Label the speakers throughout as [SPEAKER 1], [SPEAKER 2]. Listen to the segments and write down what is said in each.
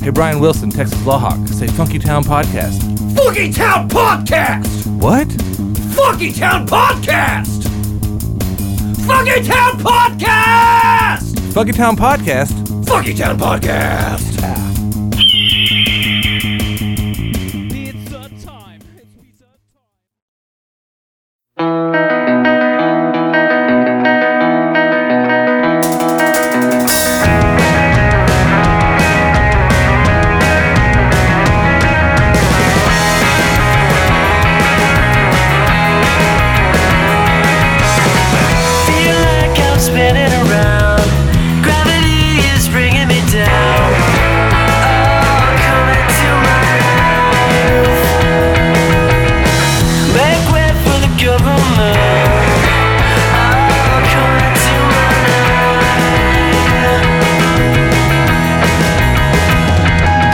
[SPEAKER 1] Hey, Brian Wilson, Texas Lawhawk. Say Funky Town Podcast.
[SPEAKER 2] Funky Town Podcast!
[SPEAKER 1] What?
[SPEAKER 2] Funky Town Podcast! Funky Town Podcast!
[SPEAKER 1] Funky Town Podcast?
[SPEAKER 2] Funky Town Podcast!
[SPEAKER 3] It's a time. It's a time.
[SPEAKER 4] Feel like I'm spinning around. Gravity is bringing me down. Oh, come into my life. Make way for the government. Oh, come into my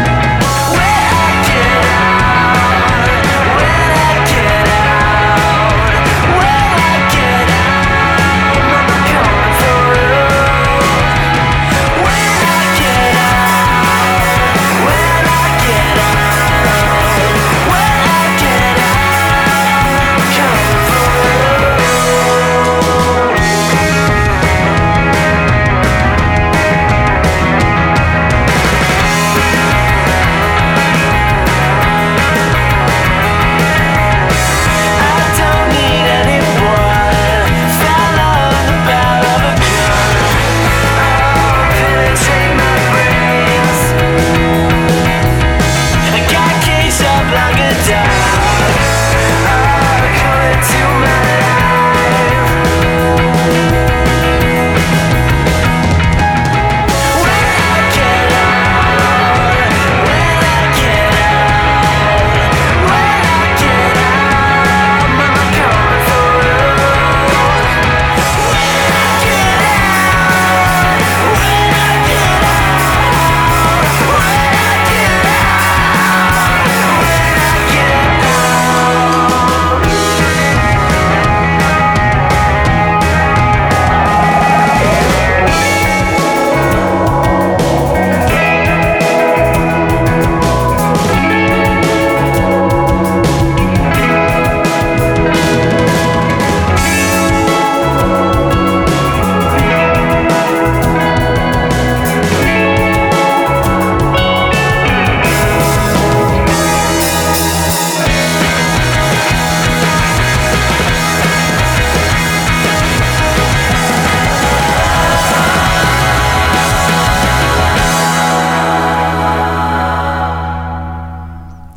[SPEAKER 4] life. When I get out, when I get out, when I get out.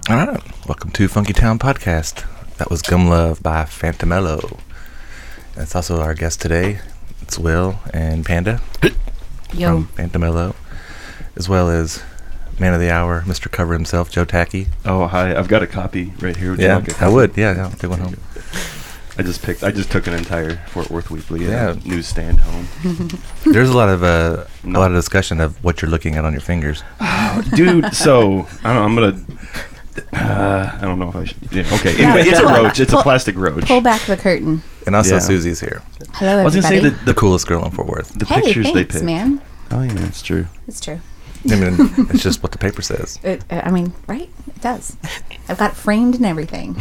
[SPEAKER 1] All right. Welcome to Funky Town Podcast. That was Gum Love by Phantomello. That's also our guest today. It's Will and Panda
[SPEAKER 5] Yo,
[SPEAKER 1] from Phantomello, as well as man of the hour, Mr. Cover himself, Joe Tacky.
[SPEAKER 6] Oh hi! I've got a copy right here. Would you
[SPEAKER 1] Yeah,
[SPEAKER 6] like a
[SPEAKER 1] I
[SPEAKER 6] copy?
[SPEAKER 1] would. Yeah, yeah, I'll take one home.
[SPEAKER 6] I just picked. I just took an entire Fort Worth Weekly uh,
[SPEAKER 1] Yeah.
[SPEAKER 6] newsstand home.
[SPEAKER 1] There's a lot of uh, a
[SPEAKER 6] No.
[SPEAKER 1] lot of discussion of what you're looking at on your fingers.
[SPEAKER 6] Dude, so I don't. know, I'm gonna. Uh, I don't know if I should. Yeah, okay. Anyway, it's a roach. It's a
[SPEAKER 5] Pull-
[SPEAKER 6] plastic roach.
[SPEAKER 5] pull back the curtain.
[SPEAKER 1] And also
[SPEAKER 6] Yeah.
[SPEAKER 1] Susie's here,
[SPEAKER 5] Hello, everybody.
[SPEAKER 6] I was gonna say the
[SPEAKER 1] the
[SPEAKER 6] the,
[SPEAKER 1] coolest girl in Fort Worth.
[SPEAKER 6] the
[SPEAKER 5] hey,
[SPEAKER 6] pictures
[SPEAKER 5] thanks,
[SPEAKER 6] they picked.
[SPEAKER 5] man.
[SPEAKER 6] Oh yeah, that's true.
[SPEAKER 5] It's true.
[SPEAKER 1] I mean, it's just what the paper says.
[SPEAKER 5] It, uh, I mean, right? It does. I've got it framed and everything.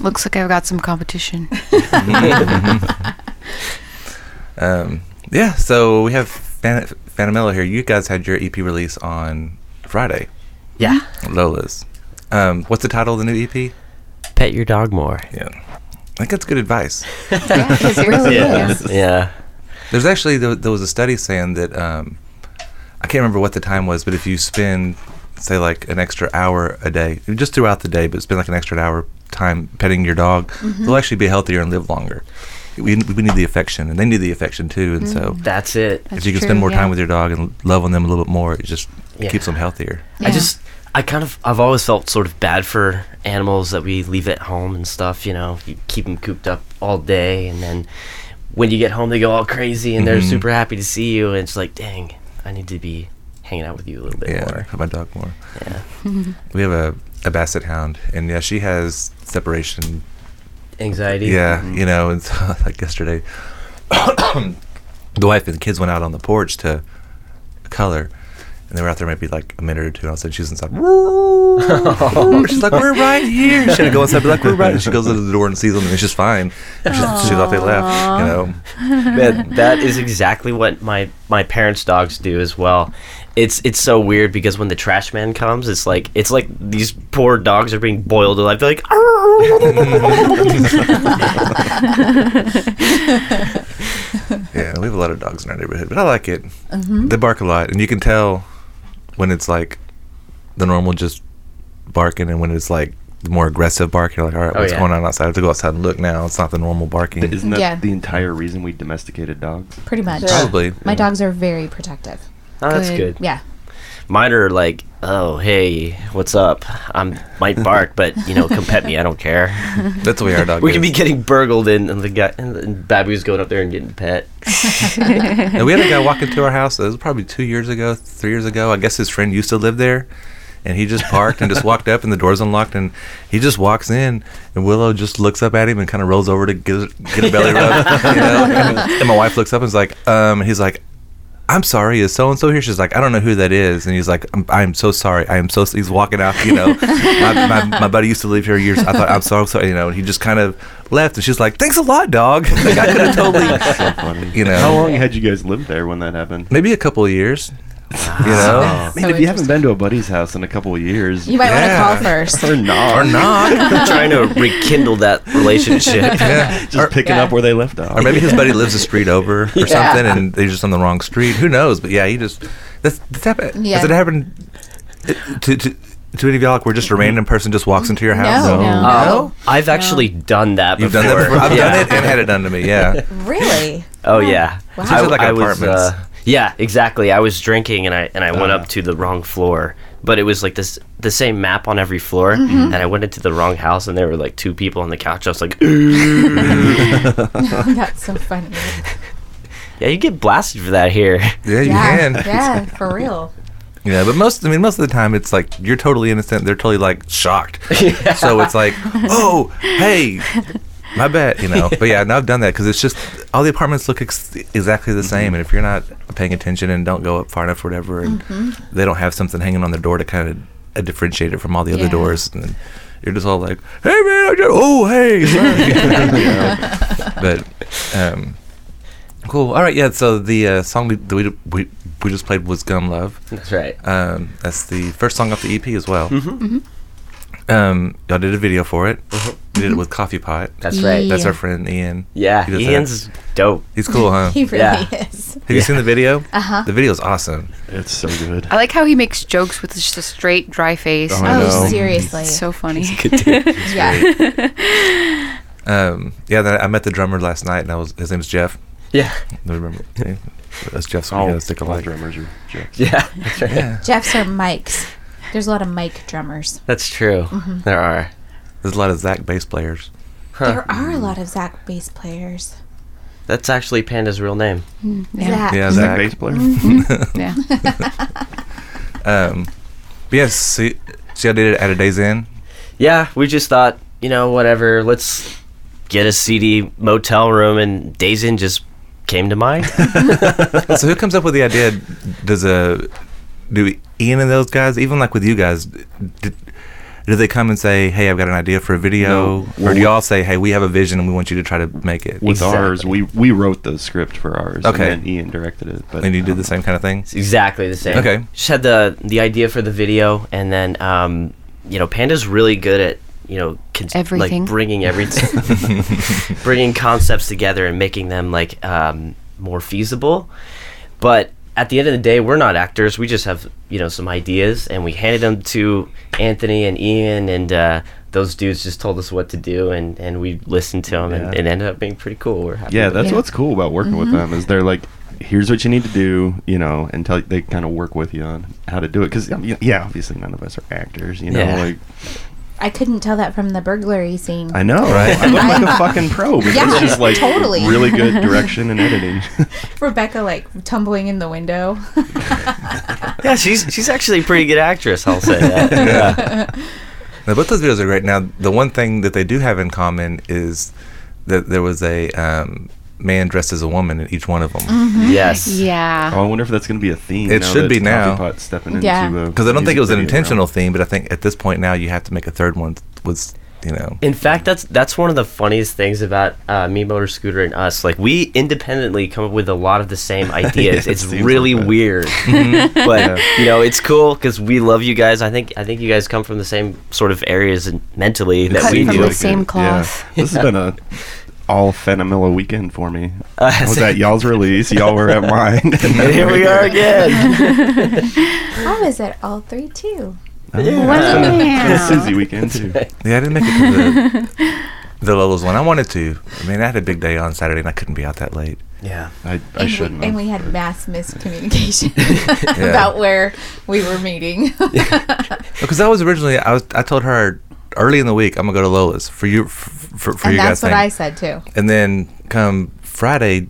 [SPEAKER 7] Looks like I've got some competition.
[SPEAKER 1] Um, yeah, so we have Fan- Fanamillo here. You guys had your EP release on Friday,
[SPEAKER 8] Yeah.
[SPEAKER 1] Lola's. Um, what's the title of the new EP?
[SPEAKER 8] Pet your dog more.
[SPEAKER 1] Yeah, I think that's good advice.
[SPEAKER 5] Yeah, it really is.
[SPEAKER 8] Yeah.
[SPEAKER 1] There's actually there, there was a study saying that um, I can't remember what the time was, but if you spend say like an extra hour a day, just throughout the day, but spend like an extra hour time petting your dog, they'll actually be healthier and live longer. We, we need the affection, and they need the affection too. And so,
[SPEAKER 8] That's it.
[SPEAKER 1] if you can spend more time with your dog and love on them a little bit more, it just
[SPEAKER 8] Yeah.
[SPEAKER 1] keeps them healthier.
[SPEAKER 8] I just I kind of I've always felt sort of bad for animals that we leave at home and stuff, you know. You keep them cooped up all day and then when you get home they go all crazy and they're
[SPEAKER 1] Mhm.
[SPEAKER 8] super happy to see you and it's like, "Dang, I need to be hanging out with you a little bit
[SPEAKER 1] Yeah,
[SPEAKER 8] more."
[SPEAKER 1] pet my dog more.
[SPEAKER 8] Yeah.
[SPEAKER 1] We have a, a basset hound, and yeah, she has separation
[SPEAKER 8] Anxiety.
[SPEAKER 1] Yeah, you know, and so, like yesterday, the wife and the kids went out on the porch to color, And they were out there maybe like a minute or two, and all of a sudden she was inside. "Woo." She's like, "We're right here." She had to go inside, be like, "We're right." And she goes to the door and sees them, and she's fine. And she, she thought they left, you know.
[SPEAKER 8] Man, that is exactly what my my parents' dogs do as well. It's it's so weird because when the trash man comes, it's like it's like these poor dogs are being boiled alive. They're like,
[SPEAKER 1] Yeah, we have a lot of dogs in our neighborhood, but I like it.
[SPEAKER 5] Mm-hmm.
[SPEAKER 8] Hmm?
[SPEAKER 1] They bark a lot, and you can tell when it's like the normal just barking, and when it's like the more aggressive barking. You're like, all right,
[SPEAKER 8] Oh,
[SPEAKER 1] what's
[SPEAKER 8] yeah.
[SPEAKER 1] going on outside? I have to go outside and look now. It's not the normal barking.
[SPEAKER 6] Isn't that
[SPEAKER 5] Yeah.
[SPEAKER 6] the entire reason we domesticated dogs?
[SPEAKER 5] Pretty much.
[SPEAKER 1] Probably.
[SPEAKER 5] My dogs are very protective.
[SPEAKER 8] oh, that's good.
[SPEAKER 7] Good.
[SPEAKER 5] Yeah.
[SPEAKER 8] Mine are like, oh hey, what's up? I might bark, but you know, come pet me. I don't care.
[SPEAKER 1] That's the way our dog.
[SPEAKER 8] We
[SPEAKER 1] is.
[SPEAKER 8] could be getting burgled in, and the guy and, and Babu's going up there and getting pet.
[SPEAKER 1] And we had a guy walk into our house. It was probably two years ago, three years ago. I guess his friend used to live there, and he just parked and just walked up, and the door's unlocked, and he just walks in, and Willow just looks up at him and kind of rolls over to get, get a belly rub, you know. And, and my wife looks up and is like, um, and he's like. I'm sorry. Is so and so here? She's like, I don't know who that is, and he's like, I'm, I'm so sorry. I am so. He's walking out. You know, my, my, my buddy used to live here years. I thought I'm so sorry. You know, and he just kind of left, and she's like, Thanks a lot, dog. like I could have totally,
[SPEAKER 6] So funny.
[SPEAKER 1] you know.
[SPEAKER 6] How long had you guys lived there when that happened?
[SPEAKER 1] maybe a couple of years. You know,
[SPEAKER 6] Man, if you haven't been to a buddy's house in a couple of years,
[SPEAKER 5] You might
[SPEAKER 1] Yeah.
[SPEAKER 5] want to call first.
[SPEAKER 6] or not,
[SPEAKER 1] or not,
[SPEAKER 8] trying to rekindle that relationship.
[SPEAKER 1] yeah.
[SPEAKER 6] just picking up where they left off.
[SPEAKER 1] or maybe his buddy lives a street over or something, and they're just on the wrong street. Who knows? But yeah, he just that's, that's happened.
[SPEAKER 5] Yeah.
[SPEAKER 1] Has it happened uh, to, to to any of y'all? Like, where just a random person just walks into your house?
[SPEAKER 5] No, no.
[SPEAKER 8] Um, I've actually done that
[SPEAKER 1] You've
[SPEAKER 8] before.
[SPEAKER 1] done that before. I've
[SPEAKER 8] Yeah.
[SPEAKER 1] done it and had it done to me. Yeah,
[SPEAKER 5] Really?
[SPEAKER 8] Oh yeah.
[SPEAKER 5] Wow.
[SPEAKER 1] These are like apartments.
[SPEAKER 8] uh, yeah, exactly. I was drinking and I and I
[SPEAKER 1] Uh-huh.
[SPEAKER 8] went
[SPEAKER 6] Ah.
[SPEAKER 8] up to the wrong floor, but it was like this the same map on every floor,
[SPEAKER 5] Mm-hmm.
[SPEAKER 8] and I went into the wrong house and there were like two people on the couch. I was like,
[SPEAKER 5] That's so funny.
[SPEAKER 8] yeah, you get blasted for that here.
[SPEAKER 1] yeah, you
[SPEAKER 5] Yeah.
[SPEAKER 1] can.
[SPEAKER 5] Yeah, for real.
[SPEAKER 1] Yeah, but most I mean most of the time it's like you're totally innocent. They're totally like shocked. So it's like, oh, hey, my bad, you know. But yeah, no, I've done that because it's just all the apartments look ex- exactly the same, and if you're not paying attention and don't go up far enough, or whatever, and they don't have something hanging on the door to kind of uh, differentiate it from all the other
[SPEAKER 5] Yeah.
[SPEAKER 1] doors, and then you're just all like, hey man, I just, oh hey, sorry," you know? but um, cool. All right, yeah. So the uh, song we, that we, we we just played was "Gum Love."
[SPEAKER 8] That's right.
[SPEAKER 1] Um, that's the first song off the EP as well.
[SPEAKER 5] Mm-hmm.
[SPEAKER 1] Um, y'all did a video for it. We did it with Coffee Pot.
[SPEAKER 8] That's right.
[SPEAKER 1] That's
[SPEAKER 5] Yeah.
[SPEAKER 1] our friend Ian.
[SPEAKER 8] Yeah,
[SPEAKER 1] He does that.
[SPEAKER 8] Ian's dope.
[SPEAKER 1] He's cool, huh? Have
[SPEAKER 5] He really
[SPEAKER 8] Yeah.
[SPEAKER 5] is.
[SPEAKER 1] you seen the video? Uh
[SPEAKER 5] Uh-huh.
[SPEAKER 1] The video's awesome.
[SPEAKER 6] It's so good.
[SPEAKER 7] I like how he makes jokes with just a straight, dry face.
[SPEAKER 6] Oh, I
[SPEAKER 5] Oh,
[SPEAKER 6] know.
[SPEAKER 5] seriously.
[SPEAKER 7] It's so funny.
[SPEAKER 5] yeah.
[SPEAKER 1] Um, yeah, then I met the drummer last night, and I was his name's Jeff.
[SPEAKER 8] Yeah,
[SPEAKER 1] I remember. That's Jeff's
[SPEAKER 6] All,
[SPEAKER 1] oh, stick
[SPEAKER 6] all
[SPEAKER 1] alike.
[SPEAKER 6] drummers are jerks.
[SPEAKER 8] yeah,
[SPEAKER 1] Yeah,
[SPEAKER 5] Jeff's are mics. There's a lot of mic drummers.
[SPEAKER 8] that's true. There are.
[SPEAKER 1] there's a lot of Zach bass players.
[SPEAKER 5] There are a lot of Zach bass players.
[SPEAKER 8] That's actually Panda's real name.
[SPEAKER 7] Yeah.
[SPEAKER 5] Zach.
[SPEAKER 1] Yeah,
[SPEAKER 6] Is that
[SPEAKER 1] Zach.
[SPEAKER 6] a bass player?
[SPEAKER 7] yeah.
[SPEAKER 1] Um, but yes, see, see, I did it at a day's end.
[SPEAKER 8] yeah, we just thought, you know, whatever, let's get a seedy motel room, and Days In just came to mind.
[SPEAKER 1] so who comes up with the idea? Does a do Ian and those guys, even like with you guys, do, do they come and say, "Hey, I've got an idea for a video,"
[SPEAKER 6] No.
[SPEAKER 1] or do y'all say, "Hey, we have a vision and we want you to try to make it"?
[SPEAKER 6] With
[SPEAKER 8] Exactly.
[SPEAKER 6] ours, we we wrote the script for ours.
[SPEAKER 1] Okay.
[SPEAKER 6] And then Ian directed it. But
[SPEAKER 1] and you did the same kind of thing.
[SPEAKER 8] It's exactly the same.
[SPEAKER 1] Okay.
[SPEAKER 8] Just had the the idea for the video, and then um, you know, Panda's really good at you know cons-
[SPEAKER 7] Everything.
[SPEAKER 8] like bringing everything, bringing concepts together and making them like um, more feasible. But at the end of the day, we're not actors. We just have you know some ideas, and we handed them to Anthony and Ian, and uh, those dudes just told us what to do, and, and we listened to them, and
[SPEAKER 6] Yeah.
[SPEAKER 8] it ended up being pretty cool. We're happy.
[SPEAKER 6] Yeah,
[SPEAKER 8] with it.
[SPEAKER 6] that's
[SPEAKER 5] Yeah.
[SPEAKER 6] what's cool about working with them is they're like, here's what you need to do, you know, and tell they kind of work with you on how to do it. Because yeah, obviously none of us are actors, you know.
[SPEAKER 8] Yeah.
[SPEAKER 6] Like
[SPEAKER 5] I couldn't tell that from the burglary scene.
[SPEAKER 6] I know, right? I look like a fucking pro. But
[SPEAKER 5] Yeah,
[SPEAKER 6] it's just like
[SPEAKER 5] totally.
[SPEAKER 6] really good direction and editing.
[SPEAKER 5] Rebecca like tumbling in the window.
[SPEAKER 8] yeah. She's she's actually a pretty good actress. I'll say that.
[SPEAKER 1] Now, both those videos are great. Now, the one thing that they do have in common is that there was a um, man dressed as a woman in each one of them.
[SPEAKER 8] Yes.
[SPEAKER 7] Yeah.
[SPEAKER 6] Oh, I wonder if that's going to be a theme.
[SPEAKER 1] It should
[SPEAKER 6] that
[SPEAKER 1] be
[SPEAKER 6] Coffee
[SPEAKER 1] now.
[SPEAKER 6] Pot's stepping
[SPEAKER 5] Yeah.
[SPEAKER 6] into uh,
[SPEAKER 1] Because I don't think it was an intentional theme, but I think at this point now you have to make a third one. Was you know
[SPEAKER 8] In fact, that's that's one of the funniest things about uh, me, Motor Scooter, and us. Like we independently come up with a lot of the same ideas.
[SPEAKER 6] Yeah, it
[SPEAKER 8] it's
[SPEAKER 6] seems
[SPEAKER 8] really
[SPEAKER 6] like that.
[SPEAKER 8] weird, but you know it's cool because we love you guys. I think I think you guys come from the same sort of areas and mentally that
[SPEAKER 7] Cut
[SPEAKER 8] we
[SPEAKER 7] from
[SPEAKER 8] do.
[SPEAKER 7] the same cloth.
[SPEAKER 6] This has been a all Fenamilla weekend for me.
[SPEAKER 8] Uh,
[SPEAKER 6] I was at y'all's release. Y'all were at mine.
[SPEAKER 8] and here we are again.
[SPEAKER 5] I was at all three too.
[SPEAKER 6] Oh, Yeah. It's Susie weekend too.
[SPEAKER 1] yeah I didn't make it to the the Lola's one. I wanted to. I mean I had a big day on Saturday and I couldn't be out that late.
[SPEAKER 8] Yeah.
[SPEAKER 6] I, I
[SPEAKER 5] and,
[SPEAKER 6] shouldn't.
[SPEAKER 5] we, and
[SPEAKER 6] have.
[SPEAKER 5] we had mass miscommunication about where we were meeting.
[SPEAKER 1] Because I Oh, was originally I was I told her early in the week I'm gonna go to Lola's for you for, for, for
[SPEAKER 5] and
[SPEAKER 1] you
[SPEAKER 5] that's
[SPEAKER 1] guys
[SPEAKER 5] what
[SPEAKER 1] thing.
[SPEAKER 5] I said too.
[SPEAKER 1] And then come Friday,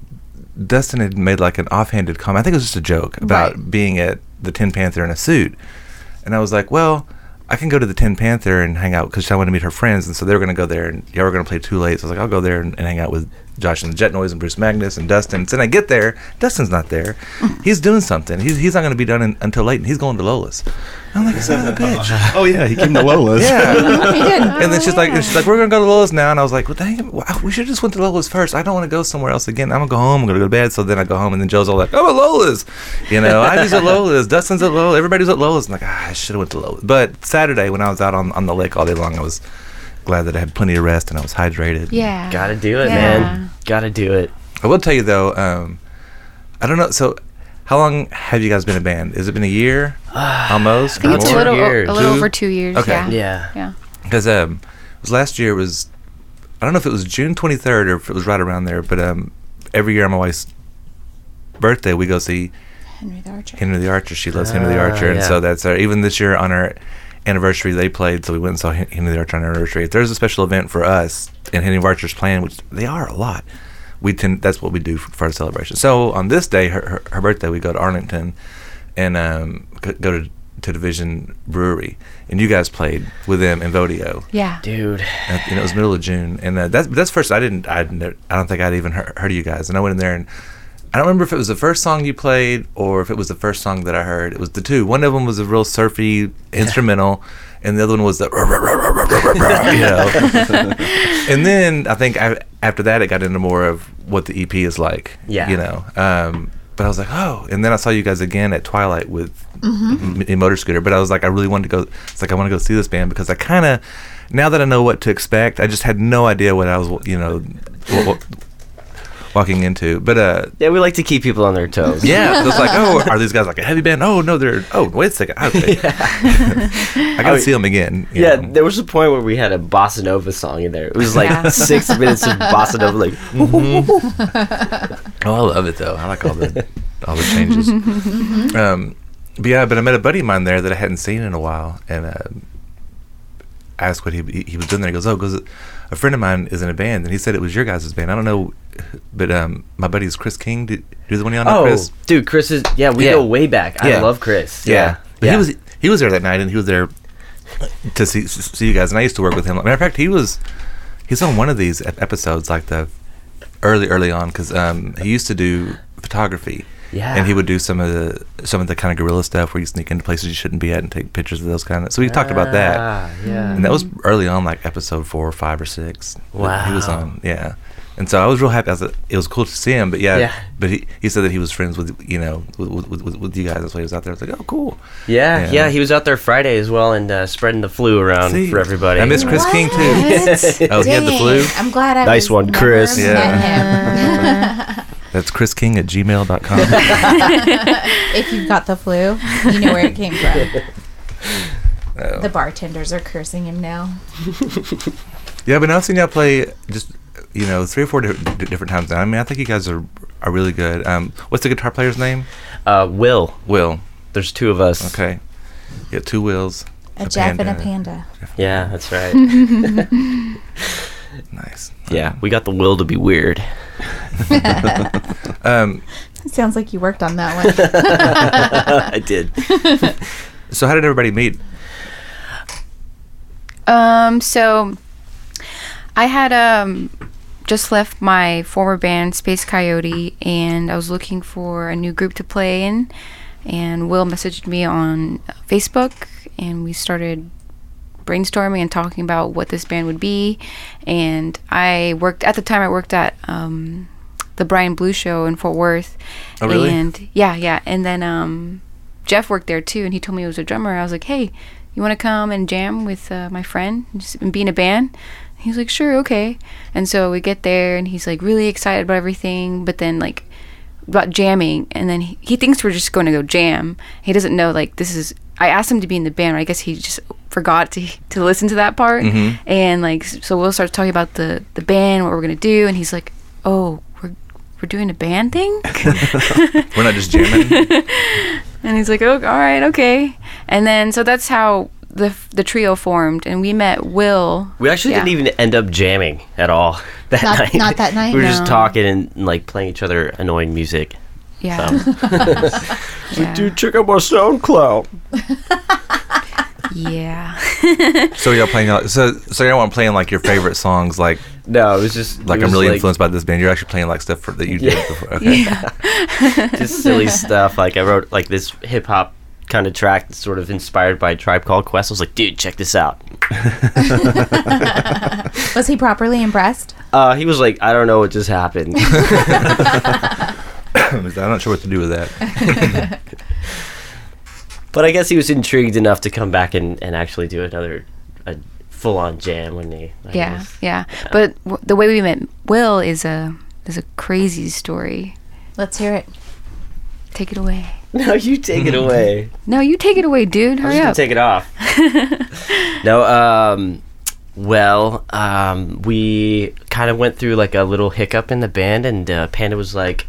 [SPEAKER 1] Dustin had made like an offhanded comment. I think it was just a joke about
[SPEAKER 5] Right.
[SPEAKER 1] being at the Tin Panther in a suit. And I was like, well, I can go to the Tin Panther and hang out because I want to meet her friends. And so they were going to go there and y'all were going to play too late. So I was like, I'll go there and, and hang out with Josh and the Jet Noise and Bruce Magnus and Dustin. So then I get there. Dustin's not there.
[SPEAKER 6] Mm.
[SPEAKER 1] He's doing something. He's, he's not going to be done in, until late and he's going to Lola's. I'm like, son of a bitch.
[SPEAKER 6] Oh yeah, he came to Lola's.
[SPEAKER 1] Yeah.
[SPEAKER 5] He did.
[SPEAKER 1] And then she's like,
[SPEAKER 7] Ah.
[SPEAKER 1] and she's like, we're gonna go to Lola's now. And I was like, well, dang, wh- we should just went to Lola's first. I don't want to go somewhere else again. I'm gonna go home. I'm gonna go to bed. So then I go home, and then Joe's all like, oh, at Lola's. You know, I was at Lola's. Dustin's at Lola's. Everybody's at Lola's. I'm like, ah, I should have went to Lola's. But Saturday when I was out on, on the lake all day long, I was glad that I had plenty of rest and I was hydrated.
[SPEAKER 7] Yeah.
[SPEAKER 8] Gotta do it,
[SPEAKER 5] Yeah.
[SPEAKER 8] man. Gotta do it.
[SPEAKER 1] I will tell you though, um, I don't know. So, how long have you guys been a band? Has it been a year? Almost.
[SPEAKER 7] I think it's a
[SPEAKER 8] Two
[SPEAKER 1] More?
[SPEAKER 7] little,
[SPEAKER 8] years.
[SPEAKER 7] a little
[SPEAKER 1] Two?
[SPEAKER 7] over two years.
[SPEAKER 1] Okay.
[SPEAKER 7] Yeah.
[SPEAKER 8] Yeah.
[SPEAKER 7] Yeah.
[SPEAKER 1] because um, it was last year. It was I don't know if it was June 23rd or if it was right around there, but um, every year on my wife's birthday, we go see
[SPEAKER 5] Henry the Archer.
[SPEAKER 1] Henry the Archer. She loves Henry the
[SPEAKER 8] Ah,
[SPEAKER 1] Archer, and
[SPEAKER 8] yeah.
[SPEAKER 1] so that's our, even this year on our anniversary they played, so we went and saw Hen- Henry the Archer on our anniversary. If there's a special event for us and Henry the Archer's playing, which they are a lot, we tend that's what we do for, for our celebration. So on this day, her, her, her birthday, we go to Arlington and um, c- go to to Division Brewery, and you guys played with them in Vodio
[SPEAKER 7] Yeah.
[SPEAKER 8] Dude.
[SPEAKER 1] and, you know, it was middle of June, and uh, that's that's first. I didn't, I didn't, I don't think I'd even heard, heard of you guys. And I went in there, and I don't remember if it was the first song you played or if it was the first song that I heard. It was the two. One of them was a real surfy instrumental, and the other one was the, rah, rah, rah, rah, rah, rah, rah, rah, you know. and then I think I, after that it got into more of what the EP is like.
[SPEAKER 8] Yeah.
[SPEAKER 1] you know. Um, but I was like, oh, and then I saw you guys again at Twilight with m- in Motor Scooter. But I was like, I really wanted to go. It's like I want to go see this band because I kind of now that I know what to expect, I just had no idea what I was, you know, wa- wa- walking into. But uh,
[SPEAKER 8] Yeah, we like to keep people on their toes.
[SPEAKER 1] yeah, so it's like, oh, are these guys like a heavy band? Oh no, they're oh wait a second, okay, I gotta see them again. you
[SPEAKER 8] Oh, Yeah,
[SPEAKER 1] know.
[SPEAKER 8] there was a point where we had a bossa nova song in there. It was like
[SPEAKER 7] Yeah.
[SPEAKER 8] six minutes of bossa nova, like
[SPEAKER 1] Mm-hmm. Oh, I love it though. I like all the all the changes. um, but yeah, but I met a buddy of mine there that I hadn't seen in a while, and uh, asked what he he- he was doing there. He goes, "Oh, goes a friend of mine is in a band, and he said it was your guys' band. I don't know, but um, my buddy is Chris King. Do, do the one y'all know,
[SPEAKER 8] Oh,
[SPEAKER 1] Chris?
[SPEAKER 8] dude, Chris is yeah. We
[SPEAKER 1] Yeah.
[SPEAKER 8] go way back. I
[SPEAKER 1] Yeah.
[SPEAKER 8] love Chris.
[SPEAKER 1] But he was he was there that night, and he was there to see see you guys. And I used to work with him. Matter of fact, he was he's on one of these ep- episodes, like the early early on, because um, he used to do photography.
[SPEAKER 8] Yeah.
[SPEAKER 1] And he would do some of the some of the kind of guerrilla stuff where you sneak into places you shouldn't be at and take pictures of those kind of. So we talked about that,
[SPEAKER 8] Ah, Yeah.
[SPEAKER 1] and that was early on, like episode four or five or six. that He was
[SPEAKER 8] Wow.
[SPEAKER 1] on, Um, yeah. And so I was real happy. I was, like, it was cool to see him, but yeah,
[SPEAKER 8] Yeah.
[SPEAKER 1] But he, he said that he was friends with you know with, with, with, with you guys. That's why he was out there. I was like, oh, cool.
[SPEAKER 8] yeah,
[SPEAKER 1] Yeah.
[SPEAKER 8] yeah, He was out there Friday as well and uh, spreading the flu around
[SPEAKER 1] See,
[SPEAKER 8] for everybody.
[SPEAKER 1] I miss Chris King too.
[SPEAKER 5] What?
[SPEAKER 1] Oh, he had the
[SPEAKER 5] Dang.
[SPEAKER 1] flu?
[SPEAKER 5] I'm glad I
[SPEAKER 8] Nice
[SPEAKER 5] was
[SPEAKER 8] one,
[SPEAKER 5] never
[SPEAKER 8] Chris.
[SPEAKER 5] met him.
[SPEAKER 1] That's Chris King at gmail.com.
[SPEAKER 5] if you've got the flu, you know where it came from.
[SPEAKER 1] Oh.
[SPEAKER 5] The bartenders are cursing him now.
[SPEAKER 1] yeah, but now I've seen y'all play just you know three or four di- di- different times now. I mean, I think you guys are are really good. Um, what's the guitar player's name?
[SPEAKER 8] Uh, Will,
[SPEAKER 1] Will.
[SPEAKER 8] there's two of us.
[SPEAKER 1] Okay. You got two Wills.
[SPEAKER 5] A, Jap and a panda.
[SPEAKER 8] Yeah, that's right.
[SPEAKER 1] Nice.
[SPEAKER 8] yeah, we got the will to be weird.
[SPEAKER 1] Um,
[SPEAKER 5] Sounds like you worked on that one.
[SPEAKER 8] I did.
[SPEAKER 1] so how did everybody meet?
[SPEAKER 7] Um, so I had um just left my former band Space Coyote, and I was looking for a new group to play in. And Will messaged me on Facebook, and we started brainstorming and talking about what this band would be. And I worked at the time. I worked at um, the Brian Blue Show in Fort Worth.
[SPEAKER 1] Oh, really?
[SPEAKER 7] And yeah, yeah. And then um, Jeff worked there too, and he told me he was a drummer. I was like, hey, you want to come and jam with uh, my friend and just- and be in a band? He's like, sure, okay. And so we get there, and he's like really excited about everything, but then like about jamming, and then he, he thinks we're just going to go jam. He doesn't know like this is. I asked him to be in the band, but I guess he just forgot to to listen to that part. And like, s- so Will starts talking about the the band, what we're gonna do, and he's like, oh, we're we're doing a band thing.
[SPEAKER 1] We're not just jamming.
[SPEAKER 7] And he's like, "Oh, all right, okay." And then so that's how the the trio formed, and we met Will.
[SPEAKER 8] We actually
[SPEAKER 7] Yeah.
[SPEAKER 8] didn't even end up jamming at all that
[SPEAKER 5] Not-
[SPEAKER 8] night.
[SPEAKER 5] not that night?
[SPEAKER 8] We were just
[SPEAKER 7] No.
[SPEAKER 8] talking and, like playing each other annoying music.
[SPEAKER 7] Yeah. yeah.
[SPEAKER 8] check out my SoundCloud.
[SPEAKER 7] yeah.
[SPEAKER 1] so y'all playing y'all, so so y'all weren't playing like your favorite songs like
[SPEAKER 8] No, it was just it
[SPEAKER 1] like I'm
[SPEAKER 8] was,
[SPEAKER 1] really influenced by this band. You're actually playing like stuff for, that you did before. Okay.
[SPEAKER 8] Just silly stuff. Like I wrote like this hip hop kind of track that's sort of inspired by Tribe Called Quest. I was like, dude, check this out.
[SPEAKER 5] Was he properly impressed?
[SPEAKER 8] Uh, he was like, I don't know what just happened.
[SPEAKER 1] I'm not sure what to do with that.
[SPEAKER 8] but I guess he was intrigued enough to come back and, and actually do another a full on jam when they. I
[SPEAKER 7] Yeah.
[SPEAKER 8] guess.
[SPEAKER 7] Yeah. But w- the way we met Will is a is a crazy story.
[SPEAKER 5] Let's hear it.
[SPEAKER 7] Take it away.
[SPEAKER 8] No, you take
[SPEAKER 1] Mm-hmm.
[SPEAKER 8] it away.
[SPEAKER 7] No, you take it away, dude.
[SPEAKER 8] I'm
[SPEAKER 7] Hurry
[SPEAKER 8] just gonna
[SPEAKER 7] up.
[SPEAKER 8] take it off. no, um, well, um, we kind of went through like a little hiccup in the band, and uh, Panda was like,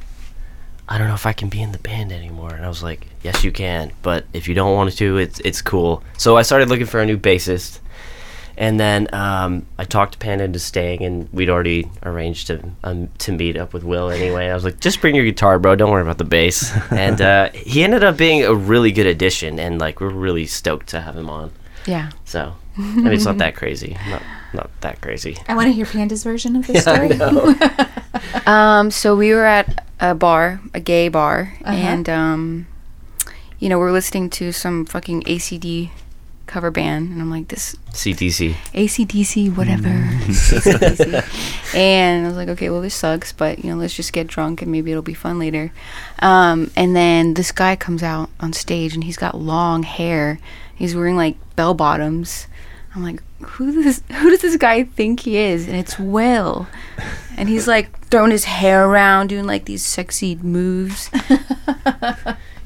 [SPEAKER 8] "I don't know if I can be in the band anymore," and I was like, "Yes, you can, but if you don't want to, it's it's cool." So I started looking for a new bassist, and then um, I talked Panda into staying, and we'd already arranged to um, to meet up with Will anyway. I was like, "Just bring your guitar, bro. Don't worry about the bass." and uh, he ended up being a really good addition, and like we're really stoked to have him on.
[SPEAKER 7] yeah.
[SPEAKER 8] So I mean, it's not that crazy. Not not that crazy.
[SPEAKER 5] I want to hear Panda's version of the story.
[SPEAKER 7] Um, so we were at a bar, a gay bar, and um, you know, we're listening to some fucking ACD cover band, and I'm like, this
[SPEAKER 8] CTC.
[SPEAKER 7] ACDC, whatever.
[SPEAKER 6] Mm-hmm.
[SPEAKER 7] AC/DC. and I was like, okay, well, this sucks, but, you know, let's just get drunk and maybe it'll be fun later. Um, and then this guy comes out on stage and he's got long hair. He's wearing like bell bottoms. I'm like, who this? Who does this guy think he is? And it's Will, and he's like throwing his hair around, doing like these sexy moves.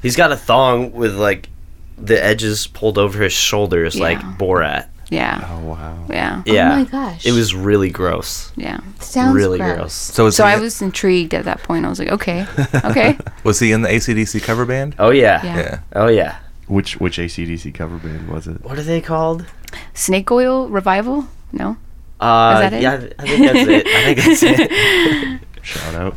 [SPEAKER 8] He's got a thong with like the edges pulled over his shoulders, like
[SPEAKER 7] Yeah.
[SPEAKER 8] Borat.
[SPEAKER 7] Yeah,
[SPEAKER 6] Oh wow.
[SPEAKER 7] yeah,
[SPEAKER 8] Yeah.
[SPEAKER 5] Oh my gosh.
[SPEAKER 8] It was really gross.
[SPEAKER 7] yeah.
[SPEAKER 5] Sounds
[SPEAKER 8] really
[SPEAKER 5] gross.
[SPEAKER 8] gross.
[SPEAKER 1] So was,
[SPEAKER 7] So
[SPEAKER 1] he,
[SPEAKER 7] I was intrigued at that point. I was like, okay, okay,
[SPEAKER 1] was he in the ACDC cover band?
[SPEAKER 8] Oh yeah.
[SPEAKER 7] Yeah.
[SPEAKER 1] Yeah.
[SPEAKER 8] Oh yeah.
[SPEAKER 6] Which which ACDC cover band was it?
[SPEAKER 8] What are they called?
[SPEAKER 7] snake oil revival? No.
[SPEAKER 8] Uh,
[SPEAKER 7] that it?
[SPEAKER 8] Yeah, I th- I think that's it. I think that's it.
[SPEAKER 6] Shout out.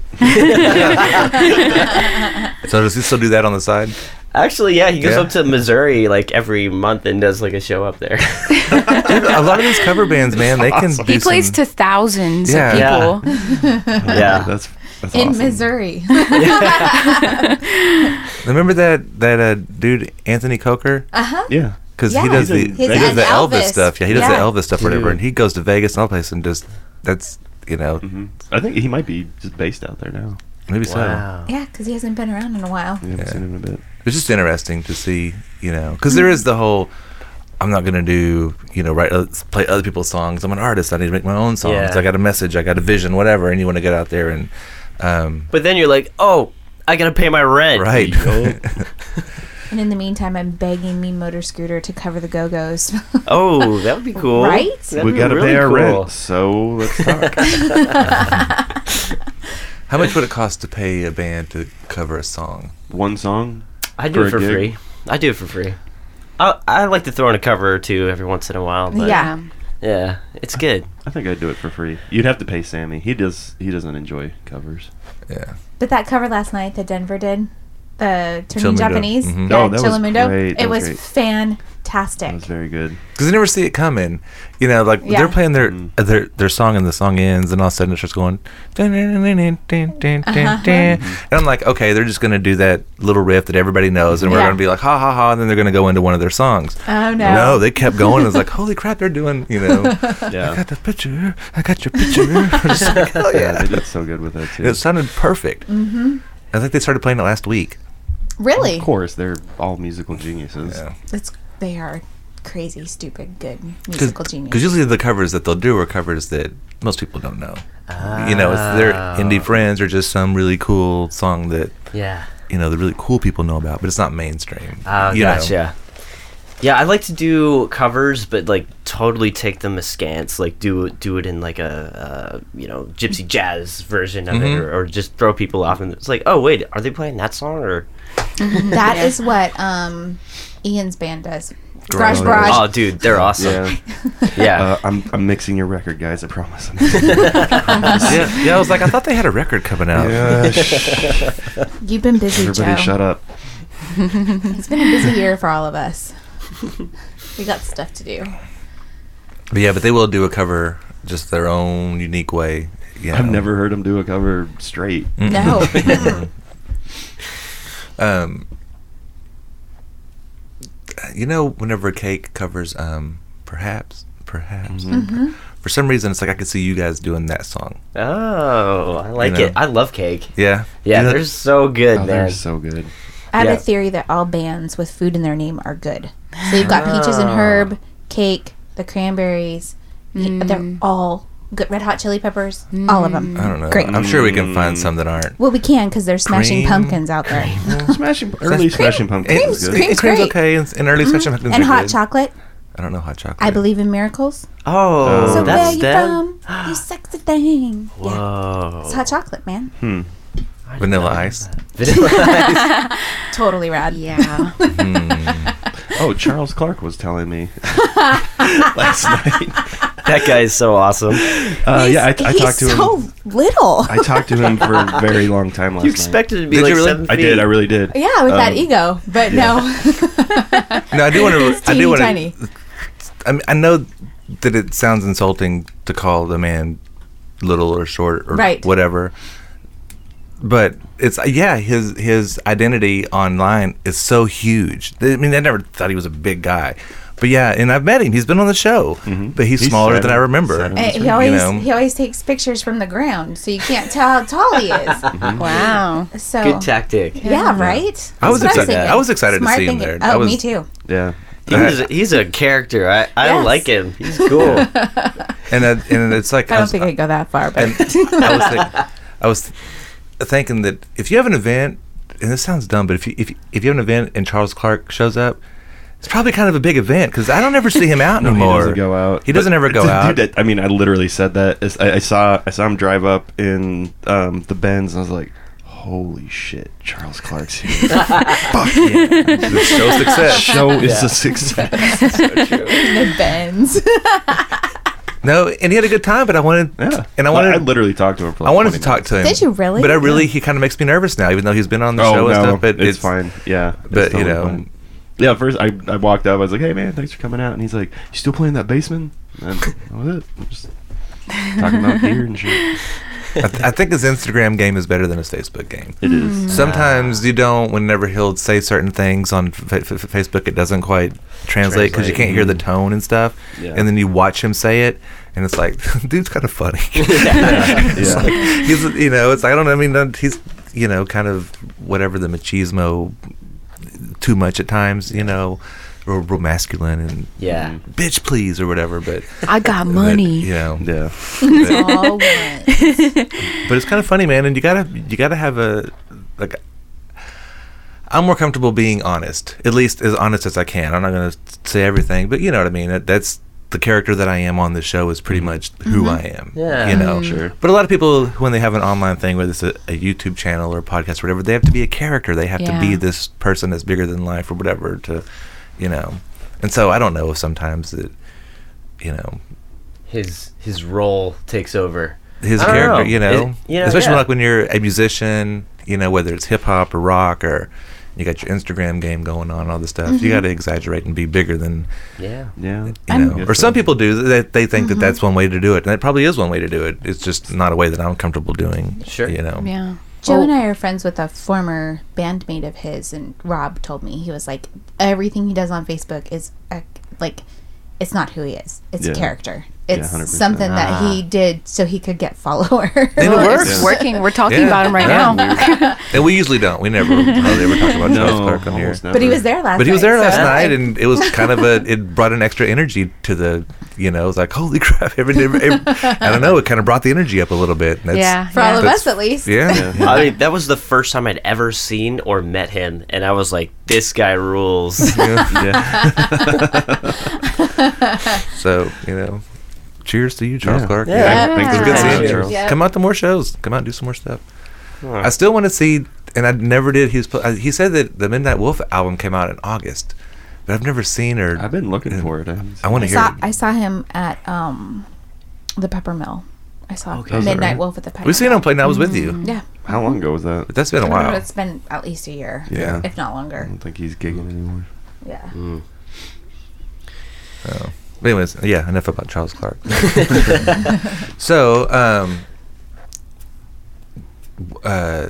[SPEAKER 1] So does he still do that on the side?
[SPEAKER 8] Actually, yeah, he goes
[SPEAKER 1] Yeah.
[SPEAKER 8] up to Missouri like every month and does like a show up there.
[SPEAKER 1] Dude, a lot of these cover bands, man, they can. Do
[SPEAKER 7] He plays
[SPEAKER 1] some,
[SPEAKER 7] to thousands
[SPEAKER 1] Yeah.
[SPEAKER 7] of people.
[SPEAKER 8] yeah.
[SPEAKER 6] That's that's
[SPEAKER 5] In
[SPEAKER 6] awesome.
[SPEAKER 5] Missouri.
[SPEAKER 1] Remember that that uh, dude Anthony Coker?
[SPEAKER 6] Yeah.
[SPEAKER 1] Because he
[SPEAKER 5] Yeah.
[SPEAKER 1] does the
[SPEAKER 6] He's
[SPEAKER 1] he
[SPEAKER 6] in
[SPEAKER 1] does the
[SPEAKER 5] Vegas.
[SPEAKER 1] Elvis,
[SPEAKER 5] Elvis.
[SPEAKER 1] stuff. Yeah, he does the
[SPEAKER 5] Yeah.
[SPEAKER 1] Elvis stuff, or whatever.
[SPEAKER 6] Dude.
[SPEAKER 1] And he goes to Vegas and all places and just that's you know
[SPEAKER 6] I think he might be just based out there now.
[SPEAKER 1] maybe so.
[SPEAKER 8] Wow.
[SPEAKER 5] yeah, because he hasn't been around in a while.
[SPEAKER 6] We haven't
[SPEAKER 1] Yeah.
[SPEAKER 6] seen him in a bit.
[SPEAKER 1] It's just interesting to see you know because there is the whole. I'm not gonna do, you know, write uh, play other people's songs. I'm an artist. I need to make my own songs.
[SPEAKER 8] Yeah.
[SPEAKER 1] I got a message. I got a vision. Whatever. And you want to get out there and, um,
[SPEAKER 8] But then you're like, oh, I gotta pay my rent.
[SPEAKER 1] right.
[SPEAKER 5] And in the meantime, I'm begging Mean Motor Scooter to cover the Go Go's.
[SPEAKER 8] Oh, that would be cool.
[SPEAKER 5] Right?
[SPEAKER 8] That'd
[SPEAKER 6] we
[SPEAKER 8] be
[SPEAKER 6] gotta
[SPEAKER 8] really
[SPEAKER 6] pay our
[SPEAKER 8] cool.
[SPEAKER 6] rent, so let's talk.
[SPEAKER 1] How much would it cost to pay a band to cover a song?
[SPEAKER 6] One song.
[SPEAKER 8] I do
[SPEAKER 6] for
[SPEAKER 8] it
[SPEAKER 6] a
[SPEAKER 8] for
[SPEAKER 6] gig.
[SPEAKER 8] free. I do it for free. I I like to throw in a cover or two every once in a while. But yeah.
[SPEAKER 5] yeah.
[SPEAKER 8] Yeah. It's good.
[SPEAKER 6] I think I'd do it for free. You'd have to pay Sammy. He does. He doesn't enjoy covers.
[SPEAKER 1] Yeah.
[SPEAKER 5] But that cover last night that Denver did, the Turning
[SPEAKER 1] Chilimundo.
[SPEAKER 5] Japanese,
[SPEAKER 1] Mhm.
[SPEAKER 5] yeah,
[SPEAKER 6] Oh, that was
[SPEAKER 5] Chilimundo,
[SPEAKER 6] great.
[SPEAKER 5] it
[SPEAKER 6] That was
[SPEAKER 5] was
[SPEAKER 6] great. That
[SPEAKER 5] fantastic.
[SPEAKER 6] was very good.
[SPEAKER 1] because they never see it coming. You know, like
[SPEAKER 5] Yeah.
[SPEAKER 1] they're playing their
[SPEAKER 6] Mm.
[SPEAKER 1] uh, their their song and the song ends, and all of a sudden it starts going. dun, dun, dun, dun, dun, dun,
[SPEAKER 5] Uh-huh.
[SPEAKER 1] dun, dun. And I'm like, okay, they're just gonna do that little riff that everybody knows, and we're
[SPEAKER 5] Yeah.
[SPEAKER 1] gonna be like, ha ha ha, and then they're gonna go into one of their songs.
[SPEAKER 5] Oh no.
[SPEAKER 1] No, they kept going. It's like, holy crap, they're doing. You know, I
[SPEAKER 6] Yeah.
[SPEAKER 1] got the picture. I got your picture. Just like, oh
[SPEAKER 6] yeah,
[SPEAKER 1] yeah,
[SPEAKER 6] they did so good with that too.
[SPEAKER 1] it sounded perfect. Mm-hmm. I think they started playing it last week.
[SPEAKER 5] really?
[SPEAKER 6] Of course, they're all musical geniuses.
[SPEAKER 1] Yeah.
[SPEAKER 5] It's they are crazy, stupid, good musical
[SPEAKER 1] Because
[SPEAKER 5] genius.
[SPEAKER 1] usually the covers that they'll do are covers that most people don't know. You know, it's their
[SPEAKER 8] Oh,
[SPEAKER 1] indie
[SPEAKER 8] Ah.
[SPEAKER 1] friends or just some really cool song that
[SPEAKER 8] Yeah.
[SPEAKER 1] you know the really cool people know about, but it's not mainstream.
[SPEAKER 8] Oh,
[SPEAKER 1] you know.
[SPEAKER 8] gotcha. Yeah, I like to do covers, but like totally take them askance. Like do do it in like a uh, you know gypsy jazz version of it,
[SPEAKER 1] Mhm.
[SPEAKER 8] or, or just throw people off. And it's like, oh wait, are they playing that song? Or
[SPEAKER 5] That is what um, Ian's band does. Garage
[SPEAKER 1] Garage
[SPEAKER 5] Barrage.
[SPEAKER 8] oh dude, they're awesome.
[SPEAKER 6] Yeah.
[SPEAKER 8] Yeah,
[SPEAKER 6] Uh, I'm, I'm mixing your record, guys. I promise.
[SPEAKER 1] yeah, yeah. I was like, I thought they had a record coming out.
[SPEAKER 6] yeah, shh,
[SPEAKER 5] You've been busy, Joe.
[SPEAKER 6] everybody, shut up.
[SPEAKER 5] It's been a busy year for all of us. we got stuff to do.
[SPEAKER 1] But yeah, but they will do a cover just their own unique way. You know.
[SPEAKER 6] I've never heard them do a cover straight.
[SPEAKER 5] No.
[SPEAKER 1] Um, you know, whenever cake covers, um, perhaps, perhaps,
[SPEAKER 6] Mm-hmm.
[SPEAKER 5] Mm-hmm.
[SPEAKER 1] for some reason, it's like I could see you guys doing that song.
[SPEAKER 8] Oh, I like
[SPEAKER 1] know.
[SPEAKER 8] it. I love cake.
[SPEAKER 1] Yeah.
[SPEAKER 8] Yeah,
[SPEAKER 1] You know-
[SPEAKER 8] they're so good,
[SPEAKER 6] Oh,
[SPEAKER 8] man.
[SPEAKER 6] they're so good.
[SPEAKER 5] I have
[SPEAKER 8] Yeah.
[SPEAKER 5] a theory that all bands with food in their name are good. So you've got peaches
[SPEAKER 1] Ah.
[SPEAKER 5] and herb, cake, the cranberries. y- They're all good. Red Hot Chili Peppers, all of them.
[SPEAKER 1] I don't know.
[SPEAKER 5] Great.
[SPEAKER 1] I'm sure we can
[SPEAKER 6] Mm.
[SPEAKER 1] find some that aren't.
[SPEAKER 5] Well, we can because they're smashing
[SPEAKER 1] Cream.
[SPEAKER 5] pumpkins out there.
[SPEAKER 6] Smashing early Smashing Pumpkins
[SPEAKER 1] And-
[SPEAKER 6] was good.
[SPEAKER 5] cream-
[SPEAKER 1] and
[SPEAKER 5] Cream's
[SPEAKER 1] cream's
[SPEAKER 5] great. Mm-hmm.
[SPEAKER 1] okay, and, and early session pumpkins
[SPEAKER 5] And
[SPEAKER 1] are
[SPEAKER 5] hot
[SPEAKER 1] good.
[SPEAKER 5] chocolate.
[SPEAKER 1] I don't know hot chocolate.
[SPEAKER 5] I believe in miracles.
[SPEAKER 8] Oh,
[SPEAKER 5] So
[SPEAKER 6] So
[SPEAKER 5] where
[SPEAKER 8] that's
[SPEAKER 5] you
[SPEAKER 8] them. Oh,
[SPEAKER 5] from? You sexy thing. Yeah,
[SPEAKER 8] Whoa,
[SPEAKER 5] it's hot chocolate, man.
[SPEAKER 1] vanilla ice.
[SPEAKER 5] Totally rad.
[SPEAKER 7] Yeah.
[SPEAKER 6] Oh, Charles Clark was telling me last night.
[SPEAKER 8] that guy is so awesome.
[SPEAKER 6] Uh, yeah, I, I
[SPEAKER 5] he's
[SPEAKER 6] talked to
[SPEAKER 5] so
[SPEAKER 6] him.
[SPEAKER 5] little.
[SPEAKER 6] I talked to him for a very long time last
[SPEAKER 8] You
[SPEAKER 6] night.
[SPEAKER 8] expected it to be
[SPEAKER 1] Did
[SPEAKER 8] like
[SPEAKER 1] you really?
[SPEAKER 8] seven
[SPEAKER 6] I
[SPEAKER 8] feet.
[SPEAKER 6] did. I really did.
[SPEAKER 5] yeah, with that
[SPEAKER 6] Um,
[SPEAKER 5] ego, but
[SPEAKER 1] No, I do want
[SPEAKER 5] no,
[SPEAKER 1] to.
[SPEAKER 5] he's
[SPEAKER 1] I
[SPEAKER 5] teeny
[SPEAKER 1] do want
[SPEAKER 5] tiny.
[SPEAKER 1] to. I, mean, I know that it sounds insulting to call the man little or short or
[SPEAKER 5] Right.
[SPEAKER 1] whatever. But it's yeah, his his identity online is so huge. I mean, I never thought he was a big guy, but yeah, and I've met him. He's been on the show, but Mm-hmm. he's,
[SPEAKER 6] He's
[SPEAKER 1] smaller
[SPEAKER 6] seven-
[SPEAKER 1] than I remember.
[SPEAKER 6] seven.
[SPEAKER 5] Uh,
[SPEAKER 6] That's
[SPEAKER 5] he
[SPEAKER 6] right.
[SPEAKER 5] always
[SPEAKER 1] You know.
[SPEAKER 5] he always takes pictures from the ground, so you can't tell how tall he is.
[SPEAKER 7] wow.
[SPEAKER 5] So
[SPEAKER 8] Good tactic.
[SPEAKER 5] Yeah, right.
[SPEAKER 1] Mm-hmm. I was
[SPEAKER 5] That's what
[SPEAKER 1] excited-
[SPEAKER 5] thinking.
[SPEAKER 1] I was excited to
[SPEAKER 5] Smart
[SPEAKER 1] see him there.
[SPEAKER 5] thinking. Oh,
[SPEAKER 1] I was-
[SPEAKER 5] me too.
[SPEAKER 6] Yeah.
[SPEAKER 8] He's a, he's a character. I, I
[SPEAKER 5] Yes.
[SPEAKER 8] like him. He's cool.
[SPEAKER 1] Mm. And I, and it's like
[SPEAKER 5] I
[SPEAKER 1] I
[SPEAKER 5] don't
[SPEAKER 1] was-
[SPEAKER 5] think I'd go that far, but
[SPEAKER 1] and I was, think, I was thinking that if you have an event, and this sounds dumb, but if you, if you- if you have an event and Charles Clark shows up, it's probably kind of a big event because I don't ever see him out
[SPEAKER 6] No,
[SPEAKER 1] anymore.
[SPEAKER 6] He doesn't go out.
[SPEAKER 1] He doesn't
[SPEAKER 6] But
[SPEAKER 1] ever go
[SPEAKER 6] it's a
[SPEAKER 1] out.
[SPEAKER 6] dude that- I mean, I literally said that. It's- I, I saw I saw him drive up in um, the Benz, and I was like, "Holy shit, Charles Clark's here! Fuck yeah,
[SPEAKER 1] It's show
[SPEAKER 6] that
[SPEAKER 1] success.
[SPEAKER 6] show is a success."
[SPEAKER 5] the bends.
[SPEAKER 1] No, and he had a good time, but I wanted
[SPEAKER 6] Yeah,
[SPEAKER 1] and I
[SPEAKER 6] Well,
[SPEAKER 1] wanted
[SPEAKER 6] I literally talked to him for. Like
[SPEAKER 1] I wanted to
[SPEAKER 6] 20
[SPEAKER 1] talk to him.
[SPEAKER 5] Did you really?
[SPEAKER 1] But I really
[SPEAKER 5] Yeah.
[SPEAKER 1] he kind of makes me nervous now, even though he's been on the
[SPEAKER 6] minutes.
[SPEAKER 1] show
[SPEAKER 6] Oh
[SPEAKER 1] and
[SPEAKER 6] no,
[SPEAKER 1] stuff. But
[SPEAKER 6] it's, fine. Yeah, it's
[SPEAKER 1] But you
[SPEAKER 6] totally
[SPEAKER 1] know,
[SPEAKER 6] fine. Yeah, first I, I walked up. I was like, "Hey man, thanks for coming out." And he's like, "You still playing that basement?" And that was it. I'm just talking about beer and shit.
[SPEAKER 1] I, th- I think his Instagram game is better than his Facebook game.
[SPEAKER 6] It
[SPEAKER 5] Hmm.
[SPEAKER 6] is.
[SPEAKER 1] Sometimes you don't. Whenever he'll say certain things on fa- fa- fa- Facebook, it doesn't quite translate because you
[SPEAKER 8] Translate.
[SPEAKER 1] can't hear the tone and stuff.
[SPEAKER 6] mm-hmm. Yeah.
[SPEAKER 1] And then you watch him say it, and it's like, dude's kind of funny. It's
[SPEAKER 6] Yeah.
[SPEAKER 1] like, he's, you know, it's like, I don't know. I mean, uh, he's, you know, kind of whatever the machismo, too much at times, you know, or real masculine and
[SPEAKER 8] Yeah.
[SPEAKER 1] bitch please or whatever. But
[SPEAKER 7] I got
[SPEAKER 1] but,
[SPEAKER 7] money.
[SPEAKER 1] you know,
[SPEAKER 6] Yeah.
[SPEAKER 5] All one.
[SPEAKER 1] but it's kind of funny, man. And you gotta you gotta have a like. I'm more comfortable being honest, at least as honest as I can. I'm not gonna say everything, but you know what I mean. That, that's the character that I am on this show is pretty much who I am.
[SPEAKER 8] Yeah.
[SPEAKER 1] you know.
[SPEAKER 6] Sure.
[SPEAKER 1] But a lot of people, when they have an online thing, whether it's a, a YouTube channel or a podcast or whatever, they have to be a character. They have to
[SPEAKER 7] Yeah.
[SPEAKER 1] be this person that's bigger than life or whatever to, you know. And so I don't know if sometimes that, you know,
[SPEAKER 8] His his role takes over.
[SPEAKER 1] his
[SPEAKER 8] I don't
[SPEAKER 1] character,
[SPEAKER 8] know.
[SPEAKER 1] you know,
[SPEAKER 8] It- you know,
[SPEAKER 1] especially
[SPEAKER 8] yeah.
[SPEAKER 1] like when you're a musician, you know, whether it's hip hop or rock or, You got your Instagram game going on, all this stuff. You got to
[SPEAKER 8] Mm-hmm.
[SPEAKER 1] exaggerate and be bigger than
[SPEAKER 8] Yeah.
[SPEAKER 6] Yeah.
[SPEAKER 1] you
[SPEAKER 5] I'm-
[SPEAKER 1] know. Or some people do. They, they think that
[SPEAKER 8] Mm-hmm.
[SPEAKER 1] that's one way to do it, and it probably is one way to do it. It's just not a way that I'm comfortable doing.
[SPEAKER 8] Sure.
[SPEAKER 1] You know.
[SPEAKER 7] Yeah.
[SPEAKER 5] Joe
[SPEAKER 7] Oh.
[SPEAKER 5] and I are friends with a former bandmate of his, and Rob told me he was like, everything he does on Facebook is uh, like, it's not who he is. It's
[SPEAKER 6] Yeah.
[SPEAKER 5] character.
[SPEAKER 6] Yeah,
[SPEAKER 5] It's
[SPEAKER 6] 100%.
[SPEAKER 5] something that he did so he could get followers.
[SPEAKER 1] And Ah. it works.
[SPEAKER 7] It's working. We're talking
[SPEAKER 1] Yeah.
[SPEAKER 7] about him right
[SPEAKER 1] Yeah.
[SPEAKER 7] now.
[SPEAKER 1] And we usually don't. We never hardly ever talk about Charles Clark on here.
[SPEAKER 6] almost never.
[SPEAKER 5] But he was there last.
[SPEAKER 1] But he was
[SPEAKER 5] night,
[SPEAKER 1] there last
[SPEAKER 5] so,
[SPEAKER 1] night,
[SPEAKER 5] like,
[SPEAKER 1] and it was kind of a. It brought an extra energy to the. You know, it's like holy crap! Every, every, every- I don't know. It kind of brought the energy up a little bit. and That's,
[SPEAKER 7] Yeah.
[SPEAKER 5] for all of
[SPEAKER 1] That's-
[SPEAKER 5] us at least.
[SPEAKER 1] Yeah.
[SPEAKER 8] I mean, that was the first time I'd ever seen or met him, and I was like, "This guy rules."
[SPEAKER 6] Yeah.
[SPEAKER 1] So you know, cheers to you, Charles
[SPEAKER 6] Yeah.
[SPEAKER 1] Clark.
[SPEAKER 8] Yeah.
[SPEAKER 6] Thanks for
[SPEAKER 1] Good
[SPEAKER 6] coming
[SPEAKER 1] seeing
[SPEAKER 6] on,
[SPEAKER 1] you.
[SPEAKER 6] Charles.
[SPEAKER 5] Yeah.
[SPEAKER 1] Come out to more shows. Come out and do some more stuff.
[SPEAKER 8] Huh.
[SPEAKER 1] I still want to see, and I never did. He was. pl- uh, He said that the Midnight Wolf album came out in August, but I've never seen or.
[SPEAKER 6] I've been looking for it. I haven't
[SPEAKER 1] I want
[SPEAKER 5] I
[SPEAKER 1] to hear.
[SPEAKER 5] saw
[SPEAKER 1] it.
[SPEAKER 5] I saw him at um, the Pepper Mill. I saw
[SPEAKER 8] Okay.
[SPEAKER 6] Is that
[SPEAKER 5] Midnight
[SPEAKER 6] right?
[SPEAKER 5] Wolf at the Pepper.
[SPEAKER 1] We've seen
[SPEAKER 5] Mill.
[SPEAKER 1] him play. and I was with you.
[SPEAKER 5] Yeah,
[SPEAKER 6] How long ago was that?
[SPEAKER 1] But that's been a
[SPEAKER 5] Mm. I remember
[SPEAKER 1] while.
[SPEAKER 5] it's been at least a year,
[SPEAKER 1] Yeah. Mm.
[SPEAKER 5] if not
[SPEAKER 6] I
[SPEAKER 5] longer.
[SPEAKER 6] don't think he's gigging anymore.
[SPEAKER 5] Yeah.
[SPEAKER 1] But anyways, yeah, enough about Charles Clark. so, um, w- uh,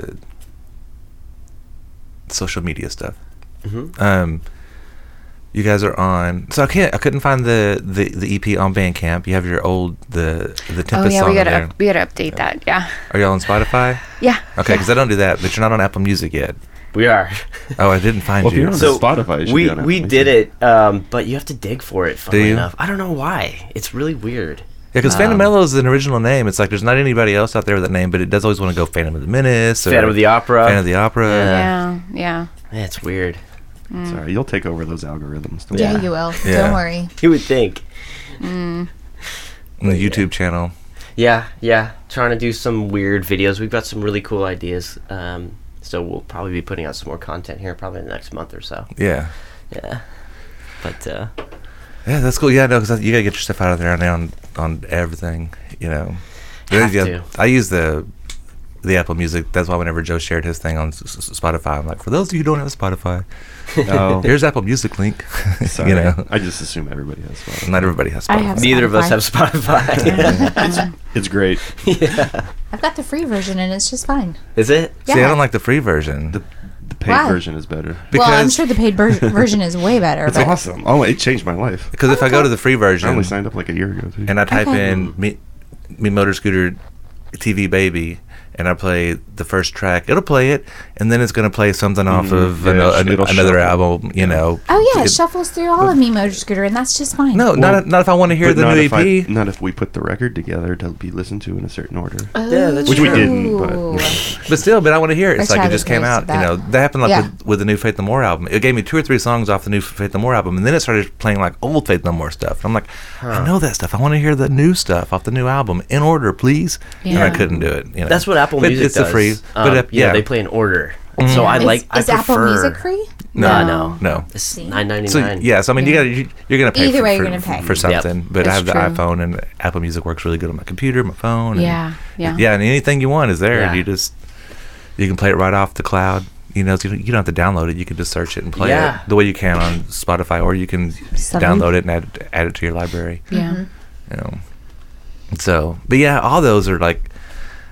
[SPEAKER 1] social media stuff.
[SPEAKER 8] Mhm.
[SPEAKER 1] Um, you guys are on. So I can't. I couldn't find the the, the EP on Bandcamp. You have your old the the
[SPEAKER 7] Oh
[SPEAKER 1] Tempest
[SPEAKER 7] yeah,
[SPEAKER 1] song
[SPEAKER 7] we
[SPEAKER 1] on
[SPEAKER 7] gotta
[SPEAKER 1] there.
[SPEAKER 7] up, we gotta update that. Yeah.
[SPEAKER 1] Are y'all on Spotify?
[SPEAKER 7] Yeah.
[SPEAKER 1] Okay, because I don't do that. But you're not on Apple Music yet.
[SPEAKER 8] we are.
[SPEAKER 1] Oh, I didn't find
[SPEAKER 6] Well, if
[SPEAKER 1] you.
[SPEAKER 6] you're on
[SPEAKER 8] So
[SPEAKER 6] Spotify, you should
[SPEAKER 8] we
[SPEAKER 6] be on it.
[SPEAKER 8] we did it, um, but you have to dig for it. Funnily
[SPEAKER 1] you?
[SPEAKER 8] enough, I don't know why. It's really weird.
[SPEAKER 1] Yeah,
[SPEAKER 7] Uh,
[SPEAKER 1] because Phantom
[SPEAKER 8] Um,
[SPEAKER 1] Mellow is an original name. It's like there's not anybody else out there with that name, but it does always want to go Phantom of the Menace. Or
[SPEAKER 8] Phantom of the Opera.
[SPEAKER 1] Phantom of the Opera.
[SPEAKER 8] Yeah.
[SPEAKER 7] Yeah. Yeah.
[SPEAKER 8] Man, it's weird.
[SPEAKER 6] Sorry, you'll take over those algorithms. don't
[SPEAKER 5] Mm. Yeah,
[SPEAKER 6] worry.
[SPEAKER 5] you will.
[SPEAKER 1] Yeah.
[SPEAKER 5] Don't worry.
[SPEAKER 8] You would think.
[SPEAKER 1] on the YouTube channel.
[SPEAKER 8] Yeah, yeah. Trying to do some weird videos. We've got some really cool ideas. Um, so we'll probably be putting out some more content here, probably in the next month or so.
[SPEAKER 1] Yeah.
[SPEAKER 8] Yeah. But uh,
[SPEAKER 1] Yeah, that's cool. Yeah, no, because you gotta get your stuff out of there now on on everything. You know,
[SPEAKER 8] Have
[SPEAKER 1] Yeah,
[SPEAKER 8] to.
[SPEAKER 1] I use the the Apple Music. That's why whenever Joe shared his thing on S- S- Spotify, I'm like, for those of you who don't have Spotify,
[SPEAKER 6] Oh,
[SPEAKER 1] here's Apple Music link.
[SPEAKER 6] sorry.
[SPEAKER 1] You know,
[SPEAKER 6] I just assume everybody has Spotify.
[SPEAKER 1] not everybody has Spotify.
[SPEAKER 5] I have-
[SPEAKER 8] neither of us
[SPEAKER 5] Spotify.
[SPEAKER 8] have Spotify.
[SPEAKER 6] It's great.
[SPEAKER 5] I've got the free version and it's just fine.
[SPEAKER 8] Is it?
[SPEAKER 1] See, I
[SPEAKER 5] Yeah.
[SPEAKER 1] don't like the free version.
[SPEAKER 6] The the paid
[SPEAKER 5] Why?
[SPEAKER 6] version is better.
[SPEAKER 5] well, I'm
[SPEAKER 1] Because-
[SPEAKER 5] sure the paid ver- version is way better.
[SPEAKER 6] It's
[SPEAKER 5] but
[SPEAKER 6] awesome. Oh, it changed my life.
[SPEAKER 1] because if I go to the free
[SPEAKER 6] I only
[SPEAKER 1] version
[SPEAKER 6] signed up like a year ago. Too.
[SPEAKER 1] and I type
[SPEAKER 5] Okay.
[SPEAKER 1] in me, me Motor Scooter TV Baby. And I play the first track. It'll play it, and then it's gonna play something off
[SPEAKER 6] Mhm.
[SPEAKER 1] of
[SPEAKER 6] Yeah,
[SPEAKER 1] ano-
[SPEAKER 6] it'll sh- it'll
[SPEAKER 1] another
[SPEAKER 6] shuffle.
[SPEAKER 1] album. You know.
[SPEAKER 5] Oh yeah, it,
[SPEAKER 1] It-
[SPEAKER 5] shuffles through all of me Motor Scooter, and that's just fine.
[SPEAKER 1] No, not not if I want to hear
[SPEAKER 6] But
[SPEAKER 1] the
[SPEAKER 6] not
[SPEAKER 1] new E
[SPEAKER 6] if I-
[SPEAKER 1] EP.
[SPEAKER 6] not if we put the record together to be listened to in a certain order.
[SPEAKER 8] Yeah, that's
[SPEAKER 6] Which we
[SPEAKER 8] true.
[SPEAKER 6] didn't, but
[SPEAKER 5] Ooh.
[SPEAKER 1] But still, but I want to hear it. It's
[SPEAKER 5] I
[SPEAKER 1] like it
[SPEAKER 5] tried
[SPEAKER 1] just
[SPEAKER 5] it,
[SPEAKER 1] came
[SPEAKER 5] I
[SPEAKER 1] out.
[SPEAKER 5] said
[SPEAKER 1] You know,
[SPEAKER 5] that.
[SPEAKER 1] that happened like
[SPEAKER 5] Yeah.
[SPEAKER 1] with, with the new Faith No More album. It gave me two or three songs off the new Faith No More album, and then it started playing like old Faith No More stuff. And I'm like, I know that stuff. I want to hear the new stuff off the new album in order, please. And
[SPEAKER 7] Yeah.
[SPEAKER 1] I couldn't do it. You know,
[SPEAKER 8] That's what Apple
[SPEAKER 1] But
[SPEAKER 8] Music
[SPEAKER 1] it's
[SPEAKER 8] does.
[SPEAKER 1] a free.
[SPEAKER 8] Um,
[SPEAKER 1] but uh,
[SPEAKER 8] you know,
[SPEAKER 1] yeah,
[SPEAKER 8] they play in order. So I
[SPEAKER 5] Is-
[SPEAKER 8] like. I
[SPEAKER 5] is Apple
[SPEAKER 8] prefer-
[SPEAKER 5] Music free?
[SPEAKER 1] No.
[SPEAKER 8] Uh, Mm-hmm. no,
[SPEAKER 1] No.
[SPEAKER 8] It's nine ninety
[SPEAKER 1] So
[SPEAKER 8] nine.
[SPEAKER 1] yeah, so I mean, you got to you're gonna pay
[SPEAKER 5] Either
[SPEAKER 1] for,
[SPEAKER 5] way,
[SPEAKER 1] for,
[SPEAKER 5] you're gonna pay.
[SPEAKER 1] for
[SPEAKER 5] Yep.
[SPEAKER 1] something. But I
[SPEAKER 7] It's
[SPEAKER 1] have the
[SPEAKER 7] true.
[SPEAKER 1] iPhone, and Apple Music works really good on my computer, my phone. and-
[SPEAKER 7] Yeah, yeah.
[SPEAKER 1] Mm-hmm. yeah, and anything you want is there.
[SPEAKER 8] Yeah.
[SPEAKER 1] You just you can play it right off the cloud. You know, so you don't you don't have to download it. You can just search it and play
[SPEAKER 8] Yeah.
[SPEAKER 1] it the way you can on Spotify, or you can
[SPEAKER 5] Seven.
[SPEAKER 1] download it and add, add it to your library.
[SPEAKER 7] Yeah.
[SPEAKER 1] You know, so but yeah, all those are like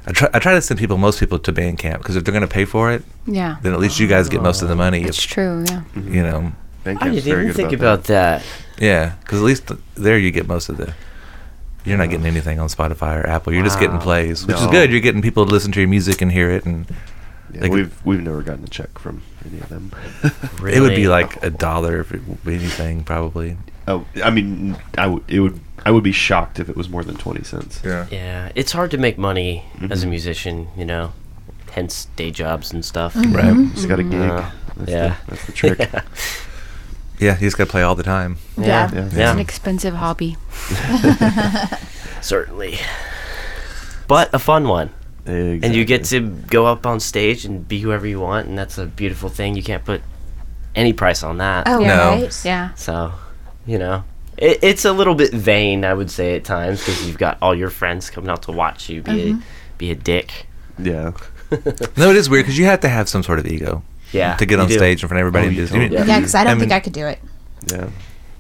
[SPEAKER 1] I try I try to send people most people to Bandcamp because if they're gonna pay for it,
[SPEAKER 7] Yeah.
[SPEAKER 1] then at least you guys get most of the money.
[SPEAKER 7] That's
[SPEAKER 1] If,
[SPEAKER 7] true. Yeah.
[SPEAKER 1] you know,
[SPEAKER 6] Bandcamp's
[SPEAKER 8] I Oh, didn't
[SPEAKER 6] very
[SPEAKER 8] even
[SPEAKER 6] good
[SPEAKER 8] think
[SPEAKER 6] about
[SPEAKER 8] about that.
[SPEAKER 1] Yeah, because at least th- there you get most of the. You're not getting anything on Spotify or Apple. You're just getting
[SPEAKER 8] Wow.
[SPEAKER 1] plays, which is
[SPEAKER 6] No.
[SPEAKER 1] good. You're getting people to listen to your music and hear it, and
[SPEAKER 6] that. Yeah,
[SPEAKER 1] Like-
[SPEAKER 6] we've we've never gotten a check from any of them.
[SPEAKER 8] Really?
[SPEAKER 1] it would be like a dollar if it would be anything, probably.
[SPEAKER 6] oh, I mean, I would it would I would be shocked if it was more than twenty cents.
[SPEAKER 1] Yeah.
[SPEAKER 8] Yeah, it's hard to make money as a musician. You know, hence day jobs and stuff.
[SPEAKER 5] Mm-hmm.
[SPEAKER 1] Right.
[SPEAKER 6] You just got a gig.
[SPEAKER 8] Uh,
[SPEAKER 6] that's
[SPEAKER 8] yeah.
[SPEAKER 6] the, that's the trick.
[SPEAKER 1] Yeah, you just got to play all the time.
[SPEAKER 5] Yeah.
[SPEAKER 6] Yeah.
[SPEAKER 7] It's an
[SPEAKER 8] Yeah,
[SPEAKER 7] expensive hobby.
[SPEAKER 8] certainly. But a fun one.
[SPEAKER 6] Exactly.
[SPEAKER 8] And you get to go up on stage and be whoever you want, and that's a beautiful thing. You can't put any price on that.
[SPEAKER 5] Oh
[SPEAKER 1] No.
[SPEAKER 5] right.
[SPEAKER 7] Yeah.
[SPEAKER 8] So, you know, it, it's a little bit vain, I would say, at times, because you've got all your friends coming out to watch
[SPEAKER 5] Mm-hmm.
[SPEAKER 8] you be a, be a dick.
[SPEAKER 6] yeah.
[SPEAKER 1] No, it is weird because you have to have some sort of ego.
[SPEAKER 8] Yeah,
[SPEAKER 1] to get
[SPEAKER 8] you
[SPEAKER 1] on
[SPEAKER 8] do.
[SPEAKER 1] stage in front of everybody
[SPEAKER 6] Oh,
[SPEAKER 1] and
[SPEAKER 6] you
[SPEAKER 1] do
[SPEAKER 6] totally
[SPEAKER 1] something.
[SPEAKER 6] do.
[SPEAKER 5] Yeah, because I
[SPEAKER 1] I
[SPEAKER 5] don't think
[SPEAKER 1] mean-
[SPEAKER 5] I could do it.
[SPEAKER 6] Yeah.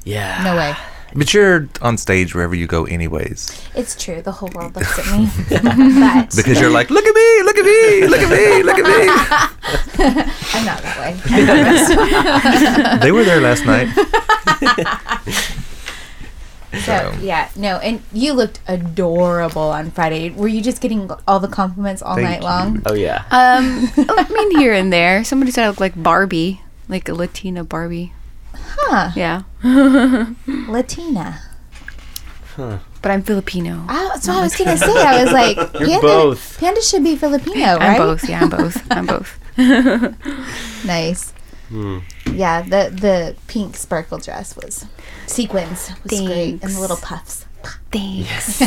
[SPEAKER 8] Yeah.
[SPEAKER 5] No way.
[SPEAKER 1] But you're on stage wherever you go, anyways,
[SPEAKER 5] It's true. The whole world looks at me. but
[SPEAKER 1] because you're like, look at me, look at me, look at me, look at
[SPEAKER 5] I'm not that
[SPEAKER 1] me. they
[SPEAKER 5] way.
[SPEAKER 1] were there last night.
[SPEAKER 5] So, yeah, no. And you looked adorable on Friday. Were you just getting all the compliments all
[SPEAKER 6] Thank
[SPEAKER 5] night long?
[SPEAKER 8] Oh yeah.
[SPEAKER 7] Um, I mean, here and there. Somebody said I look like Barbie, like a Latina Barbie.
[SPEAKER 5] Huh.
[SPEAKER 7] Yeah,
[SPEAKER 5] Latina.
[SPEAKER 7] but I'm Filipino.
[SPEAKER 5] Oh, that's what I was going to say. I was like, Panda,
[SPEAKER 8] both.
[SPEAKER 5] Panda should be Filipino, Oh, right?
[SPEAKER 7] I'm both. Yeah, I'm both. I'm both.
[SPEAKER 5] Nice.
[SPEAKER 1] Hmm.
[SPEAKER 5] Yeah, the the pink sparkle dress was sequins was great and
[SPEAKER 7] Thanks.
[SPEAKER 5] the little puffs.
[SPEAKER 7] Thanks.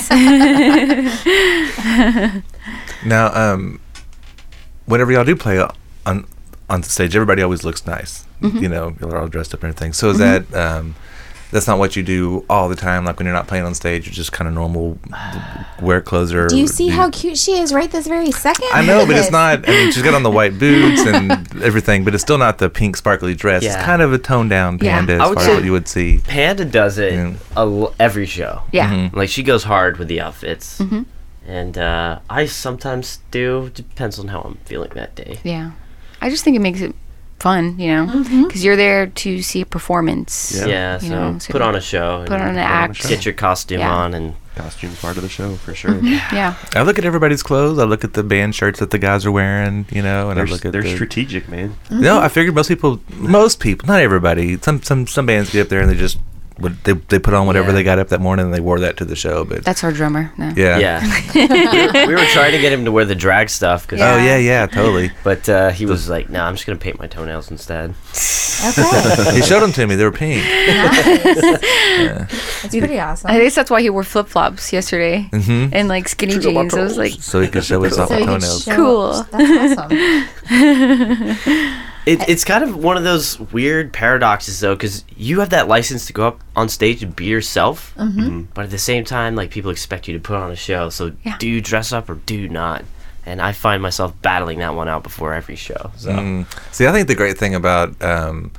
[SPEAKER 1] Now, um, whenever y'all do play on on stage, everybody always looks nice.
[SPEAKER 5] Mm-hmm.
[SPEAKER 1] You know, y'all are all dressed up and everything. So is that um, that's not what you do all the time? Like when you're not playing on stage, you're just kind of normal wear clothes. Or
[SPEAKER 5] Do you see how cute she is right this very second?
[SPEAKER 1] I know,
[SPEAKER 5] Look
[SPEAKER 1] but
[SPEAKER 5] at
[SPEAKER 1] it's
[SPEAKER 5] this.
[SPEAKER 1] not. I mean, she's got on the white boots and everything, but it's still not the pink sparkly dress. It's
[SPEAKER 8] Yeah.
[SPEAKER 1] kind of a toned down
[SPEAKER 7] Yeah.
[SPEAKER 1] panda
[SPEAKER 8] I
[SPEAKER 1] as
[SPEAKER 8] would
[SPEAKER 1] far as
[SPEAKER 8] say-
[SPEAKER 1] what you would see.
[SPEAKER 8] Panda does it
[SPEAKER 1] Yeah.
[SPEAKER 8] a l- every show.
[SPEAKER 7] Yeah.
[SPEAKER 1] Mm-hmm.
[SPEAKER 8] Like she goes hard with the outfits.
[SPEAKER 5] Mm-hmm.
[SPEAKER 8] And uh, I sometimes do. Depends on how I'm feeling that day.
[SPEAKER 7] Yeah. I just think it makes it fun, you know, because
[SPEAKER 5] Mm-hmm.
[SPEAKER 7] you're there to see a performance.
[SPEAKER 6] Yeah.
[SPEAKER 8] Yeah.
[SPEAKER 7] You
[SPEAKER 8] so,
[SPEAKER 7] know, so
[SPEAKER 8] put on a show.
[SPEAKER 7] Put on an act.
[SPEAKER 8] Get your costume
[SPEAKER 7] Yeah.
[SPEAKER 8] on and
[SPEAKER 6] Costume's part of the show for sure.
[SPEAKER 7] Yeah.
[SPEAKER 1] I look at everybody's clothes. I look at the band shirts that the guys are wearing. You know, and
[SPEAKER 6] They're,
[SPEAKER 1] I look at
[SPEAKER 6] they're
[SPEAKER 1] the,
[SPEAKER 6] strategic, man.
[SPEAKER 1] No, I figured most people, most people, not everybody. Some some some bands get up there and they just would- they they put on whatever
[SPEAKER 8] Yeah.
[SPEAKER 1] they got up that morning and they wore that to the show. But
[SPEAKER 7] That's our drummer. No.
[SPEAKER 1] yeah,
[SPEAKER 8] yeah. we were trying to get him to wear the drag stuff, cause,
[SPEAKER 1] Oh yeah, yeah, totally.
[SPEAKER 8] but uh, he was like, "No, I'm just gonna paint my toenails instead."
[SPEAKER 5] Okay.
[SPEAKER 1] he showed them to me. They were pink.
[SPEAKER 5] It's pretty awesome.
[SPEAKER 7] I guess that's why he wore flip flops yesterday and like skinny jeans. I was like,
[SPEAKER 1] Mm-hmm. So he could show his
[SPEAKER 5] So you can
[SPEAKER 1] toenails.
[SPEAKER 5] show-
[SPEAKER 7] Cool.
[SPEAKER 5] That's awesome.
[SPEAKER 8] It, it's kind of one of those weird paradoxes, though, because you have that license to go up on stage and be yourself, mm-hmm. but at the same time, like people expect you to put on a show. So
[SPEAKER 7] Yeah.
[SPEAKER 8] do you dress up or do you not? And I find myself battling that one out before every show. So
[SPEAKER 1] Mm. See, I think the great thing about um,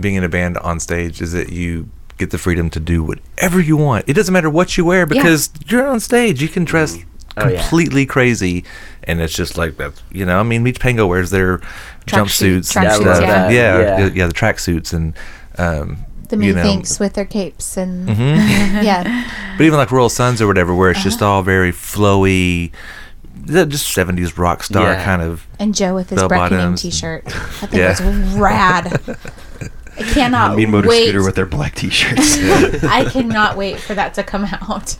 [SPEAKER 1] being in a band on stage is that you get the freedom to do whatever you want. It doesn't matter what you wear because you're on stage. You can dress
[SPEAKER 8] Oh, yeah.
[SPEAKER 1] completely crazy, and it's just like that. You know, I mean, Meech Pango wears their
[SPEAKER 7] Tracksuit-
[SPEAKER 1] jumpsuits and
[SPEAKER 7] tracksuits,
[SPEAKER 1] stuff. Yeah,
[SPEAKER 8] love
[SPEAKER 7] Yeah, I
[SPEAKER 1] yeah,
[SPEAKER 8] that.
[SPEAKER 1] yeah,
[SPEAKER 8] Yeah.
[SPEAKER 1] the tracksuits and. Um,
[SPEAKER 5] The
[SPEAKER 1] you
[SPEAKER 5] me
[SPEAKER 1] know, Mm-hmm.
[SPEAKER 5] thinks with their capes and yeah,
[SPEAKER 1] but even like Royal Sons or whatever, where it's just all very flowy, th- just seventies rock star
[SPEAKER 8] Yeah.
[SPEAKER 1] kind of.
[SPEAKER 5] and Joe with his
[SPEAKER 1] Bell
[SPEAKER 5] Breckening
[SPEAKER 1] bottoms.
[SPEAKER 5] T-shirt. I think
[SPEAKER 1] Yeah.
[SPEAKER 5] it's rad. I cannot
[SPEAKER 6] Mean Motor
[SPEAKER 5] wait.
[SPEAKER 6] Scooter with their black t-shirts.
[SPEAKER 5] I cannot wait for that to come out.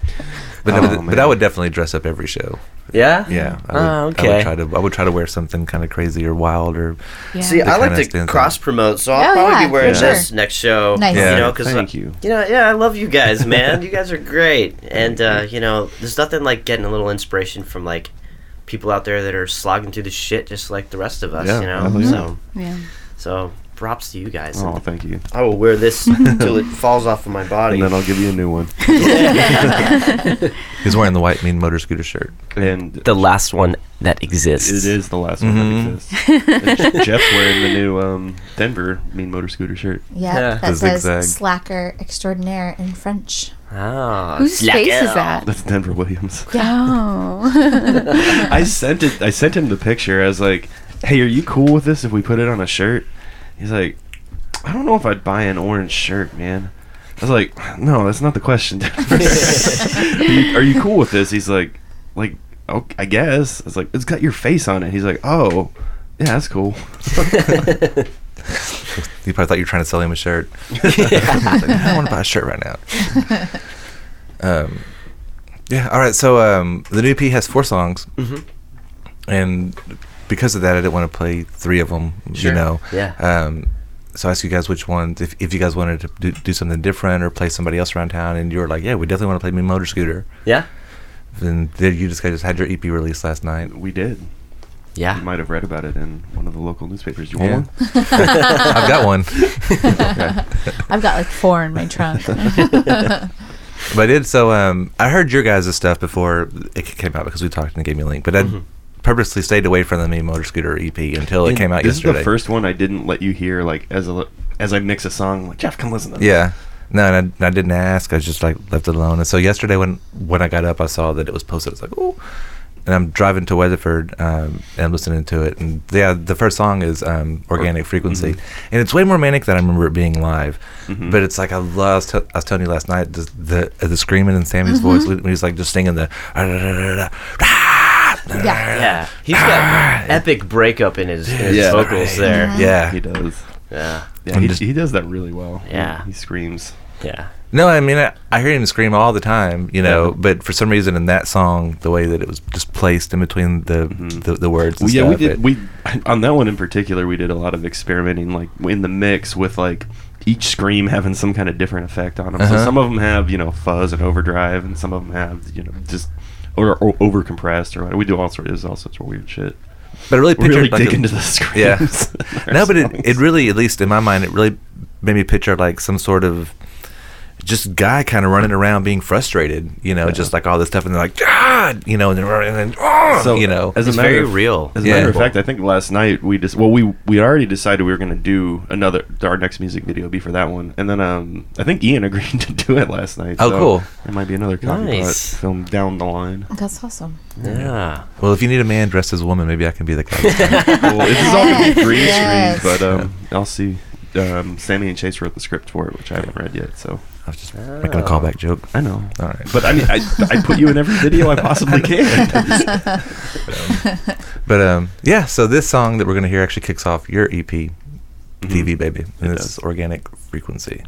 [SPEAKER 1] But, no,
[SPEAKER 6] Oh,
[SPEAKER 1] but- but I
[SPEAKER 6] man.
[SPEAKER 1] would definitely dress up every show.
[SPEAKER 8] yeah,
[SPEAKER 1] Yeah. I
[SPEAKER 8] Ah,
[SPEAKER 1] would, I would
[SPEAKER 8] okay.
[SPEAKER 1] try to I would try to wear something kind of crazy or wild or
[SPEAKER 8] See,
[SPEAKER 1] That
[SPEAKER 8] I like
[SPEAKER 1] kinda
[SPEAKER 8] to
[SPEAKER 1] stands out.
[SPEAKER 8] cross promote, so
[SPEAKER 5] Oh,
[SPEAKER 8] I'll probably
[SPEAKER 5] yeah,
[SPEAKER 8] be wearing
[SPEAKER 5] for
[SPEAKER 8] this
[SPEAKER 5] sure.
[SPEAKER 8] next show.
[SPEAKER 5] Nice.
[SPEAKER 1] Yeah.
[SPEAKER 8] you know, because
[SPEAKER 6] Thank you.
[SPEAKER 8] You know, yeah, I love you guys, man. you guys are great, and uh, you know, there's nothing like getting a little inspiration from like people out there that are slogging through the shit just like the rest of us.
[SPEAKER 6] Yeah,
[SPEAKER 8] you know,
[SPEAKER 6] hell yeah.
[SPEAKER 8] so
[SPEAKER 7] yeah.
[SPEAKER 8] so props to you guys.
[SPEAKER 6] Oh, thank you.
[SPEAKER 8] I will wear this until it falls off of my body.
[SPEAKER 6] And then I'll give you a new one.
[SPEAKER 1] he's wearing the white mean motor scooter shirt.
[SPEAKER 6] And
[SPEAKER 8] the last one that exists.
[SPEAKER 6] It is the last one that exists. Jeff's wearing the new um, Denver Mean Motor Scooter shirt.
[SPEAKER 5] Yeah,
[SPEAKER 8] Yeah.
[SPEAKER 5] that
[SPEAKER 1] The
[SPEAKER 5] says
[SPEAKER 1] zigzag.
[SPEAKER 5] slacker extraordinaire in French.
[SPEAKER 8] Ah,
[SPEAKER 7] Whose face is that?
[SPEAKER 6] That's Denver Williams.
[SPEAKER 7] Oh.
[SPEAKER 6] I sent it. I sent him the picture. I was like, "Hey, are you cool with this if we put it on a shirt?" He's like, "I don't know if I'd buy an orange shirt, man." I was like, "No, that's not the question." are, you, are you cool with this? He's like, "Like, oh, I guess." I was like, "It's got your face on it." He's like, "Oh." Yeah, that's cool.
[SPEAKER 1] You probably thought you were trying to sell him a shirt. I, want to buy a shirt right now. Um, yeah. All right. So um, the new EP has four songs,
[SPEAKER 8] Mm-hmm.
[SPEAKER 1] and because of that, I didn't want to play three of them. You
[SPEAKER 8] Sure.
[SPEAKER 1] know.
[SPEAKER 8] Yeah.
[SPEAKER 1] Um, so I asked you guys which ones, if, if you guys wanted to do, do something different or play somebody else around town, and you were like, yeah, we definitely want to play Mean Motor Scooter.
[SPEAKER 8] Yeah,
[SPEAKER 1] Then there you just guys just had your EP released last night.
[SPEAKER 6] We did. You
[SPEAKER 8] yeah.
[SPEAKER 6] might have read about it in one of the local newspapers. You want
[SPEAKER 1] Yeah.
[SPEAKER 6] one?
[SPEAKER 1] I've got one.
[SPEAKER 5] I've got like four in my trunk.
[SPEAKER 1] But I did so. Um, I heard your guys' stuff before it c- came out because we talked and they gave me a link. But I purposely stayed away from the Me Motor Scooter EP until it
[SPEAKER 6] Mm-hmm. And
[SPEAKER 1] came out
[SPEAKER 6] this
[SPEAKER 1] yesterday.
[SPEAKER 6] is the first one I didn't let you hear like as a li- as I mix a song. Like Jeff, come listen to this.
[SPEAKER 1] Yeah. No, and I, I didn't ask. I just like left it alone. And so yesterday, when when I got up, I saw that it was posted. I was like, oh. And I'm driving to Weatherford um, and listening to it. And yeah, the first song is um, "Organic Frequency," and it's way more manic than I remember it being live. But it's like I lost. I was telling you last night the the, the screaming in Sammy's voice when he was like just singing the.
[SPEAKER 5] Yeah.
[SPEAKER 8] Yeah, he's
[SPEAKER 1] Ah,
[SPEAKER 8] got epic breakup in his, in his
[SPEAKER 6] Yeah.
[SPEAKER 8] vocals there.
[SPEAKER 1] Yeah.
[SPEAKER 6] he does.
[SPEAKER 8] Yeah,
[SPEAKER 6] Yeah,
[SPEAKER 1] I'm
[SPEAKER 6] he,
[SPEAKER 1] just-
[SPEAKER 6] he does that really well.
[SPEAKER 8] Yeah.
[SPEAKER 6] he, he screams.
[SPEAKER 8] yeah.
[SPEAKER 1] No, I mean I, I hear him scream all the time, you know. But for some reason, in that song, the way that it was just placed in between the the, the words, and
[SPEAKER 6] Mm-hmm. Well, yeah, we
[SPEAKER 1] stuff,
[SPEAKER 6] did.
[SPEAKER 1] it-
[SPEAKER 6] We on that one in particular, we did a lot of experimenting, like in the mix with like each scream having some kind of different effect on them. So
[SPEAKER 1] Uh-huh.
[SPEAKER 6] some of them have you know fuzz and overdrive, and some of them have you know just or, or over compressed or whatever. We do all sorts. There's all sorts of weird shit.
[SPEAKER 1] but it really
[SPEAKER 6] We
[SPEAKER 1] pictured
[SPEAKER 6] really
[SPEAKER 1] like
[SPEAKER 6] dig
[SPEAKER 1] a-
[SPEAKER 6] into the screams.
[SPEAKER 1] Yeah.
[SPEAKER 6] in
[SPEAKER 1] no,
[SPEAKER 6] our
[SPEAKER 1] but
[SPEAKER 6] songs.
[SPEAKER 1] it, it really, at least in my mind, it really made me picture like some sort of just guy kind of running around being frustrated, you know, just like all this stuff, and they're like, God, you know, and, they're, and then, oh,
[SPEAKER 6] So,
[SPEAKER 1] you know,
[SPEAKER 6] as a
[SPEAKER 8] It's
[SPEAKER 6] matter
[SPEAKER 8] very
[SPEAKER 6] of-
[SPEAKER 8] real.
[SPEAKER 6] As a
[SPEAKER 1] Yeah.
[SPEAKER 6] matter of fact, I think last night we just well we we already decided we were going to do another our next music video would be for that one, and then um I think Ian agreed to do it last night.
[SPEAKER 1] Oh,
[SPEAKER 6] so
[SPEAKER 1] cool.
[SPEAKER 6] There might be another copycat
[SPEAKER 8] Nice.
[SPEAKER 6] film down the line.
[SPEAKER 5] That's awesome.
[SPEAKER 8] Yeah.
[SPEAKER 1] well, if you need a man dressed as a woman, maybe I can be the guy.
[SPEAKER 6] well, this is all going to be green
[SPEAKER 5] Yes.
[SPEAKER 6] screen, but um I'll see. Um, Sammy and Chase wrote the script for it, which I haven't read yet. So
[SPEAKER 1] I was just making a callback joke.
[SPEAKER 6] I know.
[SPEAKER 1] All right,
[SPEAKER 6] But I mean, I, I put you in every video I possibly can.
[SPEAKER 1] But um, yeah, so this song that we're gonna hear actually kicks off your E EP, TV Baby, and
[SPEAKER 6] It
[SPEAKER 1] this is Organic Frequency.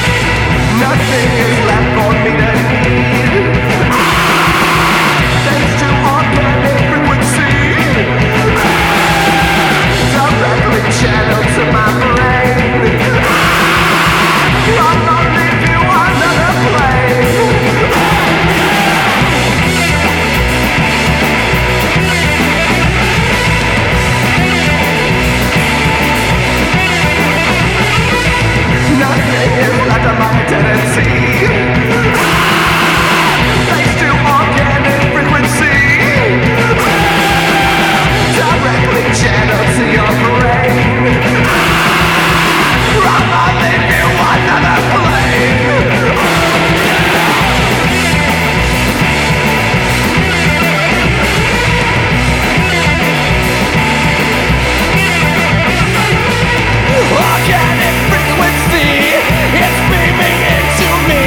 [SPEAKER 9] Nothing is left for me to need. Thanks to organic frequency, directly channeled to my brain. I'll not leave you another place. Nothing is left of my identity. Thanks to organic frequency, directly channeled to your brain. I'm not leaving you another place. Organic frequency is beaming into me.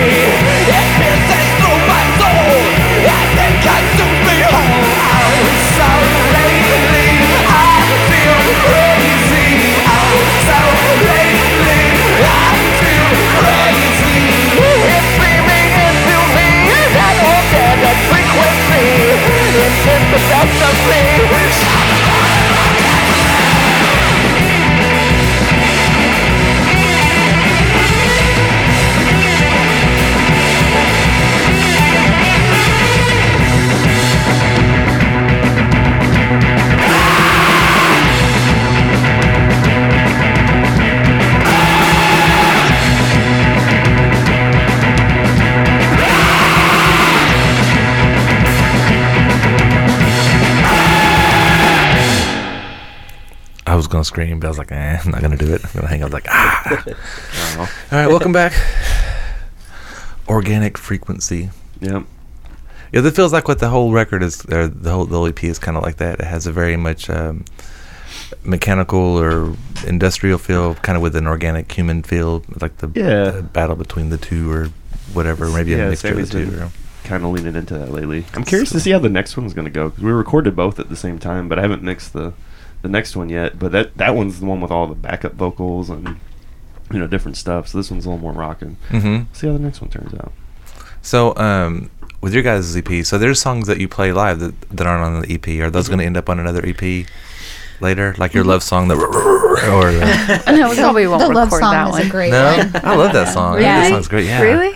[SPEAKER 9] It pierces through my soul and it consumes me whole. Oh, so lately I feel crazy. Oh, so lately I feel crazy. It's beaming into me. That organic frequency is just the best of me.
[SPEAKER 1] I was gonna scream, but I was like, eh, I'm not gonna do it. I'm gonna hang up like ah. All right, welcome back. Organic frequency.
[SPEAKER 6] yep.
[SPEAKER 1] Yeah, that feels like what the whole record is. Or the whole the whole EP is kind of like that. It has a very much um, mechanical or industrial feel, kind of with an organic human feel, like the
[SPEAKER 6] Yeah.
[SPEAKER 1] the battle between the two or whatever. Maybe
[SPEAKER 6] yeah,
[SPEAKER 1] a mixture of
[SPEAKER 6] Sammy's
[SPEAKER 1] the
[SPEAKER 6] been-
[SPEAKER 1] two. or-
[SPEAKER 6] kind of leaning into that lately. I'm curious to see how the next one's going to go because we recorded both at the same time, but I haven't mixed the the next one yet. But that that one's the one with all the backup vocals and you know different stuff. So this one's a little more rocking.
[SPEAKER 1] Mhm.
[SPEAKER 6] See how the next one turns out.
[SPEAKER 1] Mm-hmm. So, um, with your guys' EP. So there's songs that you play live that, that aren't on the EP. Are
[SPEAKER 6] Mm-hmm.
[SPEAKER 1] those going to end up on another EP later? Like your love song, the or the,
[SPEAKER 7] No, we probably won't
[SPEAKER 5] the
[SPEAKER 7] record
[SPEAKER 5] love song
[SPEAKER 7] that
[SPEAKER 5] is
[SPEAKER 7] one.
[SPEAKER 5] a great
[SPEAKER 1] no,
[SPEAKER 5] one.
[SPEAKER 1] I love that song.
[SPEAKER 7] Really?
[SPEAKER 1] That song's great. Yeah,
[SPEAKER 7] Really?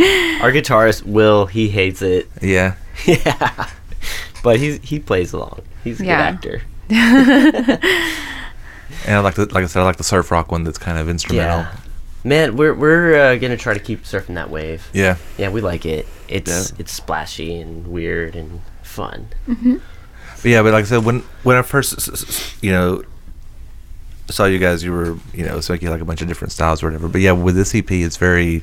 [SPEAKER 8] Our guitarist Will, he hates it.
[SPEAKER 1] yeah.
[SPEAKER 8] yeah, but he he plays along. He's a
[SPEAKER 7] Yeah.
[SPEAKER 8] good actor.
[SPEAKER 1] And I like the, like I said, I like the surf rock one that's kind of instrumental.
[SPEAKER 8] Yeah. Man, we're we're uh, gonna try to keep surfing that wave.
[SPEAKER 1] Yeah.
[SPEAKER 8] Yeah, we like it. It's
[SPEAKER 1] Yeah.
[SPEAKER 8] it's splashy and weird and fun.
[SPEAKER 1] But yeah, but like I said, when when I first s- s- s- you know saw you guys, you were you know so like a bunch of different styles or whatever. But yeah, with this EP, it's very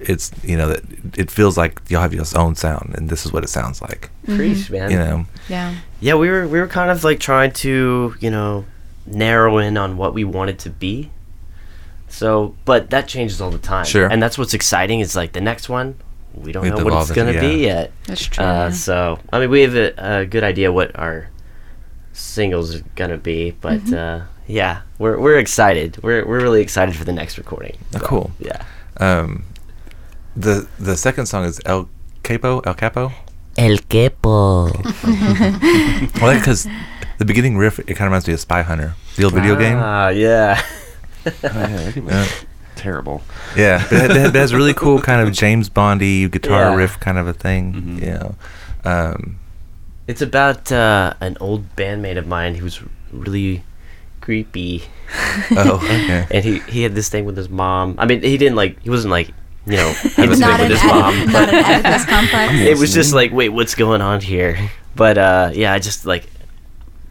[SPEAKER 1] it's you know that it feels like y'all have your own sound, and this is what it sounds like.
[SPEAKER 8] Preach, man.
[SPEAKER 1] You know,
[SPEAKER 7] Yeah.
[SPEAKER 8] Yeah, we were we were kind of like trying to you know narrow in on what we wanted to be. So, but that changes all the time.
[SPEAKER 1] Sure.
[SPEAKER 8] And that's what's exciting is like the next one, we don't
[SPEAKER 1] We have
[SPEAKER 8] know
[SPEAKER 1] to
[SPEAKER 8] what
[SPEAKER 1] evolve
[SPEAKER 8] it's
[SPEAKER 1] it,
[SPEAKER 8] gonna be
[SPEAKER 1] yeah.
[SPEAKER 8] yet.
[SPEAKER 7] That's true.
[SPEAKER 8] Uh,
[SPEAKER 7] yeah.
[SPEAKER 8] so I mean, we have a, a good idea what our singles are gonna be, but uh, yeah, we're we're excited. We're we're really excited for the next recording.
[SPEAKER 1] Oh, cool.
[SPEAKER 8] Yeah.
[SPEAKER 1] Um, the the second song is El Capo, El Capo.
[SPEAKER 8] El quepo.
[SPEAKER 1] I like because the beginning riff it kind of reminds me of Spy Hunter, the old video game.
[SPEAKER 8] Ah, yeah.
[SPEAKER 6] Oh,
[SPEAKER 1] Yeah.
[SPEAKER 6] Terrible.
[SPEAKER 1] Yeah, but it, it has really cool kind of James Bondy guitar
[SPEAKER 8] Yeah.
[SPEAKER 1] riff kind of a thing.
[SPEAKER 6] Mhm.
[SPEAKER 1] Yeah. Um,
[SPEAKER 8] It's about uh, an old bandmate of mine who was really creepy,
[SPEAKER 1] oh, okay.
[SPEAKER 8] and he he had this thing with his mom. I mean, he didn't like he wasn't like you know
[SPEAKER 1] It's
[SPEAKER 8] intimate
[SPEAKER 5] not
[SPEAKER 8] with
[SPEAKER 5] an,
[SPEAKER 8] his
[SPEAKER 5] Oedi-
[SPEAKER 8] mom.
[SPEAKER 5] not
[SPEAKER 8] but
[SPEAKER 5] an Oedipus complex.
[SPEAKER 8] it was just like, wait, what's going on here? But uh, yeah, I just like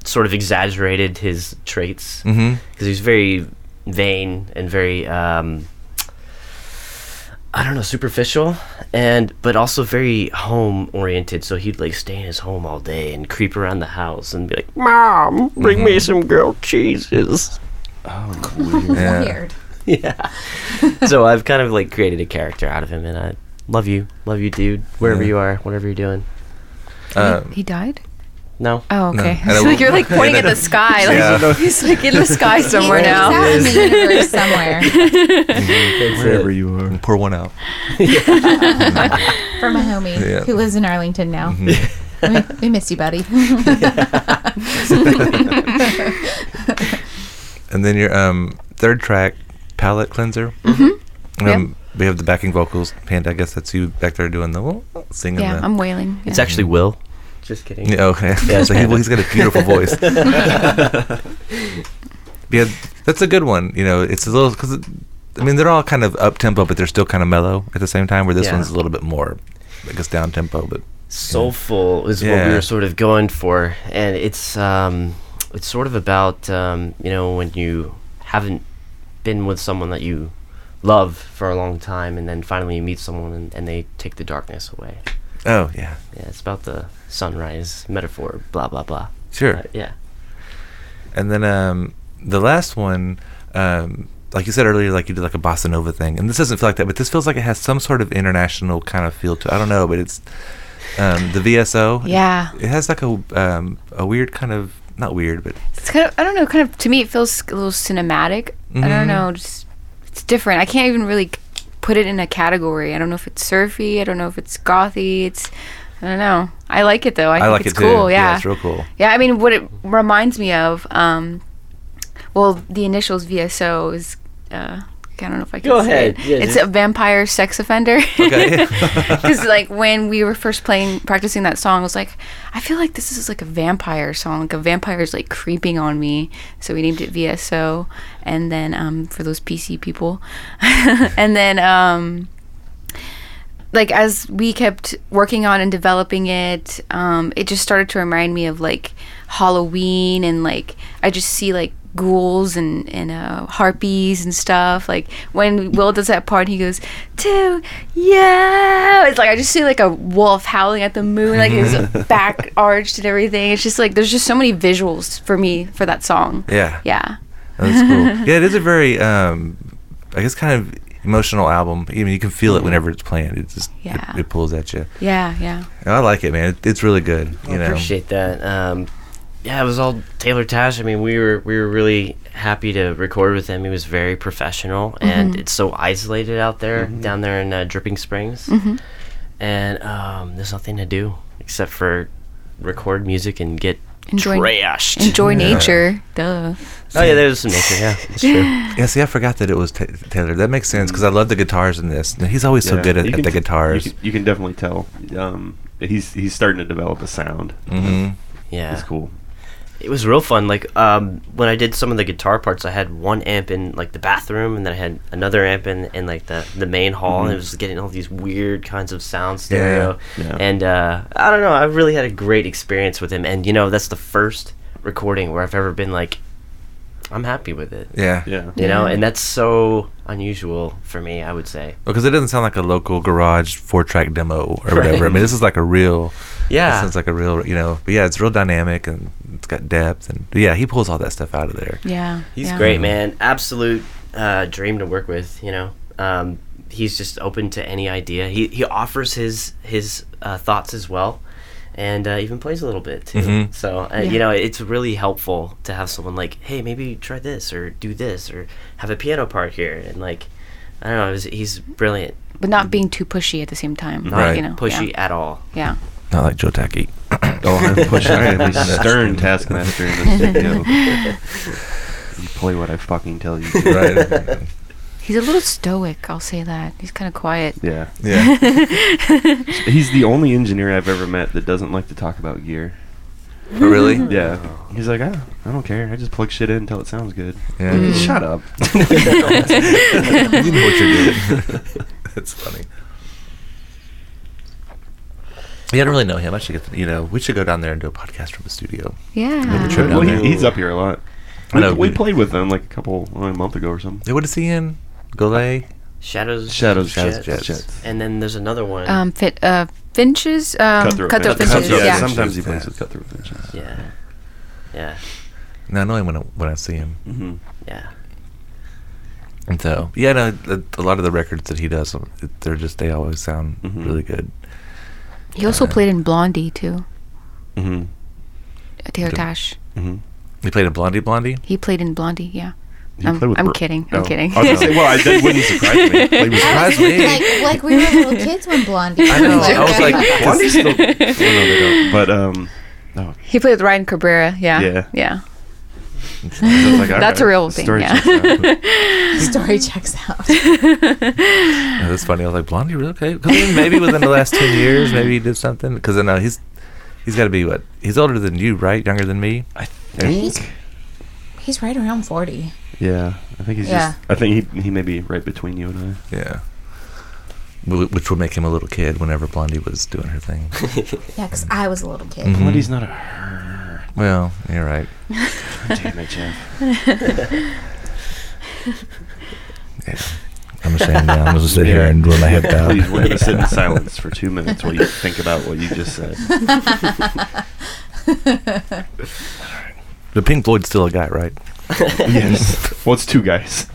[SPEAKER 8] sort of exaggerated his traits because
[SPEAKER 1] Mm-hmm.
[SPEAKER 8] he was very vain and very um, I don't know superficial and but also very home oriented. So he'd like stay in his home all day and creep around the house and be like.
[SPEAKER 9] Mom, bring me some grilled cheeses.
[SPEAKER 6] Oh, weird.
[SPEAKER 1] Yeah.
[SPEAKER 5] Weird.
[SPEAKER 8] yeah. so I've kind of like created a character out of him, and I love you, love you, dude, wherever
[SPEAKER 1] Yeah.
[SPEAKER 8] you are, whatever you're doing.
[SPEAKER 1] Um,
[SPEAKER 7] he died?
[SPEAKER 8] No,
[SPEAKER 7] Oh,
[SPEAKER 1] No.
[SPEAKER 7] okay.
[SPEAKER 1] And I
[SPEAKER 7] So
[SPEAKER 1] will-
[SPEAKER 7] you're like pointing at the sky. Like,
[SPEAKER 1] Yeah.
[SPEAKER 7] He's like in the sky somewhere
[SPEAKER 5] He's
[SPEAKER 7] now.
[SPEAKER 5] out in the universe somewhere
[SPEAKER 6] Wherever you are.
[SPEAKER 1] pour one out.
[SPEAKER 5] for my homie
[SPEAKER 1] Yeah. Mm-hmm.
[SPEAKER 5] who lives in Arlington
[SPEAKER 1] Oh.
[SPEAKER 5] now. we, we miss you, buddy.
[SPEAKER 1] And then your um, third track, Palette Cleanser. Mm-hmm. Um, We have the backing vocals. Panda, I guess that's you back there doing the singing.
[SPEAKER 7] Yeah,
[SPEAKER 1] the,
[SPEAKER 7] I'm wailing.
[SPEAKER 8] it's
[SPEAKER 7] yeah.
[SPEAKER 8] actually Will. Just kidding.
[SPEAKER 1] Yeah, okay. Yeah, so he, well, he's got a beautiful voice. yeah, that's a good one. You know, it's a little because I mean they're all kind of up tempo, but they're still kind of mellow at the same time. Where this
[SPEAKER 8] Yeah.
[SPEAKER 1] one's a little bit more, I guess, down tempo. But
[SPEAKER 8] Soulful is what
[SPEAKER 1] Yeah.
[SPEAKER 8] we were sort of going for, and it's um, it's sort of about um, you know when you haven't been with someone that you love for a long time, and then finally you meet someone and, and they take the darkness away.
[SPEAKER 1] oh yeah,
[SPEAKER 8] Yeah, it's about the sunrise metaphor. Blah blah blah.
[SPEAKER 1] sure.
[SPEAKER 8] Uh, yeah.
[SPEAKER 1] And then um, the last one, um, like you said earlier, like you did like a bossa nova thing, and this doesn't feel like that, but this feels like it has some sort of international kind of feel to. it. I don't know, but it's um, the VSO.
[SPEAKER 7] Yeah.
[SPEAKER 1] it has like a um, a weird kind of not weird, but
[SPEAKER 7] It's kind of, I don't know, kind of, to me, it feels a little cinematic. I
[SPEAKER 1] Mhm.
[SPEAKER 7] don't know, just, it's different. I can't even really c- put it in a category. I don't know if it's surfy. I don't know if it's gothy. It's, I don't know. I like it though. I,
[SPEAKER 1] I,
[SPEAKER 7] think
[SPEAKER 1] like
[SPEAKER 7] it's
[SPEAKER 1] it
[SPEAKER 7] cool.
[SPEAKER 1] too.
[SPEAKER 7] Yeah.
[SPEAKER 1] it's real cool.
[SPEAKER 7] Yeah, I mean, what it reminds me of, um, well, the initials VSO is, uh, I don't know if I can
[SPEAKER 8] Go
[SPEAKER 7] say
[SPEAKER 8] ahead.
[SPEAKER 7] it.
[SPEAKER 8] Yeah,
[SPEAKER 7] it's
[SPEAKER 8] just-
[SPEAKER 7] a vampire sex offender.
[SPEAKER 1] Okay.
[SPEAKER 7] Because like when we were first playing, practicing that song, I was like, I feel like this is like a vampire song. Like a vampire is like creeping on me, so we named it VSO. And then um, for those PC people, and then um, like as we kept working on and developing it, um, it just started to remind me of like Halloween and like I just see like ghouls and and uh, harpies and stuff. Like when Will does that part, he goes to yeah. It's like I just see like a wolf howling at the moon, like his back arched and everything. It's just like there's just so many visuals for me for that song.
[SPEAKER 1] Yeah.
[SPEAKER 7] Yeah.
[SPEAKER 1] That's cool. yeah, it is a very, um, I guess, kind of emotional album. I mean, you can feel it whenever it's playing. It just it-
[SPEAKER 7] Yeah.
[SPEAKER 1] it, pulls at you.
[SPEAKER 7] Yeah. Yeah.
[SPEAKER 1] And I like it, man. It, it's really good. You know,
[SPEAKER 8] appreciate that. Um, yeah, it was all Taylor Tash. I mean, we were we were really happy to record with him. He was very professional, and it's so isolated out there down there in uh, Dripping Springs. and um, there's nothing to do except for record music and get
[SPEAKER 7] Enjoy-
[SPEAKER 8] trashed.
[SPEAKER 7] Enjoy nature. Duh.
[SPEAKER 8] oh yeah, there's some nature. Yeah, that's true.
[SPEAKER 1] Yeah, see, I forgot that it was Ta Taylor. That makes sense because I love the guitars in this. And He's always so
[SPEAKER 6] Yeah.
[SPEAKER 1] good at,
[SPEAKER 6] You
[SPEAKER 1] at
[SPEAKER 6] can
[SPEAKER 1] the
[SPEAKER 6] t- you
[SPEAKER 1] guitars.
[SPEAKER 6] can- You, can definitely tell. Um, he's he's starting to develop a sound.
[SPEAKER 1] Mhm.
[SPEAKER 8] Yeah,
[SPEAKER 6] It's cool.
[SPEAKER 8] It was real fun. Like um, when I did some of the guitar parts, I had one amp in like the bathroom, and then I had another amp in, in like the, the main hall, and it was getting all these weird kinds of sound stereo.
[SPEAKER 6] Mm-hmm. yeah.
[SPEAKER 8] And uh, I don't know. I really had a great experience with him, and you know that's the first recording where I've ever been like, I'm happy with it.
[SPEAKER 1] Yeah.
[SPEAKER 6] Yeah.
[SPEAKER 8] You know, and that's so unusual for me. I would say.
[SPEAKER 1] Because it doesn't sound like a local garage four track demo or
[SPEAKER 8] Right.
[SPEAKER 1] whatever. I mean, this is like a real. It
[SPEAKER 8] Yeah.
[SPEAKER 1] sounds like a real, you know, but yeah, it's real dynamic and it's got depth and yeah, he pulls all that stuff out of there.
[SPEAKER 7] Yeah.
[SPEAKER 8] He's
[SPEAKER 7] yeah.
[SPEAKER 8] great, man. Absolute uh, dream to work with. You know, um, he's just open to any idea. He he offers his his uh, thoughts as well, and uh, even plays a little bit too.
[SPEAKER 1] Mhm.
[SPEAKER 8] So uh,
[SPEAKER 7] Yeah.
[SPEAKER 8] you know, it's really helpful to have someone like, hey, maybe try this or do this or have a piano part here and like. I don't know. it was- He's brilliant,
[SPEAKER 7] But not being too pushy at the same time.
[SPEAKER 8] not
[SPEAKER 1] Right.
[SPEAKER 7] You know,
[SPEAKER 8] pushy
[SPEAKER 7] Yeah.
[SPEAKER 8] at all.
[SPEAKER 7] yeah.
[SPEAKER 1] Not like Joe Tacky.
[SPEAKER 6] Oh, I'm pushing. I am a stern taskmaster in this video. you play what I fucking tell you. to.
[SPEAKER 1] Right.
[SPEAKER 7] He's a little stoic. I'll say that. He's kind of quiet.
[SPEAKER 6] Yeah.
[SPEAKER 1] yeah.
[SPEAKER 6] He's the only engineer I've ever met that doesn't like to talk about gear.
[SPEAKER 1] But Oh, really?
[SPEAKER 6] Oh, Yeah. He's like, ah, I don't care. I just plug shit in until it sounds good.
[SPEAKER 1] Yeah. Mm-hmm.
[SPEAKER 6] Shut up.
[SPEAKER 1] you know what you're doing. That's funny. Yeah, I don't really know him. I should get, to, you know, we should go down there and do a podcast from the studio.
[SPEAKER 7] Yeah.
[SPEAKER 1] Trip down
[SPEAKER 6] Well,
[SPEAKER 1] there.
[SPEAKER 6] he, he's up here a lot.
[SPEAKER 1] I
[SPEAKER 6] We,
[SPEAKER 1] know,
[SPEAKER 6] we
[SPEAKER 1] we-
[SPEAKER 6] played with them like a couple well, a month ago or something.
[SPEAKER 1] Yeah, what is he in? Golay?
[SPEAKER 8] Shadows,
[SPEAKER 6] Shadows,
[SPEAKER 1] Shadows,
[SPEAKER 8] Jets.
[SPEAKER 1] Jets. Jets.
[SPEAKER 8] and then there's another one.
[SPEAKER 7] Um, fit, uh, finches. Um,
[SPEAKER 6] Cutthroat,
[SPEAKER 7] cutthroat
[SPEAKER 6] Finches.
[SPEAKER 7] finches.
[SPEAKER 1] Cutthroat
[SPEAKER 7] yeah.
[SPEAKER 1] Finches.
[SPEAKER 6] Sometimes he
[SPEAKER 1] Yeah.
[SPEAKER 6] plays with cutthroat finches.
[SPEAKER 8] yeah, yeah,
[SPEAKER 1] No, I know him when I, when I see him.
[SPEAKER 6] Mhm.
[SPEAKER 8] yeah.
[SPEAKER 6] Mm-hmm.
[SPEAKER 1] And so, yeah, no, a, a lot of the records that he does, they're just, they always sound
[SPEAKER 6] Mhm.
[SPEAKER 1] really good.
[SPEAKER 7] He also played in Blondie too.
[SPEAKER 1] Mm-hmm.
[SPEAKER 6] Mhm.
[SPEAKER 7] uh, Taylor
[SPEAKER 1] Okay.
[SPEAKER 7] Tash.
[SPEAKER 6] Mhm.
[SPEAKER 1] He played in Blondie Blondie?
[SPEAKER 7] He played in Blondie. Yeah.
[SPEAKER 6] He
[SPEAKER 7] I'm-
[SPEAKER 6] played with
[SPEAKER 7] I'm
[SPEAKER 6] Bur-
[SPEAKER 7] kidding, I'm
[SPEAKER 6] Oh.
[SPEAKER 7] kidding.
[SPEAKER 6] I was gonna say, well, I, that wouldn't surprise me. Like, was-
[SPEAKER 1] Surprised me.
[SPEAKER 5] like, like we were little kids when Blondie.
[SPEAKER 1] I know. I was like,
[SPEAKER 6] Blondie's still. well, no, they don't. But um,
[SPEAKER 7] He played with Ryan Cabrera. Yeah.
[SPEAKER 6] Yeah.
[SPEAKER 7] Yeah.
[SPEAKER 6] I was like, alright,
[SPEAKER 7] That's a real
[SPEAKER 6] the
[SPEAKER 7] thing,
[SPEAKER 6] story
[SPEAKER 7] yeah.
[SPEAKER 6] checks out.
[SPEAKER 5] story checks out.
[SPEAKER 1] Yeah, that's funny. I was like, Blondie, really? Okay. 'Cause then maybe within the last 10 years, maybe he did something. Because I know he's, he's got to be what? He's older than you, right? Younger than me?
[SPEAKER 6] I think.
[SPEAKER 5] He's right around forty.
[SPEAKER 6] Yeah, I think he's
[SPEAKER 5] Yeah.
[SPEAKER 6] just. I think he he may be right between you and I.
[SPEAKER 1] Yeah. Wh- Which will make him a little kid whenever Blondie was doing her thing.
[SPEAKER 5] Yeah, 'cause I was a little kid.
[SPEAKER 1] Mhm.
[SPEAKER 6] Blondie's not a her.
[SPEAKER 1] Well, you're right.
[SPEAKER 6] Damn it, Jeff.
[SPEAKER 1] I'm ashamed now. I'm just sit here and roll my head down.
[SPEAKER 6] Please wait and sit in silence for two minutes while you think about what you just said.
[SPEAKER 1] The Pink Floyd's still a guy, right?
[SPEAKER 6] yes. Well, it's two guys.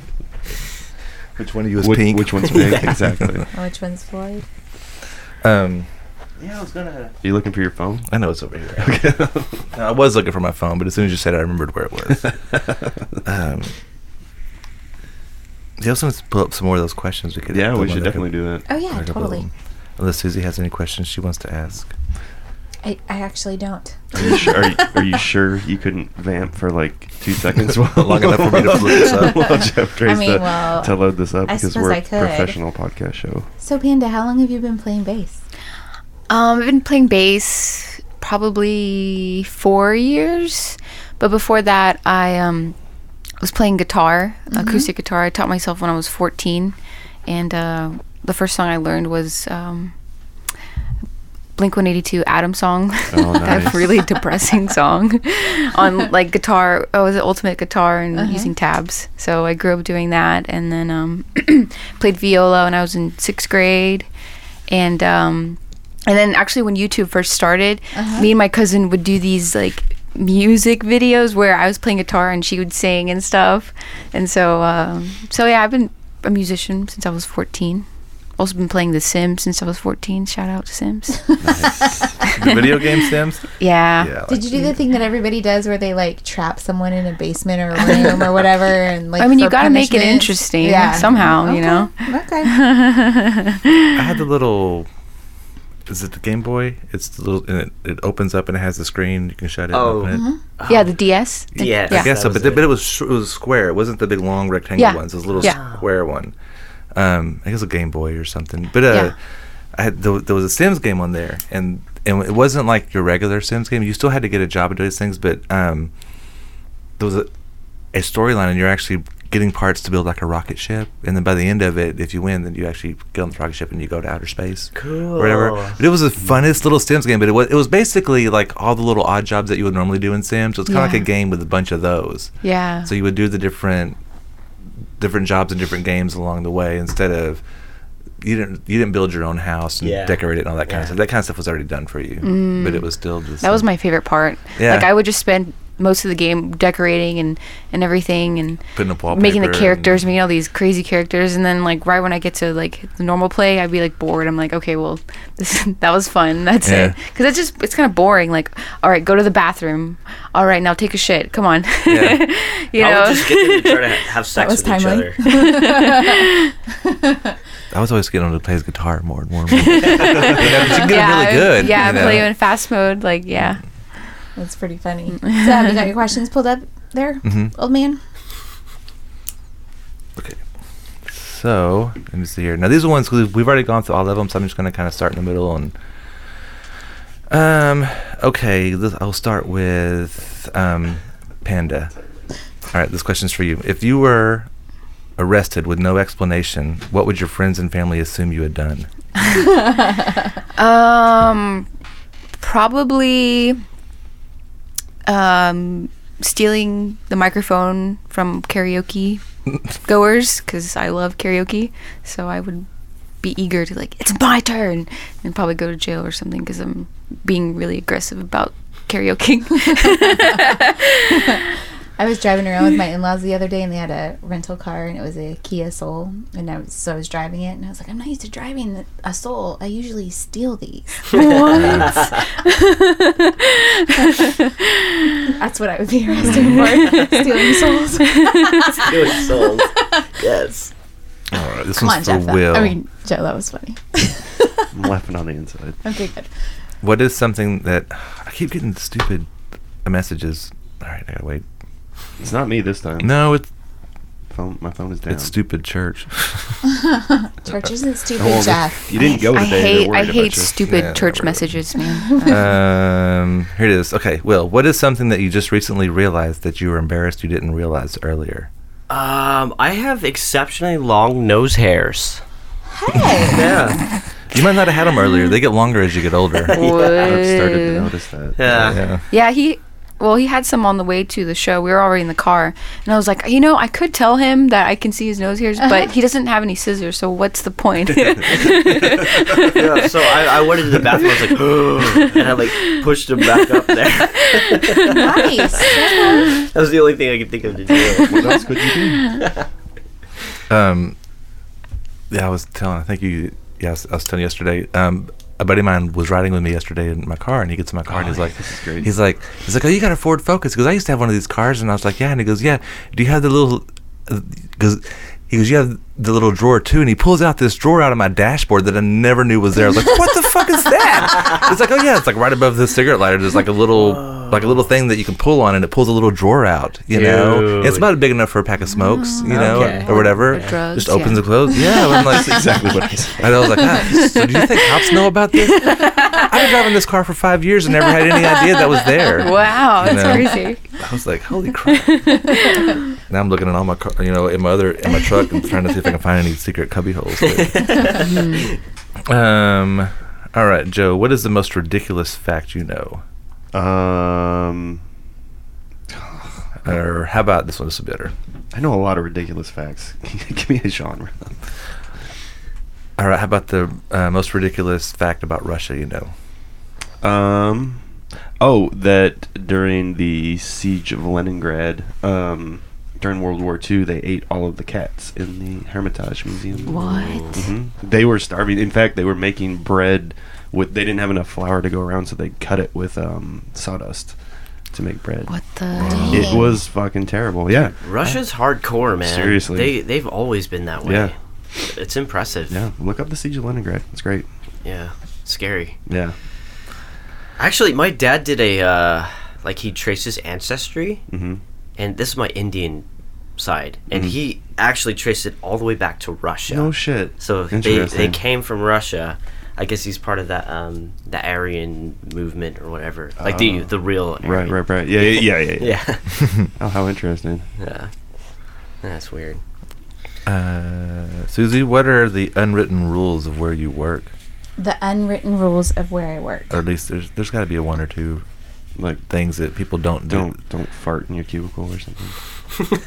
[SPEAKER 1] Which one of you
[SPEAKER 6] Which, which one's pink? exactly. Are
[SPEAKER 5] Which one's Floyd?
[SPEAKER 1] Um,
[SPEAKER 6] you looking for your phone?
[SPEAKER 1] I know it's over here. I was looking for my phone, but as soon as you said it, I remembered where it was. um, you also want to pull up some more of those questions. We could
[SPEAKER 6] Yeah,
[SPEAKER 1] the
[SPEAKER 6] we
[SPEAKER 1] one
[SPEAKER 6] should
[SPEAKER 1] that could-
[SPEAKER 6] definitely do that.
[SPEAKER 5] Oh yeah,
[SPEAKER 1] Like a
[SPEAKER 5] totally.
[SPEAKER 1] little- Unless Susie has any questions she wants to ask.
[SPEAKER 5] I, I actually don't.
[SPEAKER 6] Are you, sure, are, you, are you sure you couldn't vamp for like two seconds? while-
[SPEAKER 1] Long enough for me to look this up.
[SPEAKER 6] while Jeff tries
[SPEAKER 5] mean,
[SPEAKER 6] to,
[SPEAKER 5] well,
[SPEAKER 6] to load this up
[SPEAKER 5] I
[SPEAKER 6] because
[SPEAKER 5] suppose
[SPEAKER 6] we're
[SPEAKER 5] I
[SPEAKER 6] a
[SPEAKER 5] could.
[SPEAKER 6] professional podcast show.
[SPEAKER 5] So Panda, how long have you been playing bass?
[SPEAKER 7] Um, I've been playing bass probably four years, but before that, I um, was playing guitar, acoustic guitar. I taught myself when I was 14, and uh, the first song I learned was um, Blink 182 Adam song.
[SPEAKER 6] Oh, nice.
[SPEAKER 7] that really depressing song on like guitar. I was at Ultimate Guitar and using tabs. So I grew up doing that, and then um, played viola when I was in sixth grade, and um, and then actually when YouTube first started,
[SPEAKER 5] Uh-huh.
[SPEAKER 7] me and my cousin would do these like music videos where I was playing guitar and she would sing and stuff, and so um, so yeah, I've been a musician since I was fourteen. Also been playing The Sims since I was 14. Shout out to Sims.
[SPEAKER 1] The video game Sims? Yeah.
[SPEAKER 5] Did you do the thing that everybody does where they like trap someone in a basement or a room or whatever and like
[SPEAKER 7] I mean,
[SPEAKER 5] for
[SPEAKER 7] you got to make it
[SPEAKER 5] punishment?
[SPEAKER 7] interesting somehow, you know.
[SPEAKER 5] Okay.
[SPEAKER 1] I had the little Is it the Game Boy? It's the little and it, it opens up and it has the screen. You can shut it.
[SPEAKER 8] Oh.
[SPEAKER 1] and open it.
[SPEAKER 5] Mm-hmm.
[SPEAKER 7] Mm-hmm. Yeah, the DS. The-
[SPEAKER 8] Yes,
[SPEAKER 1] I guess so, but,
[SPEAKER 8] that was
[SPEAKER 1] the,
[SPEAKER 8] it.
[SPEAKER 1] but it was sh- it was square. It wasn't the big long rectangular
[SPEAKER 7] Yeah.
[SPEAKER 1] ones. It was a little
[SPEAKER 7] Yeah.
[SPEAKER 1] square one. Um, I guess a Game Boy or something. But uh,
[SPEAKER 7] Yeah.
[SPEAKER 1] I had there, there was a Sims game on there, and and it wasn't like your regular Sims game. You still had to get a job and do these things, but um, there was a, a storyline, and you're actually getting parts to build like a rocket ship, and then by the end of it, if you win, then you actually get on the rocket ship and you go to outer space, or whatever.
[SPEAKER 8] Cool.
[SPEAKER 1] But it was the funnest little Sims game. But it was it was basically like all the little odd jobs that you would normally do in Sims. It was kind of like
[SPEAKER 7] Yeah.
[SPEAKER 1] a game with a bunch of those.
[SPEAKER 7] Yeah.
[SPEAKER 1] So you would do the different different jobs and different games along the way instead of you didn't you didn't build your own house and
[SPEAKER 8] Yeah.
[SPEAKER 1] decorate it and all that kind of
[SPEAKER 8] Yeah.
[SPEAKER 1] stuff. That kind of stuff was already done for you, but it was still just
[SPEAKER 7] Mm. That was my favorite part.
[SPEAKER 1] Yeah.
[SPEAKER 7] Like I would just spend most of the game decorating and, and everything and
[SPEAKER 1] Putting up
[SPEAKER 7] making the
[SPEAKER 1] wallpaper
[SPEAKER 7] characters,
[SPEAKER 1] and-
[SPEAKER 7] making all these crazy characters, and then like right when I get to like the normal play, I'd be like bored. I'm like, okay, well, this, that was fun. That's
[SPEAKER 1] Yeah.
[SPEAKER 7] it. Because it's just it's kind of boring. Like, all right, go to the bathroom. All right, now take a shit. Come on.
[SPEAKER 1] Yeah.
[SPEAKER 7] you
[SPEAKER 8] I
[SPEAKER 7] know.
[SPEAKER 8] would just get them to try to ha- have sex
[SPEAKER 5] was
[SPEAKER 8] with
[SPEAKER 5] timely.
[SPEAKER 8] each other.
[SPEAKER 1] I was always getting him to play his guitar more and more. And more. you know, but you get
[SPEAKER 7] yeah,
[SPEAKER 1] really good.
[SPEAKER 7] Yeah,
[SPEAKER 1] you know.
[SPEAKER 7] play you in fast mode. Like, yeah.
[SPEAKER 5] That's pretty funny. so have you got your questions pulled up there,
[SPEAKER 1] Mm-hmm.
[SPEAKER 5] old man?
[SPEAKER 1] So let me see here. Now these are ones 'cause we've already gone through all of them, so I'm just going to kind of start in the middle and. Um. Okay. This, I'll start with um, Panda. All right. This question's for you. If you were arrested with no explanation, what would your friends and family assume you had done?
[SPEAKER 7] Um, probably um, stealing the microphone from karaoke goers because I love karaoke. So I would be eager to like, it's my turn, and probably go to jail or something because I'm being really aggressive about karaoke.
[SPEAKER 5] I was driving around with my in-laws the other day, and they had a rental car, and it was a Kia Soul, and I was, so I was driving it, and I was like, I'm not used to driving the- a Soul. I usually steal these. That's what I would be arrested for, stealing souls.
[SPEAKER 8] Doing souls. Yes.
[SPEAKER 1] All right, this
[SPEAKER 5] Come on,
[SPEAKER 1] one's
[SPEAKER 5] Jeff.
[SPEAKER 1] for
[SPEAKER 5] that-
[SPEAKER 1] Will.
[SPEAKER 5] I mean, Joe, that was funny.
[SPEAKER 6] I'm laughing on the inside.
[SPEAKER 5] Okay, good.
[SPEAKER 1] what is something that I keep getting stupid messages? All right, I gotta wait.
[SPEAKER 6] It's not me this time.
[SPEAKER 1] No, it's
[SPEAKER 6] Phone, my phone is down.
[SPEAKER 1] it's stupid church.
[SPEAKER 5] Church isn't
[SPEAKER 6] Oh,
[SPEAKER 5] stupid,
[SPEAKER 6] well,
[SPEAKER 5] Jeff.
[SPEAKER 6] You didn't go
[SPEAKER 7] I
[SPEAKER 6] today. They're
[SPEAKER 7] hate
[SPEAKER 6] worried
[SPEAKER 7] I
[SPEAKER 6] about
[SPEAKER 7] hate
[SPEAKER 6] you.
[SPEAKER 7] stupid
[SPEAKER 1] Yeah,
[SPEAKER 7] church
[SPEAKER 1] whatever.
[SPEAKER 7] messages, man.
[SPEAKER 1] um, here it is. Okay, Will, what is something that you just recently realized that you were embarrassed you didn't realize earlier?
[SPEAKER 8] Um, I have exceptionally long nose hairs.
[SPEAKER 5] Hey,
[SPEAKER 8] Yeah.
[SPEAKER 1] You might not have had them earlier. They get longer as you get older.
[SPEAKER 6] I've started to
[SPEAKER 7] Would-
[SPEAKER 6] notice that.
[SPEAKER 8] Yeah.
[SPEAKER 1] Yeah.
[SPEAKER 7] Yeah, he. Well, he had some on the way to the show. We were already in the car, and I was like, you know, I could tell him that I can see his nose hairs, but he doesn't have any scissors, so what's the point?
[SPEAKER 8] yeah, so I, I went into the bathroom. I was like, and I like pushed him back up there. that
[SPEAKER 5] nice.
[SPEAKER 8] was the only thing I could think of to do.
[SPEAKER 6] What else could you do?
[SPEAKER 1] Um, yeah, I was telling. I think you. Yeah, I was, I was telling you yesterday. Um, a buddy of mine was riding with me yesterday in my car, and he gets in my car and he's like,
[SPEAKER 6] Oh, this is great.
[SPEAKER 1] he's like, he's like, oh, you got a Ford Focus? Because I used to have one of these cars, and I was like, yeah. And he goes, yeah. Do you have the little? Because he goes, you have the little drawer too. And he pulls out this drawer out of my dashboard that I never knew was there. I was like, what the fuck is that? It's like, oh yeah, it's like right above the cigarette lighter. There's like a little, like a little thing that you can pull on, and it pulls a little drawer out. You know,
[SPEAKER 8] Dude.
[SPEAKER 1] it's about big enough for a pack of smokes. You know,
[SPEAKER 8] Okay.
[SPEAKER 1] or whatever.
[SPEAKER 7] Or drugs,
[SPEAKER 1] just opens
[SPEAKER 7] yeah.
[SPEAKER 1] and closes. Yeah, I'm like,
[SPEAKER 6] exactly what I said.
[SPEAKER 1] and I was like, ah, so do you think cops know about this? I've been driving this car for five years and never had any idea that was there.
[SPEAKER 7] wow,
[SPEAKER 1] You
[SPEAKER 7] that's
[SPEAKER 1] know?
[SPEAKER 7] crazy.
[SPEAKER 1] I was like, holy crap. now I'm looking at all my car, you know, in my other, in my truck and trying to see if I can find any secret cubby holes. um, all right, Joe, what is the most ridiculous fact you know?
[SPEAKER 6] Um,
[SPEAKER 1] Or how about this one? This is better.
[SPEAKER 6] I know a lot of ridiculous facts. Give me a genre.
[SPEAKER 1] All right, how about the uh, most ridiculous fact about Russia you know?
[SPEAKER 6] Um, oh, that during the siege of Leningrad, um, during World War II, they ate all of the cats in the Hermitage Museum.
[SPEAKER 7] What?
[SPEAKER 6] hmm They were starving. In fact, they were making bread with. They didn't have enough flour to go around, so they cut it with um, sawdust to make bread.
[SPEAKER 7] What the?
[SPEAKER 6] It was fucking terrible. Yeah.
[SPEAKER 8] Russia's hardcore, man.
[SPEAKER 6] Seriously.
[SPEAKER 8] they they've always been that way.
[SPEAKER 6] Yeah.
[SPEAKER 8] It's impressive.
[SPEAKER 6] Yeah, look up the Siege of Leningrad. It's great.
[SPEAKER 8] Yeah. Scary.
[SPEAKER 6] Yeah.
[SPEAKER 8] Actually, my dad did a uh, like he traced his ancestry,
[SPEAKER 6] Mhm.
[SPEAKER 8] and this is my Indian side, and he actually traced it all the way back to Russia.
[SPEAKER 6] Mm. No shit.
[SPEAKER 8] So they they
[SPEAKER 6] Interesting.
[SPEAKER 8] came from Russia. I guess he's part of that um, the Aryan movement or whatever, like the
[SPEAKER 6] Oh.
[SPEAKER 8] the real
[SPEAKER 6] Right,
[SPEAKER 8] Aryan.
[SPEAKER 6] right, right. Yeah, yeah, yeah. yeah.
[SPEAKER 8] Yeah,
[SPEAKER 6] Oh, how interesting.
[SPEAKER 8] yeah. That's weird.
[SPEAKER 1] Uh, Susie, what are the unwritten rules of where you work?
[SPEAKER 5] The unwritten rules of where I work.
[SPEAKER 1] Or at least there's there's got to be a one or two
[SPEAKER 6] Like,
[SPEAKER 1] things that people don't do.
[SPEAKER 6] don't don't fart in your cubicle or something.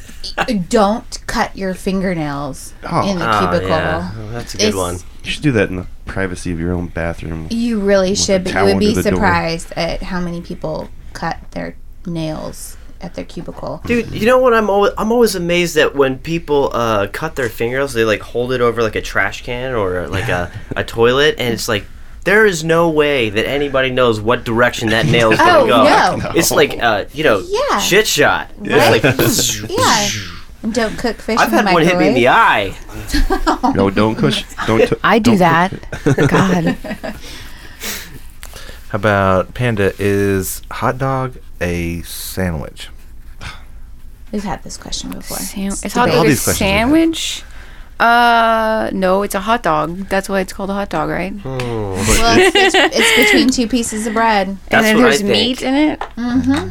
[SPEAKER 5] Don't cut your fingernails
[SPEAKER 6] Oh.
[SPEAKER 5] in the
[SPEAKER 8] Oh,
[SPEAKER 5] cubicle.
[SPEAKER 8] yeah. Well, that's a good
[SPEAKER 5] It's-
[SPEAKER 8] one.
[SPEAKER 6] You should do that in the privacy of your own bathroom.
[SPEAKER 5] You really
[SPEAKER 6] With a
[SPEAKER 5] should, but you
[SPEAKER 6] towel
[SPEAKER 5] would be
[SPEAKER 6] under the door.
[SPEAKER 5] surprised at how many people cut their nails at their cubicle.
[SPEAKER 8] Dude, you know what? I'm always I'm always amazed that when people uh, cut their fingernails, they like hold it over like a trash can or like a, a toilet, and it's like there is no way that anybody knows what direction that nail is gonna
[SPEAKER 5] Oh,
[SPEAKER 8] go.
[SPEAKER 5] no.
[SPEAKER 8] It's like uh, you know,
[SPEAKER 5] Yeah.
[SPEAKER 8] shit shot. It's
[SPEAKER 5] Right?
[SPEAKER 8] like,
[SPEAKER 5] Yeah. And don't cook fish
[SPEAKER 8] I've
[SPEAKER 5] in the
[SPEAKER 8] had one
[SPEAKER 5] microwave.
[SPEAKER 8] hit me in the eye.
[SPEAKER 6] No, don't push. Don't. T-
[SPEAKER 7] I do
[SPEAKER 6] don't-
[SPEAKER 7] that. God.
[SPEAKER 1] How about Panda? Is hot dog a sandwich?
[SPEAKER 5] We've had this question before.
[SPEAKER 7] Sam- it's
[SPEAKER 5] All
[SPEAKER 7] hot dog a
[SPEAKER 1] these questions we have.
[SPEAKER 7] sandwich? Uh, no, it's a hot dog. That's why it's called a hot dog, right?
[SPEAKER 5] Well, it's, it's, it's between two pieces of bread. Mm-hmm.
[SPEAKER 8] That's
[SPEAKER 7] and then
[SPEAKER 8] what I
[SPEAKER 7] there's
[SPEAKER 8] think.
[SPEAKER 7] meat in it.
[SPEAKER 6] Mm-hmm.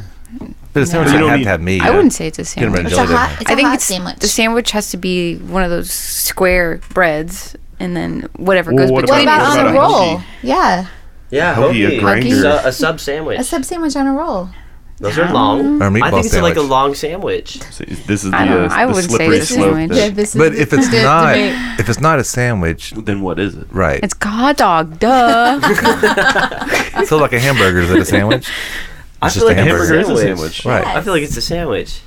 [SPEAKER 1] But a sandwich
[SPEAKER 6] You
[SPEAKER 1] doesn't
[SPEAKER 6] don't
[SPEAKER 1] have
[SPEAKER 6] need-
[SPEAKER 1] to have meat.
[SPEAKER 7] I wouldn't say it's a
[SPEAKER 1] Get 'em
[SPEAKER 7] sandwich.
[SPEAKER 1] in
[SPEAKER 5] It's
[SPEAKER 1] jelly,
[SPEAKER 5] a hot,
[SPEAKER 1] don't
[SPEAKER 5] it's a
[SPEAKER 7] I think
[SPEAKER 5] hot
[SPEAKER 7] it's,
[SPEAKER 5] sandwich.
[SPEAKER 7] the sandwich has to be one of those square breads, and then whatever
[SPEAKER 6] Well,
[SPEAKER 7] goes
[SPEAKER 6] what
[SPEAKER 5] what
[SPEAKER 7] between.
[SPEAKER 5] about
[SPEAKER 6] What
[SPEAKER 5] on a
[SPEAKER 6] about a
[SPEAKER 5] roll?
[SPEAKER 6] hoagie?
[SPEAKER 5] Yeah,
[SPEAKER 8] Yeah,
[SPEAKER 6] Hoagie, a
[SPEAKER 8] hoagie,
[SPEAKER 6] grinder.
[SPEAKER 8] Su- a sub sandwich.
[SPEAKER 5] a sub sandwich on a roll.
[SPEAKER 8] Those are long.
[SPEAKER 1] Or a
[SPEAKER 8] I
[SPEAKER 1] meatball
[SPEAKER 8] think it's like a
[SPEAKER 1] sandwich.
[SPEAKER 8] long sandwich.
[SPEAKER 6] See, This is the,
[SPEAKER 7] I don't know.
[SPEAKER 6] uh,
[SPEAKER 7] I
[SPEAKER 6] the
[SPEAKER 7] wouldn't say
[SPEAKER 6] slippery
[SPEAKER 7] it's a
[SPEAKER 6] slope.
[SPEAKER 7] sandwich.
[SPEAKER 5] Yeah,
[SPEAKER 6] that-
[SPEAKER 5] this is
[SPEAKER 1] But if it's
[SPEAKER 5] the
[SPEAKER 1] not,
[SPEAKER 5] debate.
[SPEAKER 1] if it's not a sandwich,
[SPEAKER 6] Then what is it?
[SPEAKER 1] right?
[SPEAKER 7] It's a hot dog, duh.
[SPEAKER 1] so like a hamburger is it a sandwich?
[SPEAKER 8] I
[SPEAKER 1] It's
[SPEAKER 8] feel
[SPEAKER 1] just
[SPEAKER 8] like
[SPEAKER 1] a
[SPEAKER 8] it's
[SPEAKER 1] hamburger.
[SPEAKER 8] a
[SPEAKER 6] Hamburger is a
[SPEAKER 8] sandwich.
[SPEAKER 6] sandwich.
[SPEAKER 1] Right.
[SPEAKER 8] I feel like it's a sandwich.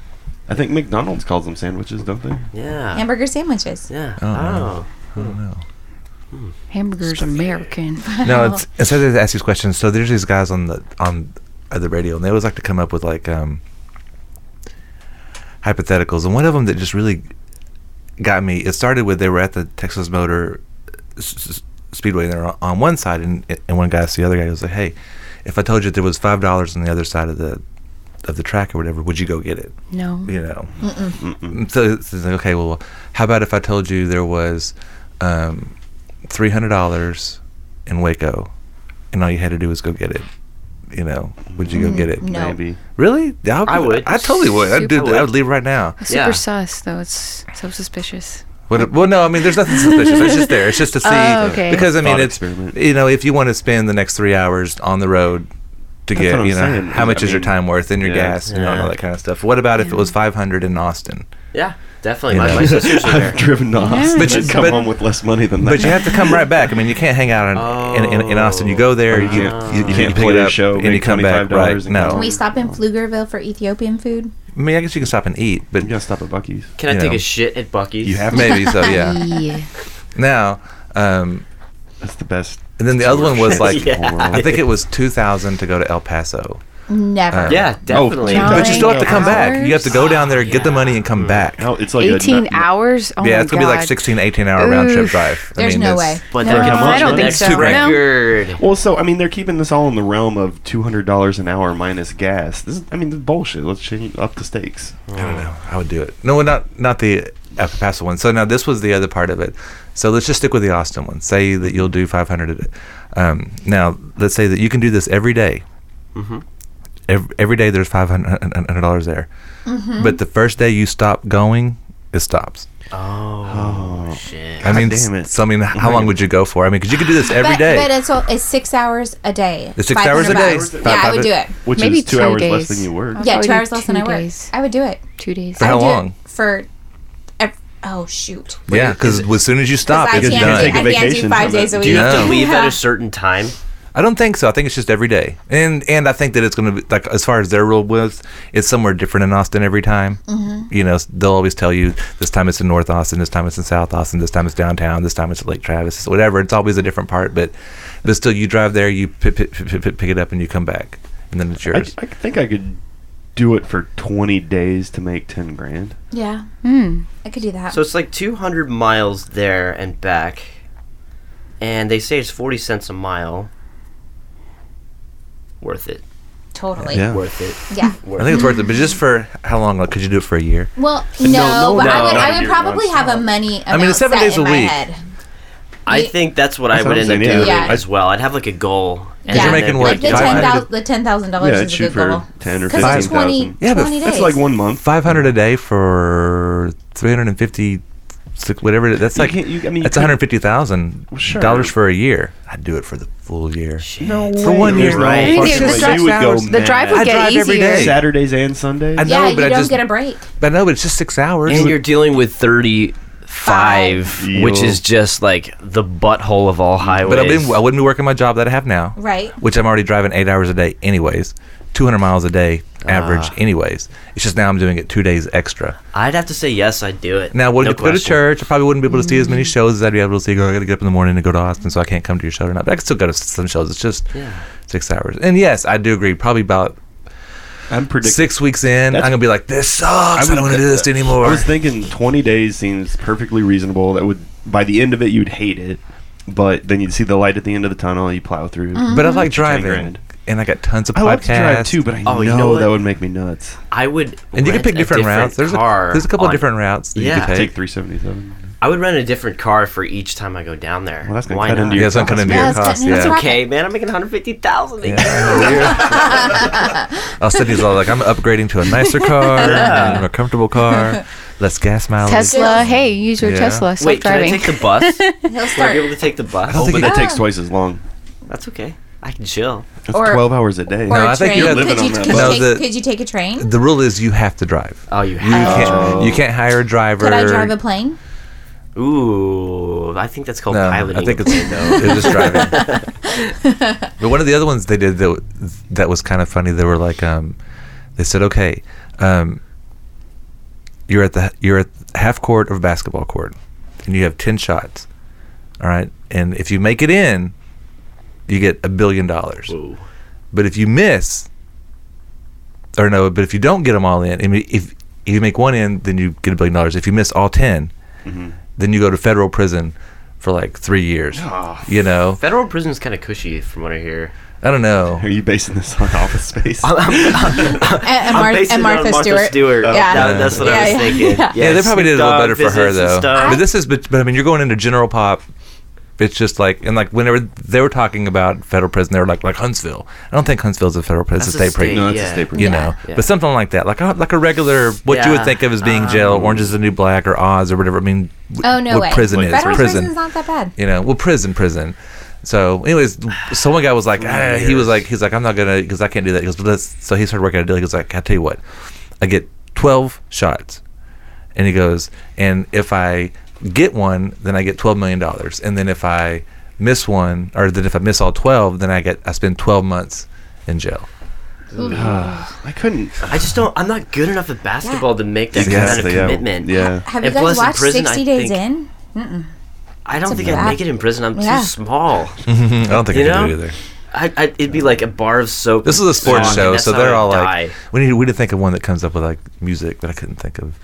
[SPEAKER 6] I think McDonald's calls them sandwiches, don't they?
[SPEAKER 8] Yeah.
[SPEAKER 5] Hamburger sandwiches.
[SPEAKER 8] yeah.
[SPEAKER 1] don't know.
[SPEAKER 8] Oh.
[SPEAKER 1] I don't know.
[SPEAKER 7] Hamburger's American.
[SPEAKER 1] No, it's instead they ask these questions. So there's these guys on the on uh, the radio, and they always like to come up with like um, hypotheticals. And one of them that just really got me. It started with they were at the Texas Motor S- S- Speedway, and they're on- on one side, and and one guy asked the other guy, he was like, "Hey, if I told you there was five dollars on the other side of the of the track or whatever, would you go get it?"
[SPEAKER 7] No.
[SPEAKER 1] you know. So it's it's like, okay, well, how about if I told you there was um, three hundred dollars in Waco, and all you had to do was go get it? You know, would you go get
[SPEAKER 7] Mm-hmm.
[SPEAKER 1] it?
[SPEAKER 5] No.
[SPEAKER 6] Maybe.
[SPEAKER 1] Really? I'll-
[SPEAKER 8] I would.
[SPEAKER 1] I totally would. I'd do.
[SPEAKER 7] Super
[SPEAKER 1] that. I
[SPEAKER 8] would.
[SPEAKER 1] would leave right now.
[SPEAKER 7] It's Super
[SPEAKER 8] Yeah.
[SPEAKER 7] sus though. It's so suspicious.
[SPEAKER 1] What if- well, no, I mean, there's nothing suspicious. It's just there. It's just to see.
[SPEAKER 7] Oh, okay.
[SPEAKER 1] Because I mean,
[SPEAKER 6] Thought
[SPEAKER 1] it's
[SPEAKER 6] experiment.
[SPEAKER 1] you know, if you want to spend the next three hours on the road to
[SPEAKER 6] That's what
[SPEAKER 1] get,
[SPEAKER 6] I'm
[SPEAKER 1] you know,
[SPEAKER 6] saying.
[SPEAKER 1] how much
[SPEAKER 6] I
[SPEAKER 1] is your
[SPEAKER 6] mean,
[SPEAKER 1] time worth and your
[SPEAKER 6] yeah.
[SPEAKER 1] gas, you know, and all
[SPEAKER 8] Yeah.
[SPEAKER 1] that kind of stuff. What about if it was 500 in Austin?
[SPEAKER 8] Yeah, definitely.
[SPEAKER 1] You
[SPEAKER 8] My,
[SPEAKER 1] know.
[SPEAKER 8] my sisters are there.
[SPEAKER 6] I've driven to Austin.
[SPEAKER 1] But you-
[SPEAKER 6] and come
[SPEAKER 1] but-
[SPEAKER 6] home with less money than that.
[SPEAKER 1] But you have to come right back. I mean, you can't hang out in, in, in, in Austin. You go there,
[SPEAKER 6] Oh, you
[SPEAKER 1] you,
[SPEAKER 6] can't-
[SPEAKER 1] you,
[SPEAKER 6] you
[SPEAKER 1] you,
[SPEAKER 6] can't
[SPEAKER 1] pick
[SPEAKER 6] play
[SPEAKER 1] it
[SPEAKER 6] their
[SPEAKER 1] up,
[SPEAKER 6] show,
[SPEAKER 1] and you
[SPEAKER 6] make
[SPEAKER 1] come back.
[SPEAKER 6] $25
[SPEAKER 1] Right?
[SPEAKER 6] and come
[SPEAKER 1] No,
[SPEAKER 5] Can we
[SPEAKER 6] home.
[SPEAKER 5] stop in Pflugerville for Ethiopian food?
[SPEAKER 1] I mean, I guess you can stop and eat, but
[SPEAKER 6] You gotta stop at Bucky's.
[SPEAKER 8] Can I
[SPEAKER 1] You
[SPEAKER 8] take
[SPEAKER 1] know.
[SPEAKER 8] a shit at Bucky's?
[SPEAKER 6] You have
[SPEAKER 1] maybe so. Yeah.
[SPEAKER 7] Yeah.
[SPEAKER 1] Now, um,
[SPEAKER 6] That's the best.
[SPEAKER 1] and then the other one was like,
[SPEAKER 8] Yeah.
[SPEAKER 1] I think it was two thousand to go to El Paso, Uh,
[SPEAKER 5] Never.
[SPEAKER 8] Yeah, definitely.
[SPEAKER 7] John.
[SPEAKER 1] but you still have to come back.
[SPEAKER 7] Hours?
[SPEAKER 1] You have to go down there, get the money, and
[SPEAKER 6] Mm.
[SPEAKER 1] come back.
[SPEAKER 6] No, it's like a
[SPEAKER 7] Eighteen
[SPEAKER 6] nut-
[SPEAKER 7] hours. Oh
[SPEAKER 1] yeah,
[SPEAKER 7] my
[SPEAKER 1] it's gonna be like
[SPEAKER 7] God.
[SPEAKER 1] 16, 18 hour round trip
[SPEAKER 7] Oof.
[SPEAKER 1] drive.
[SPEAKER 5] There's no
[SPEAKER 1] that's-
[SPEAKER 5] way.
[SPEAKER 8] But
[SPEAKER 7] No,
[SPEAKER 8] they can
[SPEAKER 6] I
[SPEAKER 8] launch
[SPEAKER 6] don't
[SPEAKER 8] the
[SPEAKER 6] think
[SPEAKER 8] next
[SPEAKER 7] so. No.
[SPEAKER 8] record.
[SPEAKER 6] Well, so I mean, they're keeping this all in the realm of two hundred dollars an hour minus gas. This, is, I mean, this is bullshit. Let's change up the stakes.
[SPEAKER 1] I don't know. I would do it. No, not not the El Paso one. So now this was the other part of it. So let's just stick with the Austin one. Say that you'll do 500 a day. Um, now let's say that you can do this every day.
[SPEAKER 6] Mm-hmm.
[SPEAKER 1] Every, every day there's 500 dollars there,
[SPEAKER 5] Mm-hmm.
[SPEAKER 1] but the first day you stop going, it stops.
[SPEAKER 8] Oh, shit.
[SPEAKER 1] I mean,
[SPEAKER 6] damn it.
[SPEAKER 1] so I mean, how long would you go for? I mean, because you could do this every
[SPEAKER 5] but,
[SPEAKER 1] day.
[SPEAKER 5] But it's, all, it's six hours a day.
[SPEAKER 1] It's six hours a
[SPEAKER 5] 500
[SPEAKER 1] day.
[SPEAKER 5] bucks.
[SPEAKER 1] Five-
[SPEAKER 5] Yeah, I
[SPEAKER 1] five-
[SPEAKER 5] would do it.
[SPEAKER 6] Which
[SPEAKER 7] Maybe
[SPEAKER 6] is two
[SPEAKER 7] two
[SPEAKER 6] hours less
[SPEAKER 7] days. Oh.
[SPEAKER 6] than you work.
[SPEAKER 7] I'll
[SPEAKER 5] Yeah,
[SPEAKER 7] probably
[SPEAKER 5] two
[SPEAKER 7] do
[SPEAKER 5] hours less than
[SPEAKER 7] two
[SPEAKER 5] I work.
[SPEAKER 7] days.
[SPEAKER 5] I would do it.
[SPEAKER 7] Two days.
[SPEAKER 1] For how
[SPEAKER 5] I would do it
[SPEAKER 1] long?
[SPEAKER 5] For, ev- oh shoot.
[SPEAKER 1] yeah, because as soon as you stop,
[SPEAKER 5] I
[SPEAKER 1] it's
[SPEAKER 5] can't,
[SPEAKER 6] you
[SPEAKER 1] done.
[SPEAKER 5] I
[SPEAKER 6] take a
[SPEAKER 5] can't
[SPEAKER 6] vacation
[SPEAKER 5] do five
[SPEAKER 6] from
[SPEAKER 5] days
[SPEAKER 6] it.
[SPEAKER 5] a week.
[SPEAKER 8] Do you have to
[SPEAKER 1] Yeah.
[SPEAKER 8] leave at
[SPEAKER 5] Yeah.
[SPEAKER 8] a certain time?
[SPEAKER 1] I don't think so. I think it's just every day, and and I think that it's going to be like as far as their rule was, it's somewhere different in Austin every time. Mm-hmm. You know, s- they'll always tell you this time it's in North Austin, this time it's in South Austin, this time it's downtown, this time it's at Lake Travis, whatever. It's always a different part, but but still, you drive there, you pick, pick, pick, pick it up, and you come back, and then it's
[SPEAKER 6] I,
[SPEAKER 1] yours.
[SPEAKER 6] I think I could do it for twenty days to make ten grand.
[SPEAKER 5] Yeah,
[SPEAKER 7] Hmm.
[SPEAKER 5] I could do that.
[SPEAKER 8] So it's like 200 miles there and back. and they say it's forty cents a mile. Worth it.
[SPEAKER 5] Totally.
[SPEAKER 6] Yeah.
[SPEAKER 5] Yeah.
[SPEAKER 8] Worth it.
[SPEAKER 1] I think it's worth it, but just for how long? Like, could you do it for a year?
[SPEAKER 5] Well, no,
[SPEAKER 6] no,
[SPEAKER 5] but
[SPEAKER 8] no,
[SPEAKER 5] I would,
[SPEAKER 8] no,
[SPEAKER 5] I would
[SPEAKER 6] you're
[SPEAKER 5] probably
[SPEAKER 6] nonstop.
[SPEAKER 5] have a money. Amount I
[SPEAKER 1] mean,
[SPEAKER 5] mean,
[SPEAKER 1] it's seven days a
[SPEAKER 5] in my
[SPEAKER 1] week.
[SPEAKER 5] Head.
[SPEAKER 8] I
[SPEAKER 5] Yeah.
[SPEAKER 8] think that's what I
[SPEAKER 6] That's
[SPEAKER 8] would
[SPEAKER 6] what I'm
[SPEAKER 8] end up
[SPEAKER 6] saying, yeah.
[SPEAKER 8] doing
[SPEAKER 5] Yeah.
[SPEAKER 8] as well. I'd have like a goal. And
[SPEAKER 5] Yeah.
[SPEAKER 1] you're
[SPEAKER 8] then
[SPEAKER 1] making
[SPEAKER 8] it'd
[SPEAKER 5] Like
[SPEAKER 8] be
[SPEAKER 5] the
[SPEAKER 1] what,
[SPEAKER 5] ten
[SPEAKER 1] five
[SPEAKER 5] thousand,
[SPEAKER 1] hundred?
[SPEAKER 5] the ten thousand dollars
[SPEAKER 6] Yeah,
[SPEAKER 5] is
[SPEAKER 6] it's
[SPEAKER 5] a good
[SPEAKER 6] cheap
[SPEAKER 5] goal.
[SPEAKER 6] for ten or
[SPEAKER 5] Because
[SPEAKER 1] Five
[SPEAKER 5] it's
[SPEAKER 6] fifteen
[SPEAKER 5] twenty.
[SPEAKER 6] thousand.
[SPEAKER 1] Yeah, but
[SPEAKER 5] 20
[SPEAKER 1] it's
[SPEAKER 5] days.
[SPEAKER 6] It's like one month.
[SPEAKER 1] Five hundred a day for three hundred and fifty, whatever. it- That's
[SPEAKER 6] You
[SPEAKER 1] like
[SPEAKER 6] can't- you- I mean, you
[SPEAKER 1] that's
[SPEAKER 6] could-
[SPEAKER 1] one hundred fifty thousand
[SPEAKER 6] Sure.
[SPEAKER 1] dollars for a year. I'd do it for the full year.
[SPEAKER 8] Shit.
[SPEAKER 1] For one
[SPEAKER 6] There's
[SPEAKER 1] year,
[SPEAKER 6] no
[SPEAKER 8] Right.
[SPEAKER 6] fucking
[SPEAKER 7] I think the
[SPEAKER 6] way.
[SPEAKER 7] drive
[SPEAKER 6] You would go
[SPEAKER 1] hours-
[SPEAKER 7] The drive
[SPEAKER 6] mad.
[SPEAKER 7] would
[SPEAKER 1] I
[SPEAKER 7] get
[SPEAKER 1] drive every
[SPEAKER 7] easier.
[SPEAKER 1] day.
[SPEAKER 6] Saturdays and Sundays.
[SPEAKER 1] I
[SPEAKER 5] Yeah,
[SPEAKER 1] know,
[SPEAKER 5] you
[SPEAKER 1] but I
[SPEAKER 5] don't
[SPEAKER 1] just
[SPEAKER 5] get a break.
[SPEAKER 1] but no, but it's just six hours.
[SPEAKER 8] And you're dealing with 35,
[SPEAKER 6] Yo.
[SPEAKER 8] which is just like the butthole of all highways.
[SPEAKER 1] but I, been, I wouldn't be working my job that I have now,
[SPEAKER 5] Right.
[SPEAKER 1] which I'm already driving eight hours a day, anyways. Two hundred miles a day average,
[SPEAKER 8] Ah.
[SPEAKER 1] anyways. It's just now I'm doing it two days extra.
[SPEAKER 8] I'd have to say yes, I'd do it.
[SPEAKER 1] Now, would
[SPEAKER 8] No Mm.
[SPEAKER 1] if I go to
[SPEAKER 8] question.
[SPEAKER 1] church, I probably wouldn't be able to see as many shows as I'd be able to see. Go, I got to get up in the morning and go to Austin, so I can't come to your show tonight. But I can still go to some shows. It's just
[SPEAKER 8] Yeah.
[SPEAKER 1] six hours. And yes, I do agree. Probably about
[SPEAKER 6] I'm predicting.
[SPEAKER 1] six weeks in,
[SPEAKER 6] That's-
[SPEAKER 1] I'm gonna be like, "This sucks. I,
[SPEAKER 6] would-
[SPEAKER 1] don't want to do this anymore."
[SPEAKER 6] I was thinking 20 days seems perfectly reasonable. That would by the end of it you'd hate it, but then you'd see the light at the end of the tunnel. You plow through.
[SPEAKER 5] Mm-hmm.
[SPEAKER 1] but I like
[SPEAKER 6] grand.
[SPEAKER 1] driving, and I got tons of
[SPEAKER 6] I
[SPEAKER 1] podcasts.
[SPEAKER 6] love to drive too, but I
[SPEAKER 8] Oh,
[SPEAKER 6] know,
[SPEAKER 8] you know what?
[SPEAKER 6] that would make me nuts.
[SPEAKER 8] I would.
[SPEAKER 1] and you can
[SPEAKER 8] rent
[SPEAKER 1] pick
[SPEAKER 8] a
[SPEAKER 1] different, routes. There's a,
[SPEAKER 8] car
[SPEAKER 1] there's a couple
[SPEAKER 8] on-
[SPEAKER 1] of different routes. That
[SPEAKER 8] Yeah.
[SPEAKER 1] you can
[SPEAKER 6] Take
[SPEAKER 1] take.
[SPEAKER 6] 377.
[SPEAKER 8] I would rent a different car for each time I go down there.
[SPEAKER 6] Well, that's gonna
[SPEAKER 8] Why
[SPEAKER 6] cut
[SPEAKER 8] not?
[SPEAKER 6] into your
[SPEAKER 1] Yeah, it's not gonna be
[SPEAKER 5] Yeah,
[SPEAKER 1] your
[SPEAKER 5] it's
[SPEAKER 1] cost.
[SPEAKER 5] cutting into
[SPEAKER 1] Yeah.
[SPEAKER 5] my-
[SPEAKER 8] Okay, man, I'm making 150,000 a year.
[SPEAKER 1] I'll send you Oh, all like I'm upgrading to a nicer car, and a more comfortable car, less gas mileage.
[SPEAKER 7] Tesla. Hey, use your
[SPEAKER 1] Yeah.
[SPEAKER 7] Tesla. Stop
[SPEAKER 8] Wait, can I
[SPEAKER 7] driving.
[SPEAKER 8] take the bus? Would
[SPEAKER 5] He'll
[SPEAKER 8] I
[SPEAKER 5] start.
[SPEAKER 8] be able to take the bus?
[SPEAKER 1] don't
[SPEAKER 6] Oh,
[SPEAKER 1] think
[SPEAKER 6] but
[SPEAKER 1] it-
[SPEAKER 6] that takes twice as long.
[SPEAKER 8] That's okay. I can chill.
[SPEAKER 6] It's
[SPEAKER 5] Or-
[SPEAKER 6] 12 hours a day.
[SPEAKER 5] Or
[SPEAKER 1] No,
[SPEAKER 5] a
[SPEAKER 1] I think
[SPEAKER 5] train.
[SPEAKER 1] you're
[SPEAKER 6] living
[SPEAKER 5] could,
[SPEAKER 6] on
[SPEAKER 5] you,
[SPEAKER 6] that
[SPEAKER 5] could, you
[SPEAKER 1] bus.
[SPEAKER 5] take,
[SPEAKER 1] No, the-
[SPEAKER 5] could you take a train?
[SPEAKER 1] The rule is you have to drive.
[SPEAKER 8] Oh, you
[SPEAKER 1] You
[SPEAKER 8] have.
[SPEAKER 1] can't. You can't hire a driver.
[SPEAKER 5] could I drive a plane?
[SPEAKER 8] Ooh, I think that's called
[SPEAKER 1] No,
[SPEAKER 8] Oh, piloting.
[SPEAKER 1] I think it's it's just driving. but one of the other ones they did that that was kind of funny. They were like, um, they said, okay, um, you're at the you're at half court of basketball court, and you have ten shots. All right, and if you make it in, you get a billion dollars.
[SPEAKER 8] Ooh.
[SPEAKER 1] But if you miss, or no, but if you don't get them all in, I mean, if if you make one in, then you get a billion dollars. If you miss all 10
[SPEAKER 8] Mm-hmm.
[SPEAKER 1] then you go to federal prison for like three years.
[SPEAKER 6] Ah,
[SPEAKER 1] you know,
[SPEAKER 8] Federal prison's kind of cushy, from what I hear.
[SPEAKER 1] I don't know.
[SPEAKER 6] Are you basing this on office space?
[SPEAKER 5] And, and,
[SPEAKER 8] I'm
[SPEAKER 5] Mar-
[SPEAKER 8] basing it
[SPEAKER 5] and
[SPEAKER 8] on
[SPEAKER 5] Martha, Stewart. Yeah.
[SPEAKER 8] Oh, That- that's what I
[SPEAKER 5] Yeah,
[SPEAKER 8] was
[SPEAKER 5] yeah,
[SPEAKER 8] thinking.
[SPEAKER 5] yeah.
[SPEAKER 1] Yeah, they probably did a little better for her though. But
[SPEAKER 8] But
[SPEAKER 1] this is, but, but I mean, you're going into general pop. It's just like and like whenever they were talking about federal prison, they were like like Huntsville. I don't think Huntsville's a federal prison; it's a
[SPEAKER 8] That's a
[SPEAKER 1] state prison.
[SPEAKER 8] state.
[SPEAKER 6] no, that's
[SPEAKER 8] yeah.
[SPEAKER 6] a staple.
[SPEAKER 1] you
[SPEAKER 5] Yeah.
[SPEAKER 1] know
[SPEAKER 8] Yeah.
[SPEAKER 1] but something like that like a, like a regular what you
[SPEAKER 8] Yeah. Um,
[SPEAKER 1] would think of as being jail orange is the new black or oz or whatever i mean w-
[SPEAKER 5] Oh no
[SPEAKER 1] what
[SPEAKER 5] way.
[SPEAKER 1] prison is
[SPEAKER 5] Federal
[SPEAKER 1] prison
[SPEAKER 5] prison's not that bad.
[SPEAKER 1] you know well prison prison so anyways so one guy was like ah, he was like he's like i'm not gonna because i can't do that he goes but let's so he started working at a deal he goes like i tell you what i get 12 shots and he goes and if i get one then i get 12 million dollars and then if i miss one or then if i miss all 12 then i get i spend 12 months in jail
[SPEAKER 6] I couldn't.
[SPEAKER 8] I just don't. I'm not good enough at basketball to make that
[SPEAKER 6] Yes,
[SPEAKER 8] kind of
[SPEAKER 6] they are.
[SPEAKER 8] commitment.
[SPEAKER 6] Yeah.
[SPEAKER 5] Have you
[SPEAKER 8] And plus
[SPEAKER 5] guys
[SPEAKER 8] in
[SPEAKER 5] watched
[SPEAKER 8] prison,
[SPEAKER 5] Sixty
[SPEAKER 8] I
[SPEAKER 5] Days
[SPEAKER 8] think-
[SPEAKER 5] In?
[SPEAKER 8] I don't think I'd
[SPEAKER 5] bad.
[SPEAKER 8] make it in prison. I'm
[SPEAKER 5] Yeah.
[SPEAKER 8] too small.
[SPEAKER 1] i don't think i can do
[SPEAKER 8] You know?
[SPEAKER 1] it either
[SPEAKER 8] I, I, it'd be like a bar of soap.
[SPEAKER 1] This is a sports
[SPEAKER 8] song,
[SPEAKER 1] show,
[SPEAKER 8] and
[SPEAKER 1] so
[SPEAKER 8] that's how
[SPEAKER 1] they're
[SPEAKER 8] I
[SPEAKER 1] all
[SPEAKER 8] die.
[SPEAKER 1] like, we need we need to think of one that comes up with like music, but I couldn't think of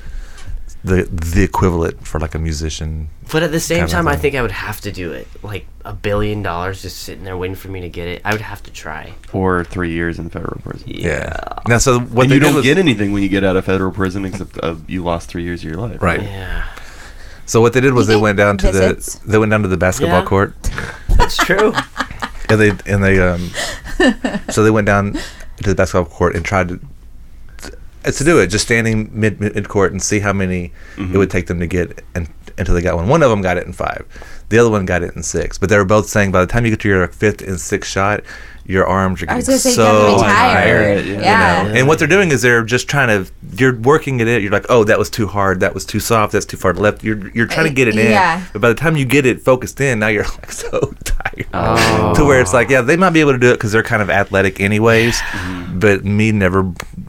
[SPEAKER 1] the the equivalent for like a musician.
[SPEAKER 8] But at the same
[SPEAKER 1] kind of
[SPEAKER 8] time, I
[SPEAKER 1] thing.
[SPEAKER 8] think I would have to do it. Like a billion dollars just sitting there waiting for me to get it. I would have to try.
[SPEAKER 6] Or three years in federal prison.
[SPEAKER 1] Yeah. Now, so what
[SPEAKER 6] And
[SPEAKER 1] they
[SPEAKER 6] you
[SPEAKER 1] did
[SPEAKER 6] don't
[SPEAKER 1] was-
[SPEAKER 6] get anything when you get out of federal prison except uh, you lost three years of your life.
[SPEAKER 1] right.
[SPEAKER 8] Yeah,
[SPEAKER 1] So what they did was
[SPEAKER 5] You
[SPEAKER 1] they
[SPEAKER 5] get
[SPEAKER 1] went down to
[SPEAKER 5] visits.
[SPEAKER 1] the they went down to the basketball
[SPEAKER 8] Yeah.
[SPEAKER 1] court
[SPEAKER 8] that's true.
[SPEAKER 1] and they and they um so they went down to the basketball court and tried to uh, to do it just standing mid mid court and see how many it would take them to get and until they got one one of them got it in five the other one got it in six but they were both saying by the time you get to your fifth and sixth shot your arms are
[SPEAKER 5] I
[SPEAKER 1] getting
[SPEAKER 5] was gonna say you
[SPEAKER 1] so
[SPEAKER 5] gotta be
[SPEAKER 1] tired
[SPEAKER 5] tired.
[SPEAKER 6] tired, yeah.
[SPEAKER 5] Yeah.
[SPEAKER 6] You
[SPEAKER 1] know? And what they're doing is they're just trying to you're working it in. You're like, oh, that was too hard. That was too soft. That's too far left. You're you're trying to get it in.
[SPEAKER 5] Yeah.
[SPEAKER 1] But by the time you get it focused in, now you're like so tired to where it's like, yeah, they might be able to do it because they're kind of athletic anyways. But me never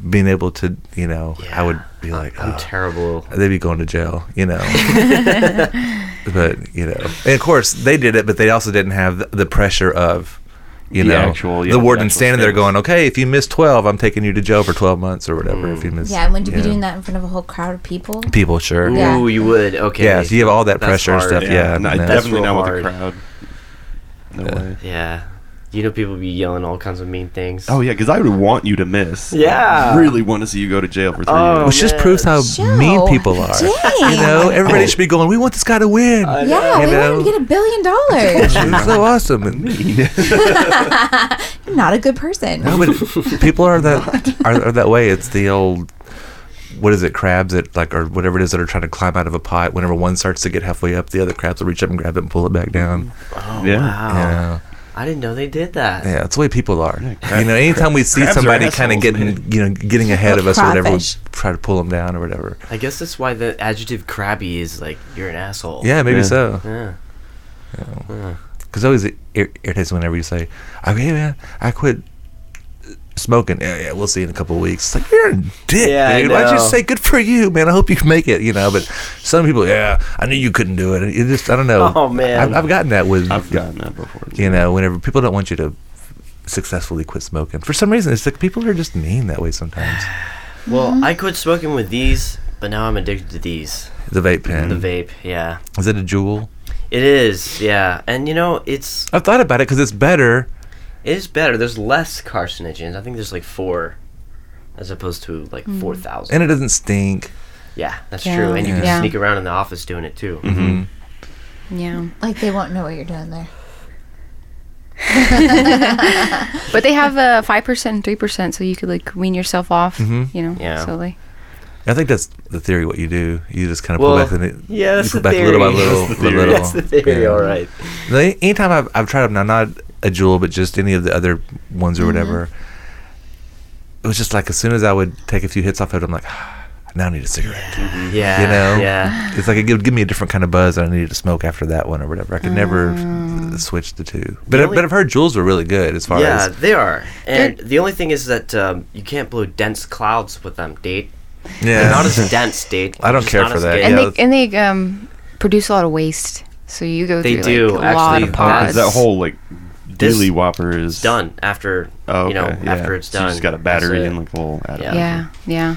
[SPEAKER 1] being able to, you know, I would be like,
[SPEAKER 8] Uh, I'm
[SPEAKER 1] oh,
[SPEAKER 8] terrible.
[SPEAKER 1] they'd be going to jail, you know. but you know, and of course they did it, but they also didn't have the, the pressure of. You
[SPEAKER 6] The
[SPEAKER 1] know,
[SPEAKER 6] actual- yeah,
[SPEAKER 1] the
[SPEAKER 6] the
[SPEAKER 1] warden
[SPEAKER 6] actual
[SPEAKER 1] standing there
[SPEAKER 6] stakes.
[SPEAKER 1] going, "Okay, if you miss twelve, I'm taking you to jail for twelve months or whatever." If you miss,
[SPEAKER 5] Mm. Yeah, and would you be
[SPEAKER 1] know.
[SPEAKER 5] doing that in front of a whole crowd of people?
[SPEAKER 1] People, sure.
[SPEAKER 8] Ooh,
[SPEAKER 5] Yeah.
[SPEAKER 8] you would. Okay.
[SPEAKER 1] Yeah, so you have all that
[SPEAKER 8] That's
[SPEAKER 1] pressure and
[SPEAKER 8] hard.
[SPEAKER 1] stuff. Yeah,
[SPEAKER 6] no,
[SPEAKER 1] no.
[SPEAKER 6] definitely
[SPEAKER 8] real
[SPEAKER 6] not with
[SPEAKER 8] hard.
[SPEAKER 6] a crowd. No way.
[SPEAKER 8] Yeah. You know, people be yelling all kinds of mean things.
[SPEAKER 6] Oh yeah, because I would want you to miss.
[SPEAKER 8] Yeah.
[SPEAKER 6] I really want to see you go to jail for three
[SPEAKER 8] Oh.
[SPEAKER 6] years.
[SPEAKER 1] Which just
[SPEAKER 8] man.
[SPEAKER 1] proves how
[SPEAKER 5] Joe,
[SPEAKER 1] mean people are.
[SPEAKER 5] Dang.
[SPEAKER 1] You know,
[SPEAKER 6] Oh.
[SPEAKER 1] everybody should be going, we want this guy to win.
[SPEAKER 5] yeah,
[SPEAKER 1] You
[SPEAKER 5] we want him
[SPEAKER 1] know?
[SPEAKER 5] to get a billion dollars.
[SPEAKER 1] It's so awesome. And,
[SPEAKER 5] I'm not a good person.
[SPEAKER 1] no, but people are that are, are that way. It's the old what is it, crabs that like or whatever it is that are trying to climb out of a pot. Whenever one starts to get halfway up, the other crabs will reach up and grab it and pull it back down.
[SPEAKER 8] Wow.
[SPEAKER 6] Yeah.
[SPEAKER 1] You know?
[SPEAKER 8] I didn't know they did that.
[SPEAKER 1] Yeah, that's the way people are.
[SPEAKER 6] crab-
[SPEAKER 1] you know, anytime we see
[SPEAKER 6] crabs are
[SPEAKER 1] somebody kind of
[SPEAKER 6] assholes,
[SPEAKER 1] getting
[SPEAKER 6] man.
[SPEAKER 1] you know getting ahead of us or whatever, we
[SPEAKER 5] Crawfish.
[SPEAKER 1] try to pull them down or whatever.
[SPEAKER 8] I guess that's why the adjective crabby is like, you're an asshole.
[SPEAKER 1] Yeah, maybe
[SPEAKER 6] Yeah.
[SPEAKER 1] so.
[SPEAKER 8] Yeah.
[SPEAKER 1] Because always it ir- irritates whenever you say, "Okay, man, I quit smoking." Yeah, yeah, we'll see in a couple of weeks. It's like you're a dick,
[SPEAKER 8] Yeah, I
[SPEAKER 1] dude. Why'd you
[SPEAKER 8] know.
[SPEAKER 1] say good for you, man? I hope you make it, you know. But some people, yeah, I knew you couldn't do it. It just, I don't know.
[SPEAKER 8] Oh, man.
[SPEAKER 1] I've, I've gotten that with,
[SPEAKER 6] I've gotten that before.
[SPEAKER 1] you know, whenever people don't want you to successfully quit smoking for some reason. It's like people are just mean that way sometimes.
[SPEAKER 8] Well, I quit smoking with these, but now I'm addicted to these.
[SPEAKER 1] The vape pen,
[SPEAKER 8] The vape, yeah.
[SPEAKER 1] is it a jewel?
[SPEAKER 8] It is, yeah. And you know, it's
[SPEAKER 1] I've thought about it because it's better.
[SPEAKER 8] it is better. There's less carcinogens. I think there's like four as opposed to like 4,000.
[SPEAKER 1] and it doesn't stink.
[SPEAKER 8] Yeah, that's
[SPEAKER 7] Yeah.
[SPEAKER 8] true. And you can
[SPEAKER 5] Yeah.
[SPEAKER 8] sneak around in the office doing it too.
[SPEAKER 1] Mm-hmm.
[SPEAKER 7] Yeah.
[SPEAKER 5] Like they won't know what you're doing there.
[SPEAKER 7] But they have a five percent and three percent, so you could like wean yourself off,
[SPEAKER 6] Mm-hmm.
[SPEAKER 7] you know,
[SPEAKER 8] Yeah.
[SPEAKER 7] slowly.
[SPEAKER 1] I think that's the theory. What you do, you just kind of
[SPEAKER 8] Well,
[SPEAKER 1] pull back. And it,
[SPEAKER 8] yeah, that's
[SPEAKER 1] you
[SPEAKER 8] the
[SPEAKER 1] pull back
[SPEAKER 8] theory.
[SPEAKER 1] little by little.
[SPEAKER 8] that's the
[SPEAKER 1] by
[SPEAKER 8] theory.
[SPEAKER 1] little.
[SPEAKER 8] That's the theory.
[SPEAKER 1] Yeah.
[SPEAKER 8] All right.
[SPEAKER 1] No, any- anytime I've, I've tried them, now not a jewel, but just any of the other ones
[SPEAKER 8] Mm-hmm.
[SPEAKER 1] or whatever, it was just like as soon as I would take a few hits off it, I'm like, "Ah, now I need a cigarette.
[SPEAKER 8] Yeah.
[SPEAKER 1] You know?
[SPEAKER 8] Yeah.
[SPEAKER 1] It's like it would give me a different kind of buzz, and I needed to smoke after that one or whatever. I could never uh, switch the two. But, I,
[SPEAKER 8] Mm. only-
[SPEAKER 1] but I've heard jewels were really good as far
[SPEAKER 8] Yeah,
[SPEAKER 1] as.
[SPEAKER 8] they are. And the only thing is that um, you can't blow dense clouds with them, date. They're
[SPEAKER 1] Yeah.
[SPEAKER 8] not as dense, date.
[SPEAKER 1] I don't
[SPEAKER 8] Just
[SPEAKER 1] care
[SPEAKER 8] not
[SPEAKER 1] for
[SPEAKER 8] as
[SPEAKER 1] that.
[SPEAKER 8] good.
[SPEAKER 1] Yeah,
[SPEAKER 7] And
[SPEAKER 1] that's-
[SPEAKER 7] they and they um produce a lot of waste. So you go
[SPEAKER 8] They do,
[SPEAKER 7] through like, a lot
[SPEAKER 8] actually. That's-
[SPEAKER 7] of pods.
[SPEAKER 6] Because that whole like
[SPEAKER 8] This-
[SPEAKER 6] dilly whopper is
[SPEAKER 8] done after
[SPEAKER 6] Oh,
[SPEAKER 8] you know
[SPEAKER 6] okay, yeah.
[SPEAKER 8] after it's
[SPEAKER 6] So
[SPEAKER 8] done.
[SPEAKER 6] you just got a
[SPEAKER 8] That's
[SPEAKER 6] battery
[SPEAKER 8] it.
[SPEAKER 6] and like a little. adapter.
[SPEAKER 7] yeah, yeah.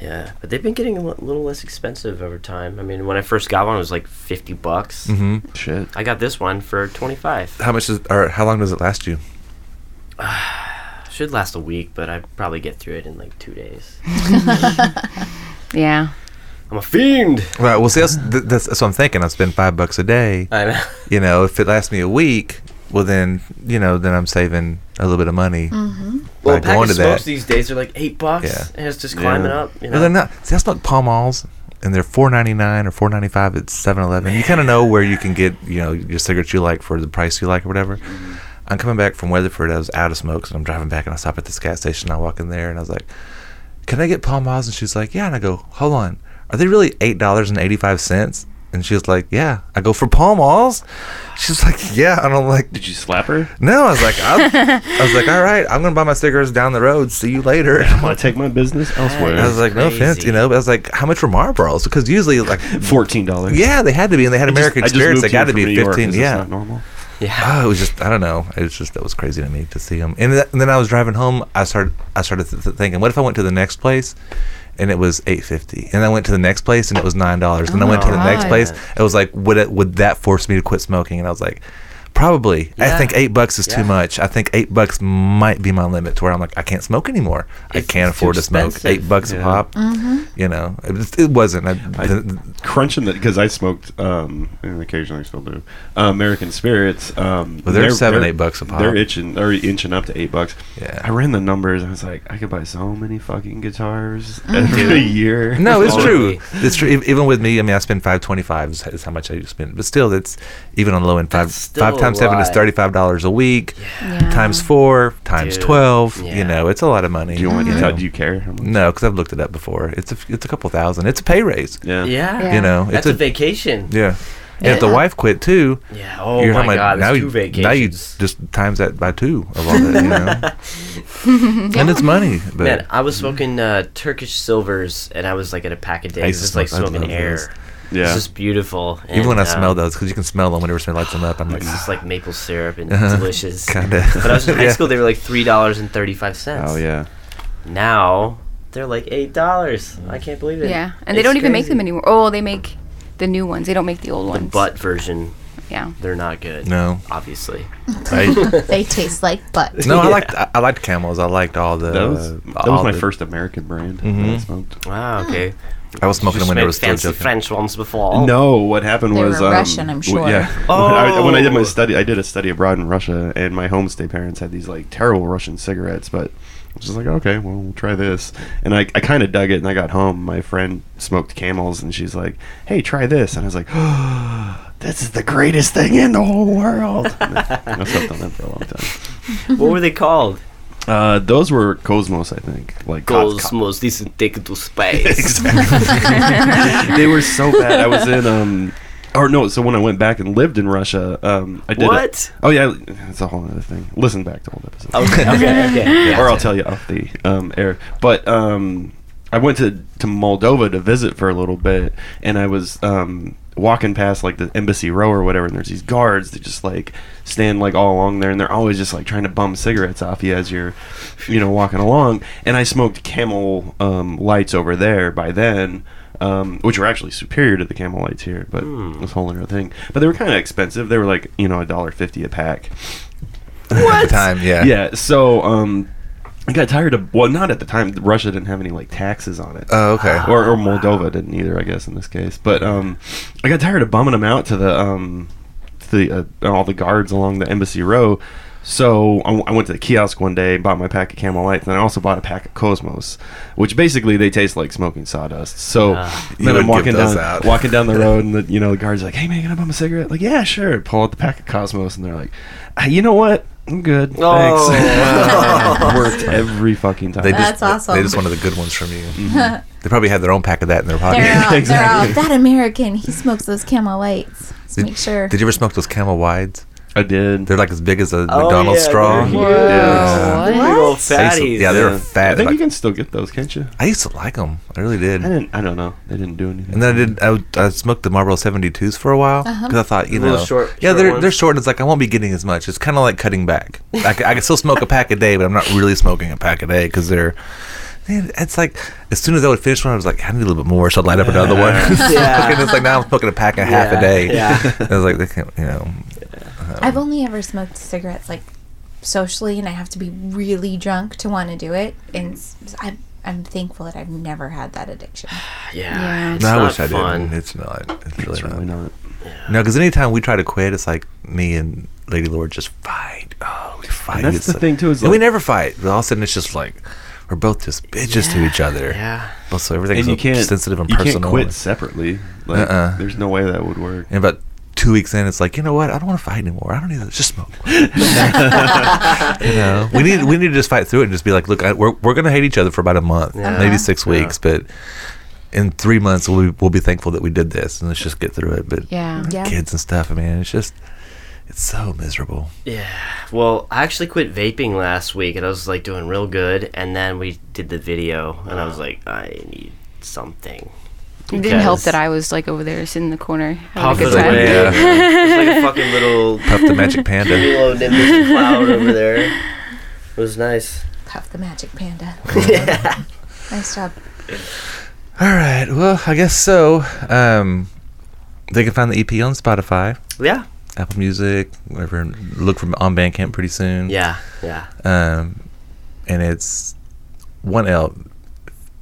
[SPEAKER 8] yeah, but they've been getting a li- little less expensive over time. I mean, when I first got one, it was like fifty bucks.
[SPEAKER 1] Mm-hmm.
[SPEAKER 6] Shit.
[SPEAKER 8] I got this one for twenty five.
[SPEAKER 1] How much is, or how long does it last you?
[SPEAKER 8] Should last a week, but I probably get through it in like two days.
[SPEAKER 7] Yeah.
[SPEAKER 8] I'm a fiend.
[SPEAKER 1] Right. Well, see, that's, th- that's, that's what I'm thinking. I spend five bucks a day.
[SPEAKER 8] I know.
[SPEAKER 1] you know, if it lasts me a week, well then, you know, then I'm saving a little bit of money.
[SPEAKER 8] Well,
[SPEAKER 1] By
[SPEAKER 8] a pack
[SPEAKER 1] going
[SPEAKER 8] of
[SPEAKER 1] to
[SPEAKER 8] smokes
[SPEAKER 1] that.
[SPEAKER 8] these days are like eight bucks,
[SPEAKER 1] Yeah.
[SPEAKER 8] and it's just climbing
[SPEAKER 6] Yeah.
[SPEAKER 8] up. You
[SPEAKER 1] Well, they're
[SPEAKER 8] know.
[SPEAKER 1] not. See, I smoke Pall Malls, and they're four ninety nine or four ninety five at Seven Eleven. You kind of know where you can get, you know, your cigarettes you like for the price you like or whatever.
[SPEAKER 8] Mm-hmm.
[SPEAKER 1] I'm coming back from Weatherford. I was out of smokes, and I'm driving back, and I stop at this gas station. I walk in there, and I was like, "Can I get Pall Malls?" And she's like, "Yeah." And I go, "Hold on, are they really eight dollars and eighty five cents?" And she was like, "Yeah." I go, "For Pall Malls?" She's like, "Yeah." And I'm like,
[SPEAKER 6] Did you slap her?
[SPEAKER 1] No, I was like, I'm, I was like, all right, I'm gonna buy my cigarettes down the road. See you later.
[SPEAKER 6] I want to take my business elsewhere.
[SPEAKER 1] I was like, no offense,
[SPEAKER 8] Crazy.
[SPEAKER 1] you know, but I was like, how much were Marlboros? Because usually, like,
[SPEAKER 6] Fourteen dollars.
[SPEAKER 1] yeah, they had to be, and they had American Experience. They got to be 15.
[SPEAKER 6] Not
[SPEAKER 1] Yeah.
[SPEAKER 6] normal.
[SPEAKER 8] Yeah.
[SPEAKER 1] Oh, it was just, I don't know. It was just that was crazy to me to see them. And, th- and then I was driving home. I started, I started th- th- thinking, what if I went to the next place? And it was eight fifty, and I went to the next place, and it was nine dollars. Then I went to
[SPEAKER 8] Oh,
[SPEAKER 1] the next
[SPEAKER 7] God.
[SPEAKER 1] place, it was like, would it would that force me to quit smoking? And I was like, probably. I
[SPEAKER 8] Yeah.
[SPEAKER 1] think eight bucks is
[SPEAKER 8] Yeah.
[SPEAKER 1] too much. I think eight bucks might be my limit to where I'm like, I can't smoke anymore.
[SPEAKER 8] It's-
[SPEAKER 1] I can't
[SPEAKER 8] it's too
[SPEAKER 1] afford to smoke
[SPEAKER 8] expensive. Mm-hmm.
[SPEAKER 1] eight bucks a
[SPEAKER 6] Yeah.
[SPEAKER 1] pop. You know, it, was- it wasn't. I, th-
[SPEAKER 6] Crunching that because I smoked, um, and occasionally still do, uh, American Spirits. Um,
[SPEAKER 1] Well, they're seven, eight bucks a pop.
[SPEAKER 6] They're itching, they're inching up to eight bucks.
[SPEAKER 1] Yeah.
[SPEAKER 6] I ran the numbers. and I was like, I could buy so many fucking guitars
[SPEAKER 8] Mm-hmm.
[SPEAKER 6] a year.
[SPEAKER 1] No, it's
[SPEAKER 8] Oh,
[SPEAKER 1] true.
[SPEAKER 8] really?
[SPEAKER 1] It's true. E- Even with me, I mean, I spend five twenty-five is, is how much I spend, but still, that's even on the low end. Five
[SPEAKER 8] That's still
[SPEAKER 1] five times
[SPEAKER 8] a
[SPEAKER 1] seven is
[SPEAKER 8] lot.
[SPEAKER 1] thirty-five dollars a week.
[SPEAKER 7] Yeah.
[SPEAKER 1] Times four, times
[SPEAKER 8] Dude,
[SPEAKER 1] twelve.
[SPEAKER 8] yeah.
[SPEAKER 1] You know, it's a lot of money.
[SPEAKER 6] Do you want
[SPEAKER 1] you
[SPEAKER 6] to
[SPEAKER 1] know?
[SPEAKER 6] tell? Do you care? How much?
[SPEAKER 1] No, because I've looked it up before. It's a f- it's a couple thousand. It's a pay raise.
[SPEAKER 6] Yeah.
[SPEAKER 8] Yeah.
[SPEAKER 7] Yeah.
[SPEAKER 1] You know,
[SPEAKER 8] That's
[SPEAKER 1] it's
[SPEAKER 8] a, vacation.
[SPEAKER 1] yeah. And if the wife quit too,
[SPEAKER 8] Yeah. Oh
[SPEAKER 1] you're
[SPEAKER 8] my
[SPEAKER 1] talking about
[SPEAKER 8] god.
[SPEAKER 1] now
[SPEAKER 8] That's
[SPEAKER 1] you
[SPEAKER 8] two vacations.
[SPEAKER 1] now you just times that by two of all that. You know, and it's money, but.
[SPEAKER 8] Man, I was smoking uh, Turkish silvers, and I was like at a pack a day.
[SPEAKER 1] I
[SPEAKER 8] It
[SPEAKER 1] used
[SPEAKER 8] was
[SPEAKER 1] to
[SPEAKER 8] just, like
[SPEAKER 1] smoke- I
[SPEAKER 8] smoking
[SPEAKER 1] love
[SPEAKER 8] air.
[SPEAKER 1] those.
[SPEAKER 6] Yeah.
[SPEAKER 8] It's just beautiful.
[SPEAKER 1] Even when I
[SPEAKER 8] and, uh,
[SPEAKER 1] smell those, because you can smell them whenever somebody lights them up, I'm like,
[SPEAKER 8] it's just like maple syrup and
[SPEAKER 1] Uh-huh.
[SPEAKER 8] delicious.
[SPEAKER 1] Kinda.
[SPEAKER 8] But I was in high
[SPEAKER 1] Yeah.
[SPEAKER 8] school; they were like three dollars and thirty-five cents.
[SPEAKER 6] Oh yeah.
[SPEAKER 8] Now they're like eight dollars. I can't believe it.
[SPEAKER 7] Yeah. And they don't even make them anymore. Oh, they make the new ones. They don't make the old ones.
[SPEAKER 8] Butt version.
[SPEAKER 7] Yeah.
[SPEAKER 8] They're not good.
[SPEAKER 1] No.
[SPEAKER 8] Obviously.
[SPEAKER 1] I,
[SPEAKER 5] They taste like butt.
[SPEAKER 1] no, I liked I, I liked camels. I liked all the.
[SPEAKER 6] That was, that was
[SPEAKER 1] Uh, all
[SPEAKER 6] my
[SPEAKER 1] the-
[SPEAKER 6] first American brand that I
[SPEAKER 1] Mhm.
[SPEAKER 6] smoked.
[SPEAKER 8] Wow, Ah, okay.
[SPEAKER 7] Ah.
[SPEAKER 1] I was smoking
[SPEAKER 8] You
[SPEAKER 1] them when there
[SPEAKER 8] smoked
[SPEAKER 1] was still
[SPEAKER 8] fancy
[SPEAKER 1] joking.
[SPEAKER 8] French ones before.
[SPEAKER 6] No, what happened
[SPEAKER 5] They
[SPEAKER 6] was
[SPEAKER 5] were
[SPEAKER 6] um,
[SPEAKER 5] Russian, I'm
[SPEAKER 6] w-
[SPEAKER 5] sure.
[SPEAKER 6] yeah. When, I, when I did my
[SPEAKER 8] Oh.
[SPEAKER 6] study, I did a study abroad in Russia, and my homestay parents had these like terrible Russian cigarettes. But I was just like, okay, well, we'll try this, and I, I kind of dug it. And I got home, my friend smoked Camels, and she's like, hey, try this, and I was like, this is the greatest thing in the whole world. And I I slept on them for a long time.
[SPEAKER 8] What were they called?
[SPEAKER 6] Uh, those were Cosmos, I think. Like co- co-
[SPEAKER 8] Cosmos, this is take to space.
[SPEAKER 6] Exactly. they were so bad. I was in um or no, so when I went back and lived in Russia, um I did a-
[SPEAKER 8] What?
[SPEAKER 6] oh yeah, it's a whole other thing. Listen back to old episodes.
[SPEAKER 8] okay, okay, okay.
[SPEAKER 6] or I'll tell you off the um air. But um I went to to Moldova to visit for a little bit and I was um walking past like the embassy row or whatever and there's these guards that just like stand like all along there and they're always just like trying to bum cigarettes off you as you're you know walking along and i smoked camel um, lights over there by then um, which were actually superior to the camel lights here but it was a whole other thing but they were kind of expensive they were like you know a dollar fifty a pack
[SPEAKER 1] At the time, yeah.
[SPEAKER 6] yeah so um i got tired of well not at the time russia didn't have any like taxes on it
[SPEAKER 1] Oh, okay.
[SPEAKER 6] or, or Moldova didn't either, I guess in this case. But um, I got tired of bumming them out to the um, to the uh, all the guards along the embassy row. So I, w- I went to the kiosk one day, bought my pack of Camel Lights, and I also bought a pack of Cosmos, which basically they taste like smoking sawdust. So
[SPEAKER 1] You
[SPEAKER 6] then
[SPEAKER 1] would
[SPEAKER 6] I'm walking
[SPEAKER 1] give those
[SPEAKER 6] down
[SPEAKER 1] out.
[SPEAKER 6] walking down the road, and the, you know the guards like, "Hey man, can I bum a cigarette?" Like, "Yeah, sure." Pull out the pack of Cosmos, and they're like, "Ah, "You know what? I'm good. Thanks." Worked every fucking time.
[SPEAKER 1] They just,
[SPEAKER 5] Oh, That's awesome.
[SPEAKER 1] They just wanted the good ones from you.
[SPEAKER 6] Mm-hmm.
[SPEAKER 1] They probably had their own pack of that in their pocket.
[SPEAKER 5] They're all, they're all
[SPEAKER 6] Exactly.
[SPEAKER 5] that American. He smokes those Camel Lights. Let's make sure.
[SPEAKER 1] Did you ever smoke those camel wides?
[SPEAKER 6] I did.
[SPEAKER 1] They're like as big as a
[SPEAKER 8] Oh,
[SPEAKER 1] McDonald's
[SPEAKER 8] yeah,
[SPEAKER 1] straw.
[SPEAKER 8] they're
[SPEAKER 6] Yeah.
[SPEAKER 8] huge. Big old
[SPEAKER 1] I used to-
[SPEAKER 8] fatties.
[SPEAKER 1] yeah, they were
[SPEAKER 6] I
[SPEAKER 1] fat.
[SPEAKER 6] think
[SPEAKER 1] Like-
[SPEAKER 6] you can still get those, can't you?
[SPEAKER 1] I used to like them. I really did.
[SPEAKER 6] I didn't. I don't know. They didn't do anything.
[SPEAKER 1] And then I did. I, would- I smoked the Marlboro 72s for a while because I thought, you
[SPEAKER 8] Little
[SPEAKER 1] know,
[SPEAKER 8] short-
[SPEAKER 1] yeah,
[SPEAKER 8] short
[SPEAKER 1] they're
[SPEAKER 8] ones.
[SPEAKER 1] they're short. It's like I won't be getting as much. It's kind of like cutting back. I, c- I can still smoke a pack a day, but I'm not really smoking a pack a day because they're. man, It's like as soon as I would finish one, I was like, I need a little bit more, so I'd light up another one.
[SPEAKER 8] Yeah.
[SPEAKER 1] and it's like now I'm smoking a pack and a half
[SPEAKER 8] Yeah,
[SPEAKER 1] a day.
[SPEAKER 8] yeah.
[SPEAKER 1] I was like, they can't, you know,
[SPEAKER 5] I've only ever smoked cigarettes like socially, and I have to be really drunk to want to do it. And s- I'm, I'm thankful that I've never had that addiction.
[SPEAKER 8] Yeah.
[SPEAKER 7] Yeah.
[SPEAKER 8] it's
[SPEAKER 1] no, I
[SPEAKER 8] not
[SPEAKER 1] wish I
[SPEAKER 8] fun.
[SPEAKER 1] didn't. It's not. It's really
[SPEAKER 6] It's
[SPEAKER 1] not.
[SPEAKER 6] really not.
[SPEAKER 1] No, because anytime we try to quit, it's like me and Lady Lord just fight. Oh, we fight.
[SPEAKER 6] that's
[SPEAKER 1] It's
[SPEAKER 6] the
[SPEAKER 1] like-
[SPEAKER 6] thing, too, is
[SPEAKER 1] and we
[SPEAKER 6] like-
[SPEAKER 1] never fight. But all of a sudden, it's just like we're both just bitches to each other.
[SPEAKER 8] Yeah.
[SPEAKER 1] Well, so everything's
[SPEAKER 6] And you
[SPEAKER 1] so
[SPEAKER 6] can't
[SPEAKER 1] sensitive and
[SPEAKER 6] you
[SPEAKER 1] personal.
[SPEAKER 6] can't quit separately. Like,
[SPEAKER 1] Uh-uh.
[SPEAKER 6] There's no way that would work.
[SPEAKER 1] And about two weeks in, it's like you know what? I don't want to fight anymore. I don't need to just smoke. you know, we need we need to just fight through it and just be like, look, I, we're we're gonna hate each other for about a month, maybe six weeks, but. In three months, we'll be, we'll be thankful that we did this, and let's just get through it. But
[SPEAKER 7] Yeah.
[SPEAKER 5] Yeah.
[SPEAKER 1] kids and stuff, I mean, it's just, it's so miserable.
[SPEAKER 8] Well, I actually quit vaping last week, and I was like doing real good. And then we did the video, and I was like, I need something.
[SPEAKER 7] It didn't help that I was like over there sitting in the corner
[SPEAKER 8] puffed
[SPEAKER 7] having a
[SPEAKER 8] it
[SPEAKER 7] good time.
[SPEAKER 8] away.
[SPEAKER 1] Yeah.
[SPEAKER 8] It's like a fucking little
[SPEAKER 1] Puff the Magic Panda.
[SPEAKER 8] little nimbus and cloud over there. It was nice.
[SPEAKER 5] Puff the magic panda. nice job.
[SPEAKER 1] All right. Well, I guess so. Um, they can find the EP on Spotify,
[SPEAKER 8] Yeah.
[SPEAKER 1] Apple Music, whatever. Look for on Bandcamp pretty soon.
[SPEAKER 8] Yeah. Yeah.
[SPEAKER 1] Um, and it's one L,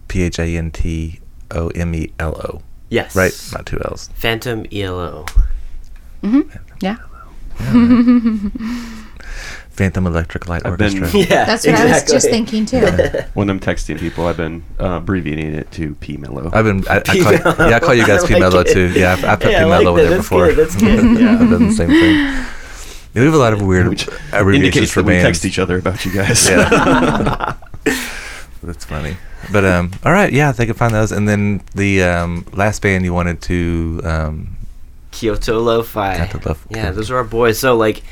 [SPEAKER 1] P H A N T O M E L O.
[SPEAKER 8] Yes.
[SPEAKER 1] Right, not two L's.
[SPEAKER 8] Phantom E ELO.
[SPEAKER 7] Yeah.
[SPEAKER 1] Phantom Electric Light
[SPEAKER 6] I've been-
[SPEAKER 1] Orchestra.
[SPEAKER 8] Yeah.
[SPEAKER 5] That's what I was just thinking too.
[SPEAKER 6] When I'm texting people, I've been uh, abbreviating it to P Mellow.
[SPEAKER 1] I've been. I, I call you, yeah, I call you guys
[SPEAKER 8] I like
[SPEAKER 1] P-Mellow
[SPEAKER 8] it.
[SPEAKER 1] too. Yeah, I, I put
[SPEAKER 8] Yeah, I
[SPEAKER 1] P-Mellow
[SPEAKER 8] like
[SPEAKER 1] in there
[SPEAKER 8] that. That's
[SPEAKER 1] before.
[SPEAKER 8] good, that's good, yeah.
[SPEAKER 1] I've done the same thing. Yeah, we have a lot of weird
[SPEAKER 6] Which
[SPEAKER 1] abbreviations
[SPEAKER 6] indicates
[SPEAKER 1] for
[SPEAKER 6] that we
[SPEAKER 1] bands.
[SPEAKER 6] text each other about you guys.
[SPEAKER 1] That's funny. But um, all right, yeah, they can find those. And then the um, last band you wanted to um,
[SPEAKER 8] Kyoto Lo-Fi.
[SPEAKER 1] Kyoto Lo-Fi.
[SPEAKER 8] Yeah, those are our boys. So like,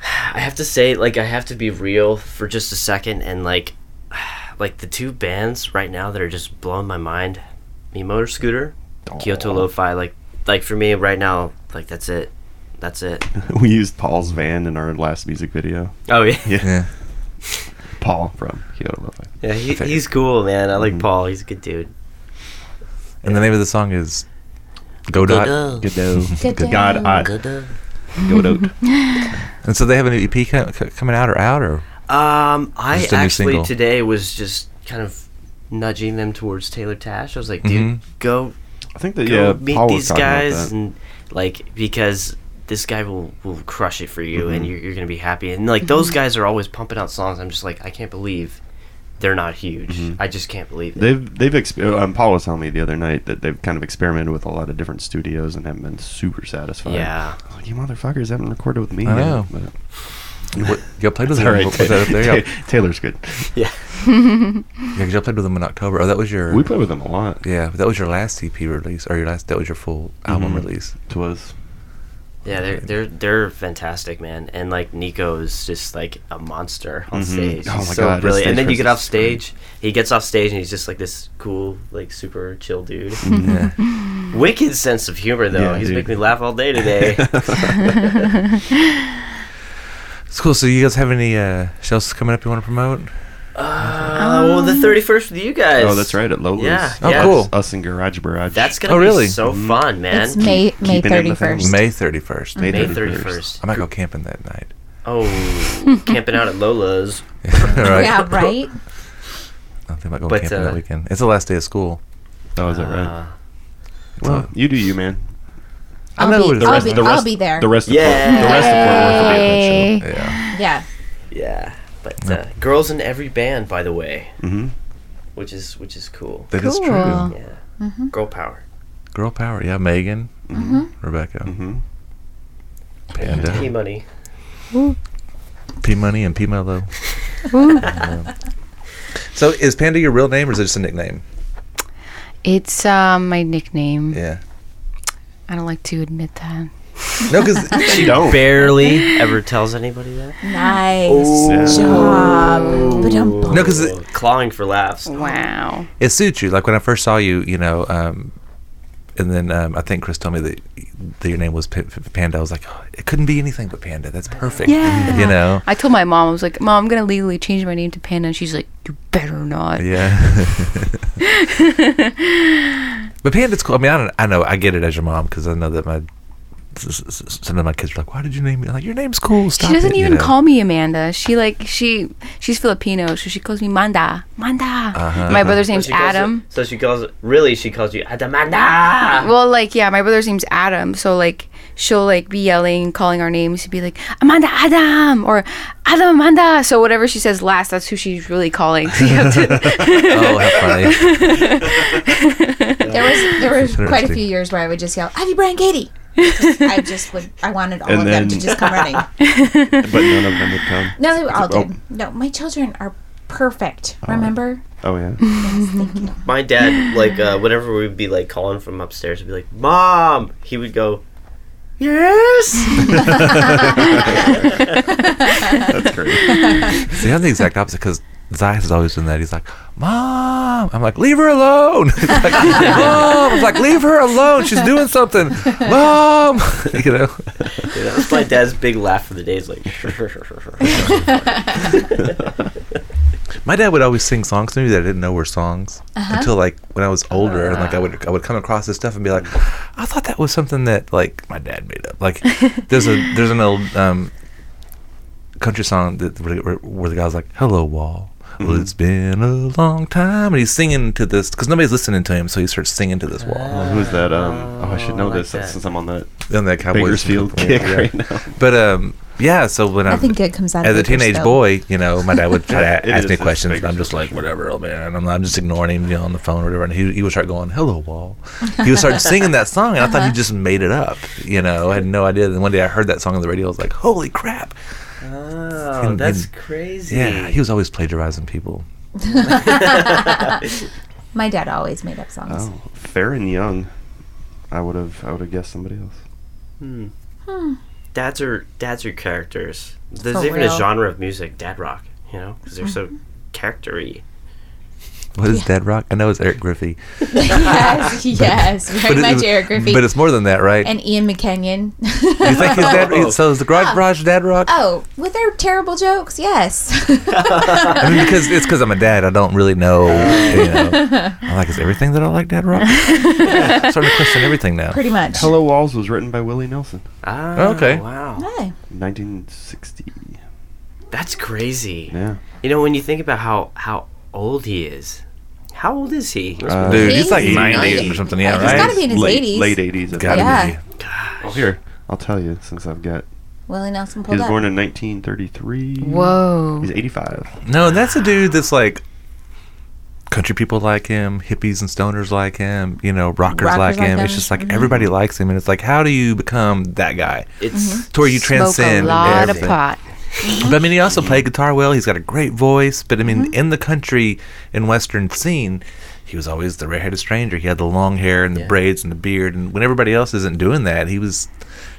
[SPEAKER 8] I have to say, like, I have to be real for just a second, and like, like the two bands right now that are just blowing my mind, me Motor Scooter, Kyoto Lo-Fi. Like, like for me right now, like that's it, that's it.
[SPEAKER 6] we used Paul's van in our last music video.
[SPEAKER 8] Oh yeah, yeah.
[SPEAKER 1] yeah,
[SPEAKER 6] Paul from Kyoto Lo-Fi.
[SPEAKER 8] he,
[SPEAKER 6] Mm-hmm.
[SPEAKER 8] he's cool, man. I like Paul. He's a good dude.
[SPEAKER 1] and the name of the song is Godot.
[SPEAKER 5] Good day.
[SPEAKER 6] God, I, Godot.
[SPEAKER 1] And so they have a new EP co- co- coming out or out or
[SPEAKER 8] Um, I
[SPEAKER 1] Just a new
[SPEAKER 8] actually
[SPEAKER 1] single.
[SPEAKER 8] today was just kind of nudging them towards Taylor Tash. I was like, dude,
[SPEAKER 1] Mhm.
[SPEAKER 8] go
[SPEAKER 6] I think that
[SPEAKER 8] go
[SPEAKER 6] Mm-hmm. yeah,
[SPEAKER 8] meet
[SPEAKER 6] Paul was
[SPEAKER 8] these
[SPEAKER 6] talking about that.
[SPEAKER 8] guys and like because this guy will will crush it for you
[SPEAKER 6] Mm-hmm.
[SPEAKER 8] and you're, you're gonna be happy and like those guys are always pumping out songs i'm just like i can't believe they're not huge i just can't believe it
[SPEAKER 6] Mm-hmm. They've they've exp- um, Paul was telling me the other night that they've kind of experimented with a lot of different studios and haven't been super satisfied.
[SPEAKER 8] yeah
[SPEAKER 6] I was like, you motherfuckers haven't recorded with me.
[SPEAKER 1] I
[SPEAKER 6] yet."
[SPEAKER 1] know.
[SPEAKER 6] But,
[SPEAKER 1] what, y'all played with
[SPEAKER 6] it's
[SPEAKER 1] them?
[SPEAKER 6] all right.
[SPEAKER 1] was that up there? Y'all, yeah,
[SPEAKER 6] Ta- Taylor's good.
[SPEAKER 1] you y'all played with them in October. Oh, that was your
[SPEAKER 6] We played with them a lot.
[SPEAKER 1] yeah, that was your last EP release or your last that was your full album
[SPEAKER 6] Mhm.
[SPEAKER 1] release.
[SPEAKER 6] It was
[SPEAKER 8] yeah they're they're they're fantastic man and like nico is just like a monster on
[SPEAKER 6] Mhm.
[SPEAKER 8] stage
[SPEAKER 6] Oh
[SPEAKER 8] He's
[SPEAKER 6] my
[SPEAKER 8] so
[SPEAKER 6] God, his
[SPEAKER 8] brilliant and
[SPEAKER 6] stage
[SPEAKER 8] then you get off
[SPEAKER 6] presence is great.
[SPEAKER 8] stage he gets off stage and he's just like this cool like super chill dude
[SPEAKER 6] Mm-hmm.
[SPEAKER 1] Yeah.
[SPEAKER 8] wicked sense of humor though
[SPEAKER 6] Yeah,
[SPEAKER 8] he's
[SPEAKER 6] dude.
[SPEAKER 8] making me laugh all day today
[SPEAKER 1] It's cool. So you guys have any uh, shows coming up you want to promote?
[SPEAKER 8] Uh, well, the thirty first with you guys.
[SPEAKER 6] Oh, that's right. At Lola's.
[SPEAKER 8] Yeah,
[SPEAKER 1] Oh,
[SPEAKER 8] yeah.
[SPEAKER 1] cool.
[SPEAKER 6] Us and Garage Barrage.
[SPEAKER 8] That's gonna
[SPEAKER 1] Oh,
[SPEAKER 8] be
[SPEAKER 1] really?
[SPEAKER 8] so
[SPEAKER 6] Mm-hmm.
[SPEAKER 8] fun, man.
[SPEAKER 5] It's May May
[SPEAKER 6] keeping in the
[SPEAKER 5] thirty
[SPEAKER 6] family.
[SPEAKER 5] first.
[SPEAKER 1] May thirty first.
[SPEAKER 6] May
[SPEAKER 8] May
[SPEAKER 6] 31st.
[SPEAKER 8] thirty first.
[SPEAKER 1] I might go camping that night.
[SPEAKER 8] Oh, camping out at Lola's.
[SPEAKER 1] All right.
[SPEAKER 5] Yeah, right.
[SPEAKER 1] I think I might go
[SPEAKER 8] But,
[SPEAKER 1] camping that
[SPEAKER 8] uh,
[SPEAKER 1] weekend. It's the last day of school.
[SPEAKER 6] Oh, is that right?
[SPEAKER 8] Uh,
[SPEAKER 6] Well, you do you, man.
[SPEAKER 1] I
[SPEAKER 5] I'll
[SPEAKER 1] know
[SPEAKER 5] be,
[SPEAKER 1] the
[SPEAKER 5] I'll,
[SPEAKER 1] rest-
[SPEAKER 5] be,
[SPEAKER 1] the
[SPEAKER 5] I'll
[SPEAKER 6] rest-
[SPEAKER 5] be there.
[SPEAKER 6] The rest of
[SPEAKER 8] Yeah.
[SPEAKER 6] the, the rest of Fort Worth will be at that
[SPEAKER 1] Yeah.
[SPEAKER 6] show.
[SPEAKER 5] yeah,
[SPEAKER 8] yeah, but uh, girls in every band, by the way,
[SPEAKER 6] Mhm.
[SPEAKER 8] which is which is cool.
[SPEAKER 1] that is
[SPEAKER 5] Cool.
[SPEAKER 1] true.
[SPEAKER 8] Yeah,
[SPEAKER 7] Mm-hmm.
[SPEAKER 8] girl power.
[SPEAKER 1] Girl power. Yeah, Megan,
[SPEAKER 5] Mm-hmm.
[SPEAKER 1] Rebecca,
[SPEAKER 6] Mhm.
[SPEAKER 8] Hey,
[SPEAKER 1] Panda,
[SPEAKER 8] money.
[SPEAKER 1] P Money, and P Mello. Yeah. so is Panda your real name or is it just a nickname?
[SPEAKER 7] It's um, my nickname.
[SPEAKER 1] Yeah.
[SPEAKER 7] I don't like to admit that.
[SPEAKER 1] No, because
[SPEAKER 8] She
[SPEAKER 6] don't.
[SPEAKER 8] barely ever tells anybody that.
[SPEAKER 5] nice
[SPEAKER 6] Yeah.
[SPEAKER 5] job. um, Ba-dum-bum.
[SPEAKER 1] no, because
[SPEAKER 8] Clawing for laughs.
[SPEAKER 7] Wow.
[SPEAKER 1] it suits you. Like when I first saw you, you know, um, and then um, I think Chris told me that, that your name was P- P- Panda. I was like, "Oh, it couldn't be anything but Panda. That's perfect.
[SPEAKER 7] Yeah.
[SPEAKER 1] You know?
[SPEAKER 7] I told my mom, I was like, Mom, I'm going to legally change my name to Panda. And she's like, You better not.
[SPEAKER 1] Yeah. but Panda's cool. I mean, I, don't, I know, I get it as your mom because I know that my s- s- s- some of my kids are like, why did you name me? I'm like, your name's cool. Stop
[SPEAKER 7] She doesn't
[SPEAKER 1] it," you
[SPEAKER 7] even
[SPEAKER 1] know?
[SPEAKER 7] call me Amanda. She like she she's Filipino, so she calls me Manda. Manda.
[SPEAKER 1] Uh-huh.
[SPEAKER 7] My brother's
[SPEAKER 8] So
[SPEAKER 7] name's
[SPEAKER 8] she calls it-
[SPEAKER 7] Adam.
[SPEAKER 8] so she calls it. Really, she calls you Adamanda.
[SPEAKER 7] Well, like yeah, my brother's name's Adam, so like she'll like be yelling, calling our names, she'd be like Amanda Adam or Adam Amanda. So whatever she says last, that's who she's really calling. So you have to
[SPEAKER 1] Oh, how funny.
[SPEAKER 5] There was there was quite a
[SPEAKER 1] Interesting.
[SPEAKER 5] few years where I would just yell, "Ivy, Brian, Katie." I just would. I wanted all
[SPEAKER 6] And
[SPEAKER 5] of them
[SPEAKER 6] then-
[SPEAKER 5] to just come running.
[SPEAKER 6] Mm-hmm. But none of them would come.
[SPEAKER 5] No, they were all
[SPEAKER 6] Oh.
[SPEAKER 5] dead. No, my children are perfect. Remember?
[SPEAKER 6] Oh yeah.
[SPEAKER 8] my dad like uh, whenever we would be like calling from upstairs would be like mom he would go yes
[SPEAKER 6] Oh, That's great.
[SPEAKER 1] See, I'm the exact opposite because Zai has always done that. He's like, Mom. I'm like, leave her alone. He's like, Mom. I'm like, leave her alone. She's doing something. Mom. you know?
[SPEAKER 8] You know, that's my dad's big laugh for the day is like
[SPEAKER 1] My dad would always sing songs to me that I didn't know were songs until like when I was older, and like I would I would come across this stuff and be like, I thought that was something that like my dad made up. Like there's a there's an old um, country song that where, where- where the guy's like, "Hello, wall." Well, it's been a long time, and he's singing to this because nobody's listening to him, so he starts singing to this wall.
[SPEAKER 6] Well, who's that? Um, oh, I should know
[SPEAKER 8] like
[SPEAKER 6] this
[SPEAKER 8] that.
[SPEAKER 6] since I'm on that
[SPEAKER 1] And that Cowboys
[SPEAKER 6] Bakersfield
[SPEAKER 1] yeah,
[SPEAKER 6] kick
[SPEAKER 1] yeah.
[SPEAKER 6] right now.
[SPEAKER 1] But um, yeah. So when I'm,
[SPEAKER 5] Nothing good comes out of
[SPEAKER 1] as a
[SPEAKER 5] Bakersfield.
[SPEAKER 1] teenage boy, you know, my dad would try to
[SPEAKER 6] It
[SPEAKER 1] ask me
[SPEAKER 6] is just
[SPEAKER 1] questions, and I'm
[SPEAKER 6] Bakersfield
[SPEAKER 1] just like, whatever, old man. I'm, I'm just ignoring him, you know, on the phone or whatever. And he, he would start going, hello, Wall. He would start singing that song, and I
[SPEAKER 5] Uh-huh.
[SPEAKER 1] thought he just made it up. You know, I had no idea. Then one day I heard that song on the radio. I was like, holy crap.
[SPEAKER 8] oh that's crazy
[SPEAKER 1] Yeah, he was always plagiarizing people.
[SPEAKER 5] My dad always made up songs.
[SPEAKER 6] Oh, fair and young. I would have. I would have guessed somebody else.
[SPEAKER 8] Hmm. dads are dads are characters there's
[SPEAKER 5] For
[SPEAKER 8] even a
[SPEAKER 5] real.
[SPEAKER 8] genre of music dad rock you know because they're so charactery
[SPEAKER 1] What is Dead Rock? I know it's Eric Griffey.
[SPEAKER 5] yes, yes, very
[SPEAKER 1] it-
[SPEAKER 5] much Eric Griffey
[SPEAKER 1] But it's more than that, right?
[SPEAKER 5] and Ah. Ian McKenyon.
[SPEAKER 1] you think his
[SPEAKER 6] Oh.
[SPEAKER 1] dad? So is the garage, garage Dead Rock?
[SPEAKER 5] oh, with their terrible jokes, yes.
[SPEAKER 1] I mean, because it's because I'm a dad. I don't really know. You know. I'm like, is everything that I like Dad Rock? I'm starting to question everything now.
[SPEAKER 5] Pretty much.
[SPEAKER 6] Hello Walls was written by Willie Nelson, Oh,
[SPEAKER 8] Ah,
[SPEAKER 1] Okay.
[SPEAKER 8] Wow.
[SPEAKER 5] Hi.
[SPEAKER 6] 1960.
[SPEAKER 8] That's crazy.
[SPEAKER 6] Yeah.
[SPEAKER 8] You know, when you think about how how old he is, how old is he?
[SPEAKER 6] Uh,
[SPEAKER 1] Dude, he's like
[SPEAKER 5] He's
[SPEAKER 1] 90
[SPEAKER 8] 90.
[SPEAKER 1] or something. Yeah,
[SPEAKER 5] He's
[SPEAKER 1] right?
[SPEAKER 5] gotta be in his
[SPEAKER 6] late,
[SPEAKER 5] 80s.
[SPEAKER 6] Late 80s. I
[SPEAKER 1] Gotta
[SPEAKER 6] think.
[SPEAKER 5] Yeah.
[SPEAKER 1] be.
[SPEAKER 6] Oh, here. I'll tell you since I've got.
[SPEAKER 5] Willie Nelson
[SPEAKER 6] He
[SPEAKER 5] pulled
[SPEAKER 6] was
[SPEAKER 5] up.
[SPEAKER 6] born in 1933.
[SPEAKER 7] Whoa.
[SPEAKER 6] He's 85.
[SPEAKER 1] No, and that's a dude that's like country people like him, hippies and stoners like him, you know, rockers,
[SPEAKER 5] Rockers
[SPEAKER 1] like,
[SPEAKER 5] like
[SPEAKER 1] him.
[SPEAKER 5] him.
[SPEAKER 1] It's just like everybody likes him, and it's like, how do you become that guy
[SPEAKER 8] It's
[SPEAKER 1] to where you
[SPEAKER 7] Smoke
[SPEAKER 1] transcend
[SPEAKER 7] a lot of
[SPEAKER 1] everything?
[SPEAKER 7] pot.
[SPEAKER 1] But I mean, he also played guitar well. He's got a great voice. But I mean, in the country and western scene, he was always the rare-headed stranger. He had the long hair and the
[SPEAKER 8] Yeah.
[SPEAKER 1] braids and the beard, and when everybody else isn't doing that, he was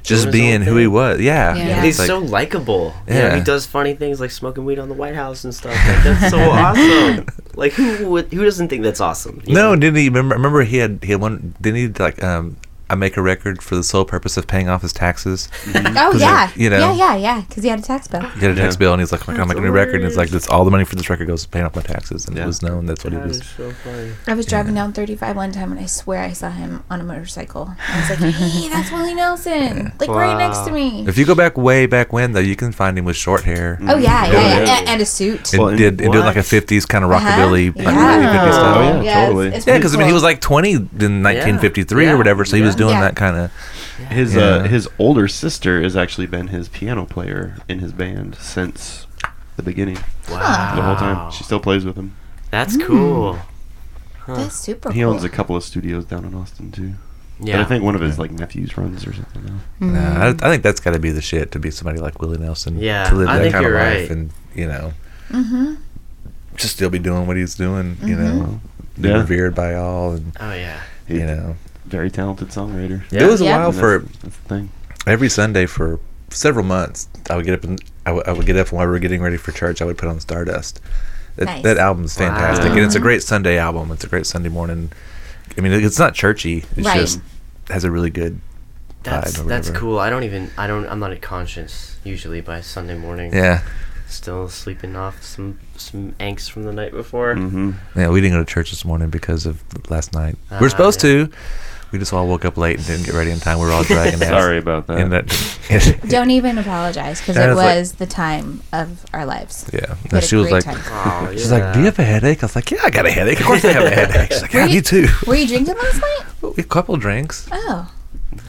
[SPEAKER 1] just
[SPEAKER 8] Doing his
[SPEAKER 1] being
[SPEAKER 8] own
[SPEAKER 1] who he
[SPEAKER 8] thing.
[SPEAKER 1] was. Yeah,
[SPEAKER 7] Yeah.
[SPEAKER 1] And
[SPEAKER 7] Yeah.
[SPEAKER 1] it's
[SPEAKER 8] he's
[SPEAKER 1] like-
[SPEAKER 8] so likable. Yeah,
[SPEAKER 1] Yeah.
[SPEAKER 8] he does funny things like smoking weed on the White House and stuff. Like, that's so awesome. Like who would, who doesn't think that's awesome? you
[SPEAKER 1] No,
[SPEAKER 8] know?
[SPEAKER 1] didn't he? Remember, remember he had he had one. Didn't he like um? I make a record for the sole purpose of paying off his taxes.
[SPEAKER 5] Oh
[SPEAKER 1] 'Cause
[SPEAKER 5] yeah,
[SPEAKER 1] of, you know-
[SPEAKER 5] yeah, yeah, yeah. Because he had a tax bill.
[SPEAKER 1] He had a tax bill, and he's like, "I'm making a new record." And it's like, "That's all the money for this record goes to paying off my taxes." And
[SPEAKER 6] Yeah.
[SPEAKER 1] it was known that's what he
[SPEAKER 8] That
[SPEAKER 1] was.
[SPEAKER 8] is so funny.
[SPEAKER 5] I was driving down 35 one time, and I swear I saw him on a motorcycle. I was like, "Hey, that's Willie Nelson! Like right next to me."
[SPEAKER 1] If you go back way back when, though, you can find him with short hair.
[SPEAKER 5] Oh yeah, yeah,
[SPEAKER 1] Yeah.
[SPEAKER 5] yeah, And, and a suit.
[SPEAKER 1] And
[SPEAKER 6] Well, and
[SPEAKER 1] did and doing like a
[SPEAKER 8] what?
[SPEAKER 1] '50s kind of rockabilly,
[SPEAKER 5] Uh-huh.
[SPEAKER 1] like, early 50s
[SPEAKER 6] Oh,
[SPEAKER 1] stuff.
[SPEAKER 6] yeah, totally.
[SPEAKER 5] it's
[SPEAKER 1] Yeah,
[SPEAKER 5] pretty
[SPEAKER 1] because I mean, he
[SPEAKER 5] cool.
[SPEAKER 1] was like 20 in 1953
[SPEAKER 8] Yeah.
[SPEAKER 1] or whatever, so he was
[SPEAKER 8] Yeah.
[SPEAKER 1] doing
[SPEAKER 5] Yeah.
[SPEAKER 1] that kind of.
[SPEAKER 6] His uh,
[SPEAKER 1] Yeah.
[SPEAKER 6] his older sister has actually been his piano player in his band since the beginning.
[SPEAKER 8] Wow.
[SPEAKER 6] The whole time. She still plays with him.
[SPEAKER 8] That's cool.
[SPEAKER 5] That's
[SPEAKER 1] Oh,
[SPEAKER 5] super.
[SPEAKER 6] He
[SPEAKER 5] cool.
[SPEAKER 6] owns a couple of studios down in Austin too.
[SPEAKER 8] Yeah.
[SPEAKER 6] But I think one of his like nephews runs or something. Now.
[SPEAKER 8] Mm-hmm.
[SPEAKER 1] Nah, I, I think that's got to be the shit to be somebody like Willie Nelson.
[SPEAKER 8] Yeah,
[SPEAKER 1] to live
[SPEAKER 8] I
[SPEAKER 1] that
[SPEAKER 8] think
[SPEAKER 1] kind of
[SPEAKER 8] you're
[SPEAKER 1] life
[SPEAKER 8] right.
[SPEAKER 1] and you know,
[SPEAKER 5] Mm-hmm.
[SPEAKER 1] just still be doing what he's doing. You
[SPEAKER 8] Mm-hmm.
[SPEAKER 1] know, be
[SPEAKER 6] Yeah.
[SPEAKER 1] revered by all, and
[SPEAKER 8] oh yeah.
[SPEAKER 6] He's
[SPEAKER 1] you know,
[SPEAKER 6] very talented songwriter.
[SPEAKER 8] Yeah.
[SPEAKER 1] it was
[SPEAKER 5] Yeah.
[SPEAKER 1] a while
[SPEAKER 6] And
[SPEAKER 1] for
[SPEAKER 6] that's, that's the thing.
[SPEAKER 1] every Sunday for several months. I would get up and I would- I would get up and while we were getting ready for church, I would put on Stardust. That,
[SPEAKER 5] Nice.
[SPEAKER 1] that album's fantastic, and it's a great Sunday album. It's a great Sunday morning. I mean, it's not churchy. It's
[SPEAKER 5] Right.
[SPEAKER 1] just has a really good.
[SPEAKER 8] That's
[SPEAKER 1] vibe or
[SPEAKER 8] that's
[SPEAKER 1] whatever.
[SPEAKER 8] cool. I don't even I don't I'm not conscious usually by Sunday morning.
[SPEAKER 1] Yeah,
[SPEAKER 8] Still sleeping off some some angst from the night before.
[SPEAKER 6] Mm-hmm.
[SPEAKER 1] yeah. We didn't go to church this morning because of last night. we
[SPEAKER 8] Ah,
[SPEAKER 1] were supposed
[SPEAKER 8] yeah.
[SPEAKER 1] to. We just all woke up late and didn't get ready in time. We were all dragging ass.
[SPEAKER 6] Sorry about that.
[SPEAKER 1] In that,
[SPEAKER 5] Don't even apologize because
[SPEAKER 1] That
[SPEAKER 5] it
[SPEAKER 1] is like-
[SPEAKER 5] was the time of our lives.
[SPEAKER 1] yeah. And
[SPEAKER 5] What a
[SPEAKER 1] she was
[SPEAKER 5] great
[SPEAKER 1] like,
[SPEAKER 5] time.
[SPEAKER 8] Aw,
[SPEAKER 1] she's like, do you
[SPEAKER 8] yeah.
[SPEAKER 1] have a headache? I was like, yeah, I got a headache. Of course I have a headache. She's like, yeah,
[SPEAKER 5] Were you-
[SPEAKER 1] me too.
[SPEAKER 5] "Were you drinking last night?"
[SPEAKER 1] A couple drinks.
[SPEAKER 5] Oh,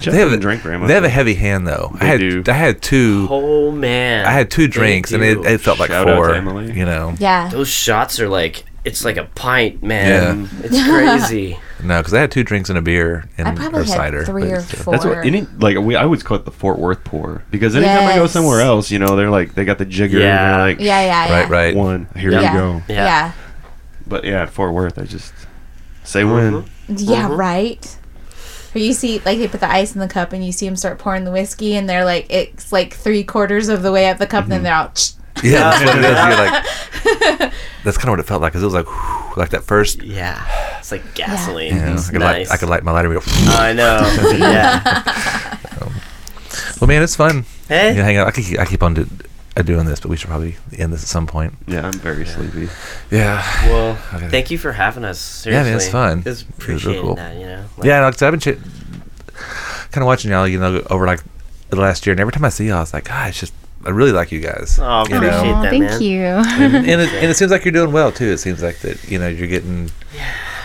[SPEAKER 1] They have a
[SPEAKER 6] drink, Grandma.
[SPEAKER 1] They have a heavy hand though. I
[SPEAKER 6] They
[SPEAKER 1] had
[SPEAKER 6] do.
[SPEAKER 1] I had two.
[SPEAKER 8] Oh man.
[SPEAKER 1] I had two
[SPEAKER 8] They
[SPEAKER 1] drinks and it,
[SPEAKER 8] do.
[SPEAKER 1] it felt like
[SPEAKER 6] Shout out to
[SPEAKER 1] four.
[SPEAKER 6] Emily.
[SPEAKER 1] You know,
[SPEAKER 5] yeah.
[SPEAKER 8] Those shots are like it's like a pint, man. It's crazy.
[SPEAKER 1] no, because I had two drinks and a beer and
[SPEAKER 5] I probably
[SPEAKER 1] or
[SPEAKER 5] had
[SPEAKER 1] cider.
[SPEAKER 5] three
[SPEAKER 1] but
[SPEAKER 5] or
[SPEAKER 1] still.
[SPEAKER 5] four.
[SPEAKER 6] That's what any like we I always call it the Fort Worth pour because anytime I go
[SPEAKER 5] Yes.
[SPEAKER 6] somewhere else, you know, they're like they got the jigger.
[SPEAKER 8] Yeah.
[SPEAKER 6] And they're like
[SPEAKER 5] yeah, yeah, yeah.
[SPEAKER 1] Right, right.
[SPEAKER 6] one. Here
[SPEAKER 5] Yeah.
[SPEAKER 6] you go.
[SPEAKER 8] Yeah.
[SPEAKER 5] Yeah,
[SPEAKER 6] But yeah, at Fort Worth, I just say
[SPEAKER 8] Mm-hmm.
[SPEAKER 6] when.
[SPEAKER 5] yeah, right. Or you see, like they put the ice in the cup, and you see them start pouring the whiskey, and they're like, it's like three quarters of the way up the cup, and then they're out.
[SPEAKER 1] Yeah, that's what it is. You're like, that's kind of what it felt like. Cause it was like, whew, like that first. You
[SPEAKER 8] Yeah. It's like gasoline.
[SPEAKER 1] know,
[SPEAKER 8] It's
[SPEAKER 1] I could
[SPEAKER 8] nice.
[SPEAKER 1] light, I could light my lighter. And go,
[SPEAKER 8] I know. yeah.
[SPEAKER 1] well, man, it's fun.
[SPEAKER 8] Hey.
[SPEAKER 1] You know, hang out. I keep, I keep on do, uh, doing this, but we should probably end this at some point.
[SPEAKER 6] Yeah, I'm very sleepy.
[SPEAKER 1] Yeah.
[SPEAKER 8] Well,
[SPEAKER 1] Okay.
[SPEAKER 8] thank you for having us.
[SPEAKER 1] Yeah,
[SPEAKER 8] Seriously.
[SPEAKER 1] man, it's fun.
[SPEAKER 8] It's
[SPEAKER 1] It was real
[SPEAKER 8] appreciating
[SPEAKER 1] cool.
[SPEAKER 8] that, you know. Like,
[SPEAKER 1] Yeah, no, 'cause I've been ch- kind of watching y'all, you know, over like the last year, and every time I see y'all, I was like, God, it's just I really like you guys.
[SPEAKER 8] Aw,
[SPEAKER 1] you know?
[SPEAKER 8] Oh, appreciate
[SPEAKER 7] Aw,
[SPEAKER 8] that,
[SPEAKER 7] Oh, thank
[SPEAKER 8] man.
[SPEAKER 7] you.
[SPEAKER 1] and, and, it, and it seems like you're doing well too. It seems like that you know you're getting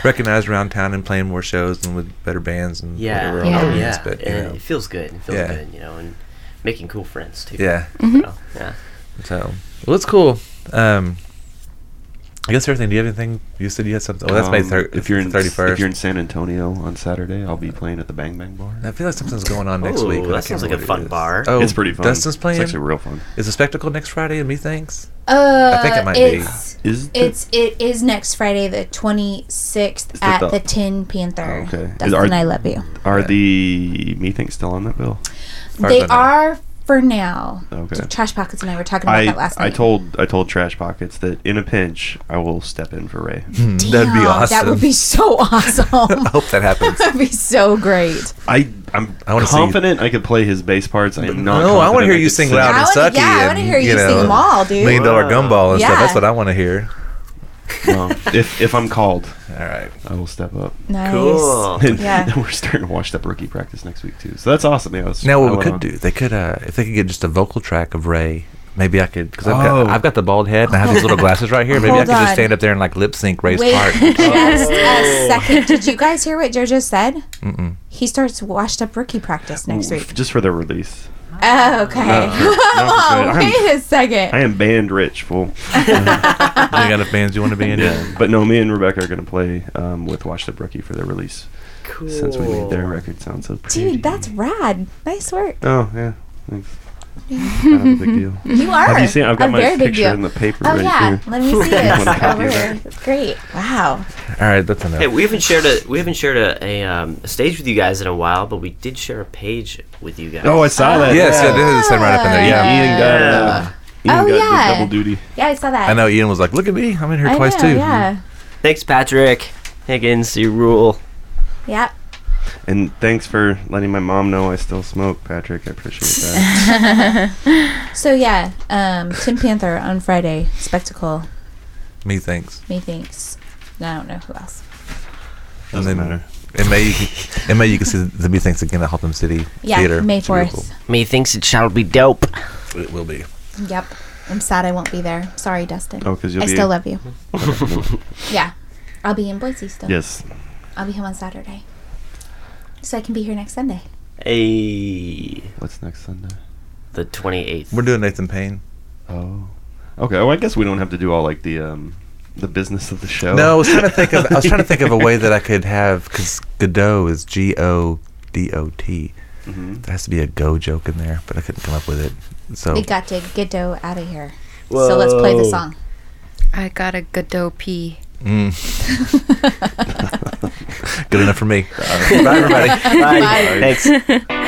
[SPEAKER 1] recognized around town and playing more shows and with better bands and
[SPEAKER 8] Yeah.
[SPEAKER 1] whatever.
[SPEAKER 7] Yeah.
[SPEAKER 1] else
[SPEAKER 8] Oh,
[SPEAKER 1] it is,
[SPEAKER 8] yeah.
[SPEAKER 1] but you
[SPEAKER 8] and
[SPEAKER 1] know,
[SPEAKER 8] it feels good. It feels
[SPEAKER 1] Yeah.
[SPEAKER 8] good, you know, and making cool friends too.
[SPEAKER 1] yeah.
[SPEAKER 8] So, yeah.
[SPEAKER 1] So well, it's cool. Um, I guess everything. Do you have anything? You said you had something. Well, that's May
[SPEAKER 6] Um,
[SPEAKER 1] thir-
[SPEAKER 6] if you're in
[SPEAKER 1] thirty
[SPEAKER 6] If you're in
[SPEAKER 1] first.
[SPEAKER 6] San Antonio on Saturday, I'll be playing at the Bang Bang Bar.
[SPEAKER 1] I feel like something's going on next
[SPEAKER 8] Ooh,
[SPEAKER 1] week. but I
[SPEAKER 8] that
[SPEAKER 1] can't
[SPEAKER 8] sounds like
[SPEAKER 1] remember
[SPEAKER 8] a
[SPEAKER 1] what it
[SPEAKER 8] fun
[SPEAKER 1] is.
[SPEAKER 8] bar.
[SPEAKER 1] Oh,
[SPEAKER 6] it's pretty fun.
[SPEAKER 1] Dustin's playing.
[SPEAKER 6] It's actually real fun.
[SPEAKER 1] Is the spectacle next Friday? And me thanks.
[SPEAKER 5] Uh,
[SPEAKER 1] I think it might be.
[SPEAKER 5] it's,
[SPEAKER 6] Is the-
[SPEAKER 5] It's it is next Friday the twenty sixth
[SPEAKER 6] the
[SPEAKER 5] at
[SPEAKER 6] thou-
[SPEAKER 5] the Tin Panther.
[SPEAKER 6] Oh, okay. Is-
[SPEAKER 5] Dustin,
[SPEAKER 6] are-
[SPEAKER 5] I love you.
[SPEAKER 6] Are the methinks still on that bill?
[SPEAKER 1] as
[SPEAKER 5] They
[SPEAKER 1] I know.
[SPEAKER 5] are for now.
[SPEAKER 6] Okay.
[SPEAKER 5] So Trash Pockets and I were talking about that
[SPEAKER 6] I
[SPEAKER 5] last night.
[SPEAKER 6] I told I told Trash Pockets that in a pinch I will step in for Ray.
[SPEAKER 1] That'd be
[SPEAKER 5] Damn,
[SPEAKER 1] awesome.
[SPEAKER 5] That would be so awesome.
[SPEAKER 1] I hope that happens.
[SPEAKER 5] That'd be so great.
[SPEAKER 6] I I'm
[SPEAKER 1] I wanna see-
[SPEAKER 6] confident I could play his bass parts. I am not.
[SPEAKER 1] No, I want to
[SPEAKER 6] confident
[SPEAKER 1] hear you
[SPEAKER 6] could
[SPEAKER 1] sing
[SPEAKER 6] sing.
[SPEAKER 1] loud
[SPEAKER 5] I
[SPEAKER 1] and
[SPEAKER 5] wanna-
[SPEAKER 1] sucky.
[SPEAKER 5] yeah, I
[SPEAKER 1] and,
[SPEAKER 5] wanna hear you
[SPEAKER 1] know,
[SPEAKER 5] sing 'em all, dude.
[SPEAKER 1] Million dollar gumball and stuff.
[SPEAKER 5] Yeah.
[SPEAKER 1] That's what I want to hear.
[SPEAKER 6] Well, if if I'm called,
[SPEAKER 1] All right.
[SPEAKER 6] I will step up.
[SPEAKER 5] Nice.
[SPEAKER 8] Cool.
[SPEAKER 6] And
[SPEAKER 5] Yeah.
[SPEAKER 6] we're starting to watch that rookie practice next week too. So that's awesome. Yeah, that's-
[SPEAKER 1] Now,
[SPEAKER 6] I
[SPEAKER 1] what we
[SPEAKER 6] wanna-
[SPEAKER 1] could do, they could, uh, if they could get just a vocal track of Ray, maybe I could, because I've,
[SPEAKER 6] Oh.
[SPEAKER 1] got, I've got the bald head and I have these little glasses right here. Maybe I
[SPEAKER 5] Hold
[SPEAKER 1] could just
[SPEAKER 5] on.
[SPEAKER 1] stand up there and like lip sync Ray's
[SPEAKER 5] Wait
[SPEAKER 1] part.
[SPEAKER 5] just
[SPEAKER 6] Oh.
[SPEAKER 5] a second. Did you guys hear what JoJo said? Mm-mm. He starts washed up rookie practice next
[SPEAKER 6] Ooh,
[SPEAKER 5] week.
[SPEAKER 6] f- just for their release.
[SPEAKER 5] Oh, okay.
[SPEAKER 6] No,
[SPEAKER 5] oh,
[SPEAKER 6] but I'm-
[SPEAKER 5] wait a second.
[SPEAKER 6] I am band rich, fool.
[SPEAKER 1] you got a bands you want to be in?
[SPEAKER 6] yeah, but no, me and Rebecca are gonna play um, with Watch the Brookie for their release. Cool. Since we made their record sound so pretty.
[SPEAKER 5] Dude, that's rad. Nice work.
[SPEAKER 6] Oh yeah, thanks. Not a big deal.
[SPEAKER 5] You are.
[SPEAKER 6] Have you seen? I've got
[SPEAKER 5] a
[SPEAKER 6] my
[SPEAKER 5] very big
[SPEAKER 6] picture
[SPEAKER 5] deal.
[SPEAKER 6] in the paper
[SPEAKER 5] Oh
[SPEAKER 6] right
[SPEAKER 5] yeah,
[SPEAKER 6] here.
[SPEAKER 5] let me see
[SPEAKER 6] Wanna
[SPEAKER 5] this
[SPEAKER 6] copy
[SPEAKER 5] over
[SPEAKER 6] that?
[SPEAKER 5] here. Great. Wow.
[SPEAKER 1] All right, that's enough.
[SPEAKER 8] Hey, we haven't shared a we haven't shared a, a, um, a stage with you guys in a while, but we did share a page with you guys.
[SPEAKER 6] Oh, I saw that.
[SPEAKER 1] yes, yeah, this is the same right up in there. Yeah.
[SPEAKER 6] Ian got, uh, Ian
[SPEAKER 5] Oh,
[SPEAKER 6] got
[SPEAKER 5] yeah.
[SPEAKER 6] the double duty.
[SPEAKER 5] Yeah, I saw that.
[SPEAKER 1] I know Ian was like, look at me. I'm in here
[SPEAKER 5] I
[SPEAKER 1] twice
[SPEAKER 5] know,
[SPEAKER 1] too.
[SPEAKER 5] Yeah.
[SPEAKER 8] thanks, Patrick Higgins. You rule.
[SPEAKER 5] Yeah.
[SPEAKER 6] And thanks for letting my mom know I still smoke, Patrick. I appreciate that.
[SPEAKER 5] So yeah, um, Tim Panther on Friday spectacle.
[SPEAKER 1] Mm-hmm. Me thanks.
[SPEAKER 5] Methinks. I don't know who else.
[SPEAKER 1] And
[SPEAKER 6] Doesn't
[SPEAKER 1] then
[SPEAKER 6] matter.
[SPEAKER 1] in May, you can, in May you can see the Me Thanks again at Haltom City
[SPEAKER 5] Yeah,
[SPEAKER 1] Theater.
[SPEAKER 5] May
[SPEAKER 1] It's really
[SPEAKER 5] fourth.
[SPEAKER 8] Me thinks it shall be dope.
[SPEAKER 1] cool. It will be.
[SPEAKER 5] Yep. I'm sad I won't be there. Sorry, Dustin.
[SPEAKER 6] Oh, because you'll
[SPEAKER 5] I
[SPEAKER 6] be.
[SPEAKER 5] still love you. yeah. I'll be in Boise still.
[SPEAKER 6] Yes.
[SPEAKER 5] I'll be home on Saturday. So I can be here next Sunday.
[SPEAKER 8] Hey,
[SPEAKER 6] What's next Sunday?
[SPEAKER 8] the twenty eighth.
[SPEAKER 1] We're doing Nathan Payne.
[SPEAKER 6] Oh. Okay. Well, I guess we don't have to do all like the um, the business of the show.
[SPEAKER 1] No, I was trying to think of I was trying to think of a way that I could have because Godot is G O D O T.
[SPEAKER 6] Mm-hmm.
[SPEAKER 1] There has to be a go joke in there, but I couldn't come up with it.
[SPEAKER 6] Oh.
[SPEAKER 1] So
[SPEAKER 5] We got to get Doe out of here. So let's play the song.
[SPEAKER 7] I got a Godot pee.
[SPEAKER 1] good enough for me. All right. Bye, everybody.
[SPEAKER 8] Bye. Thanks.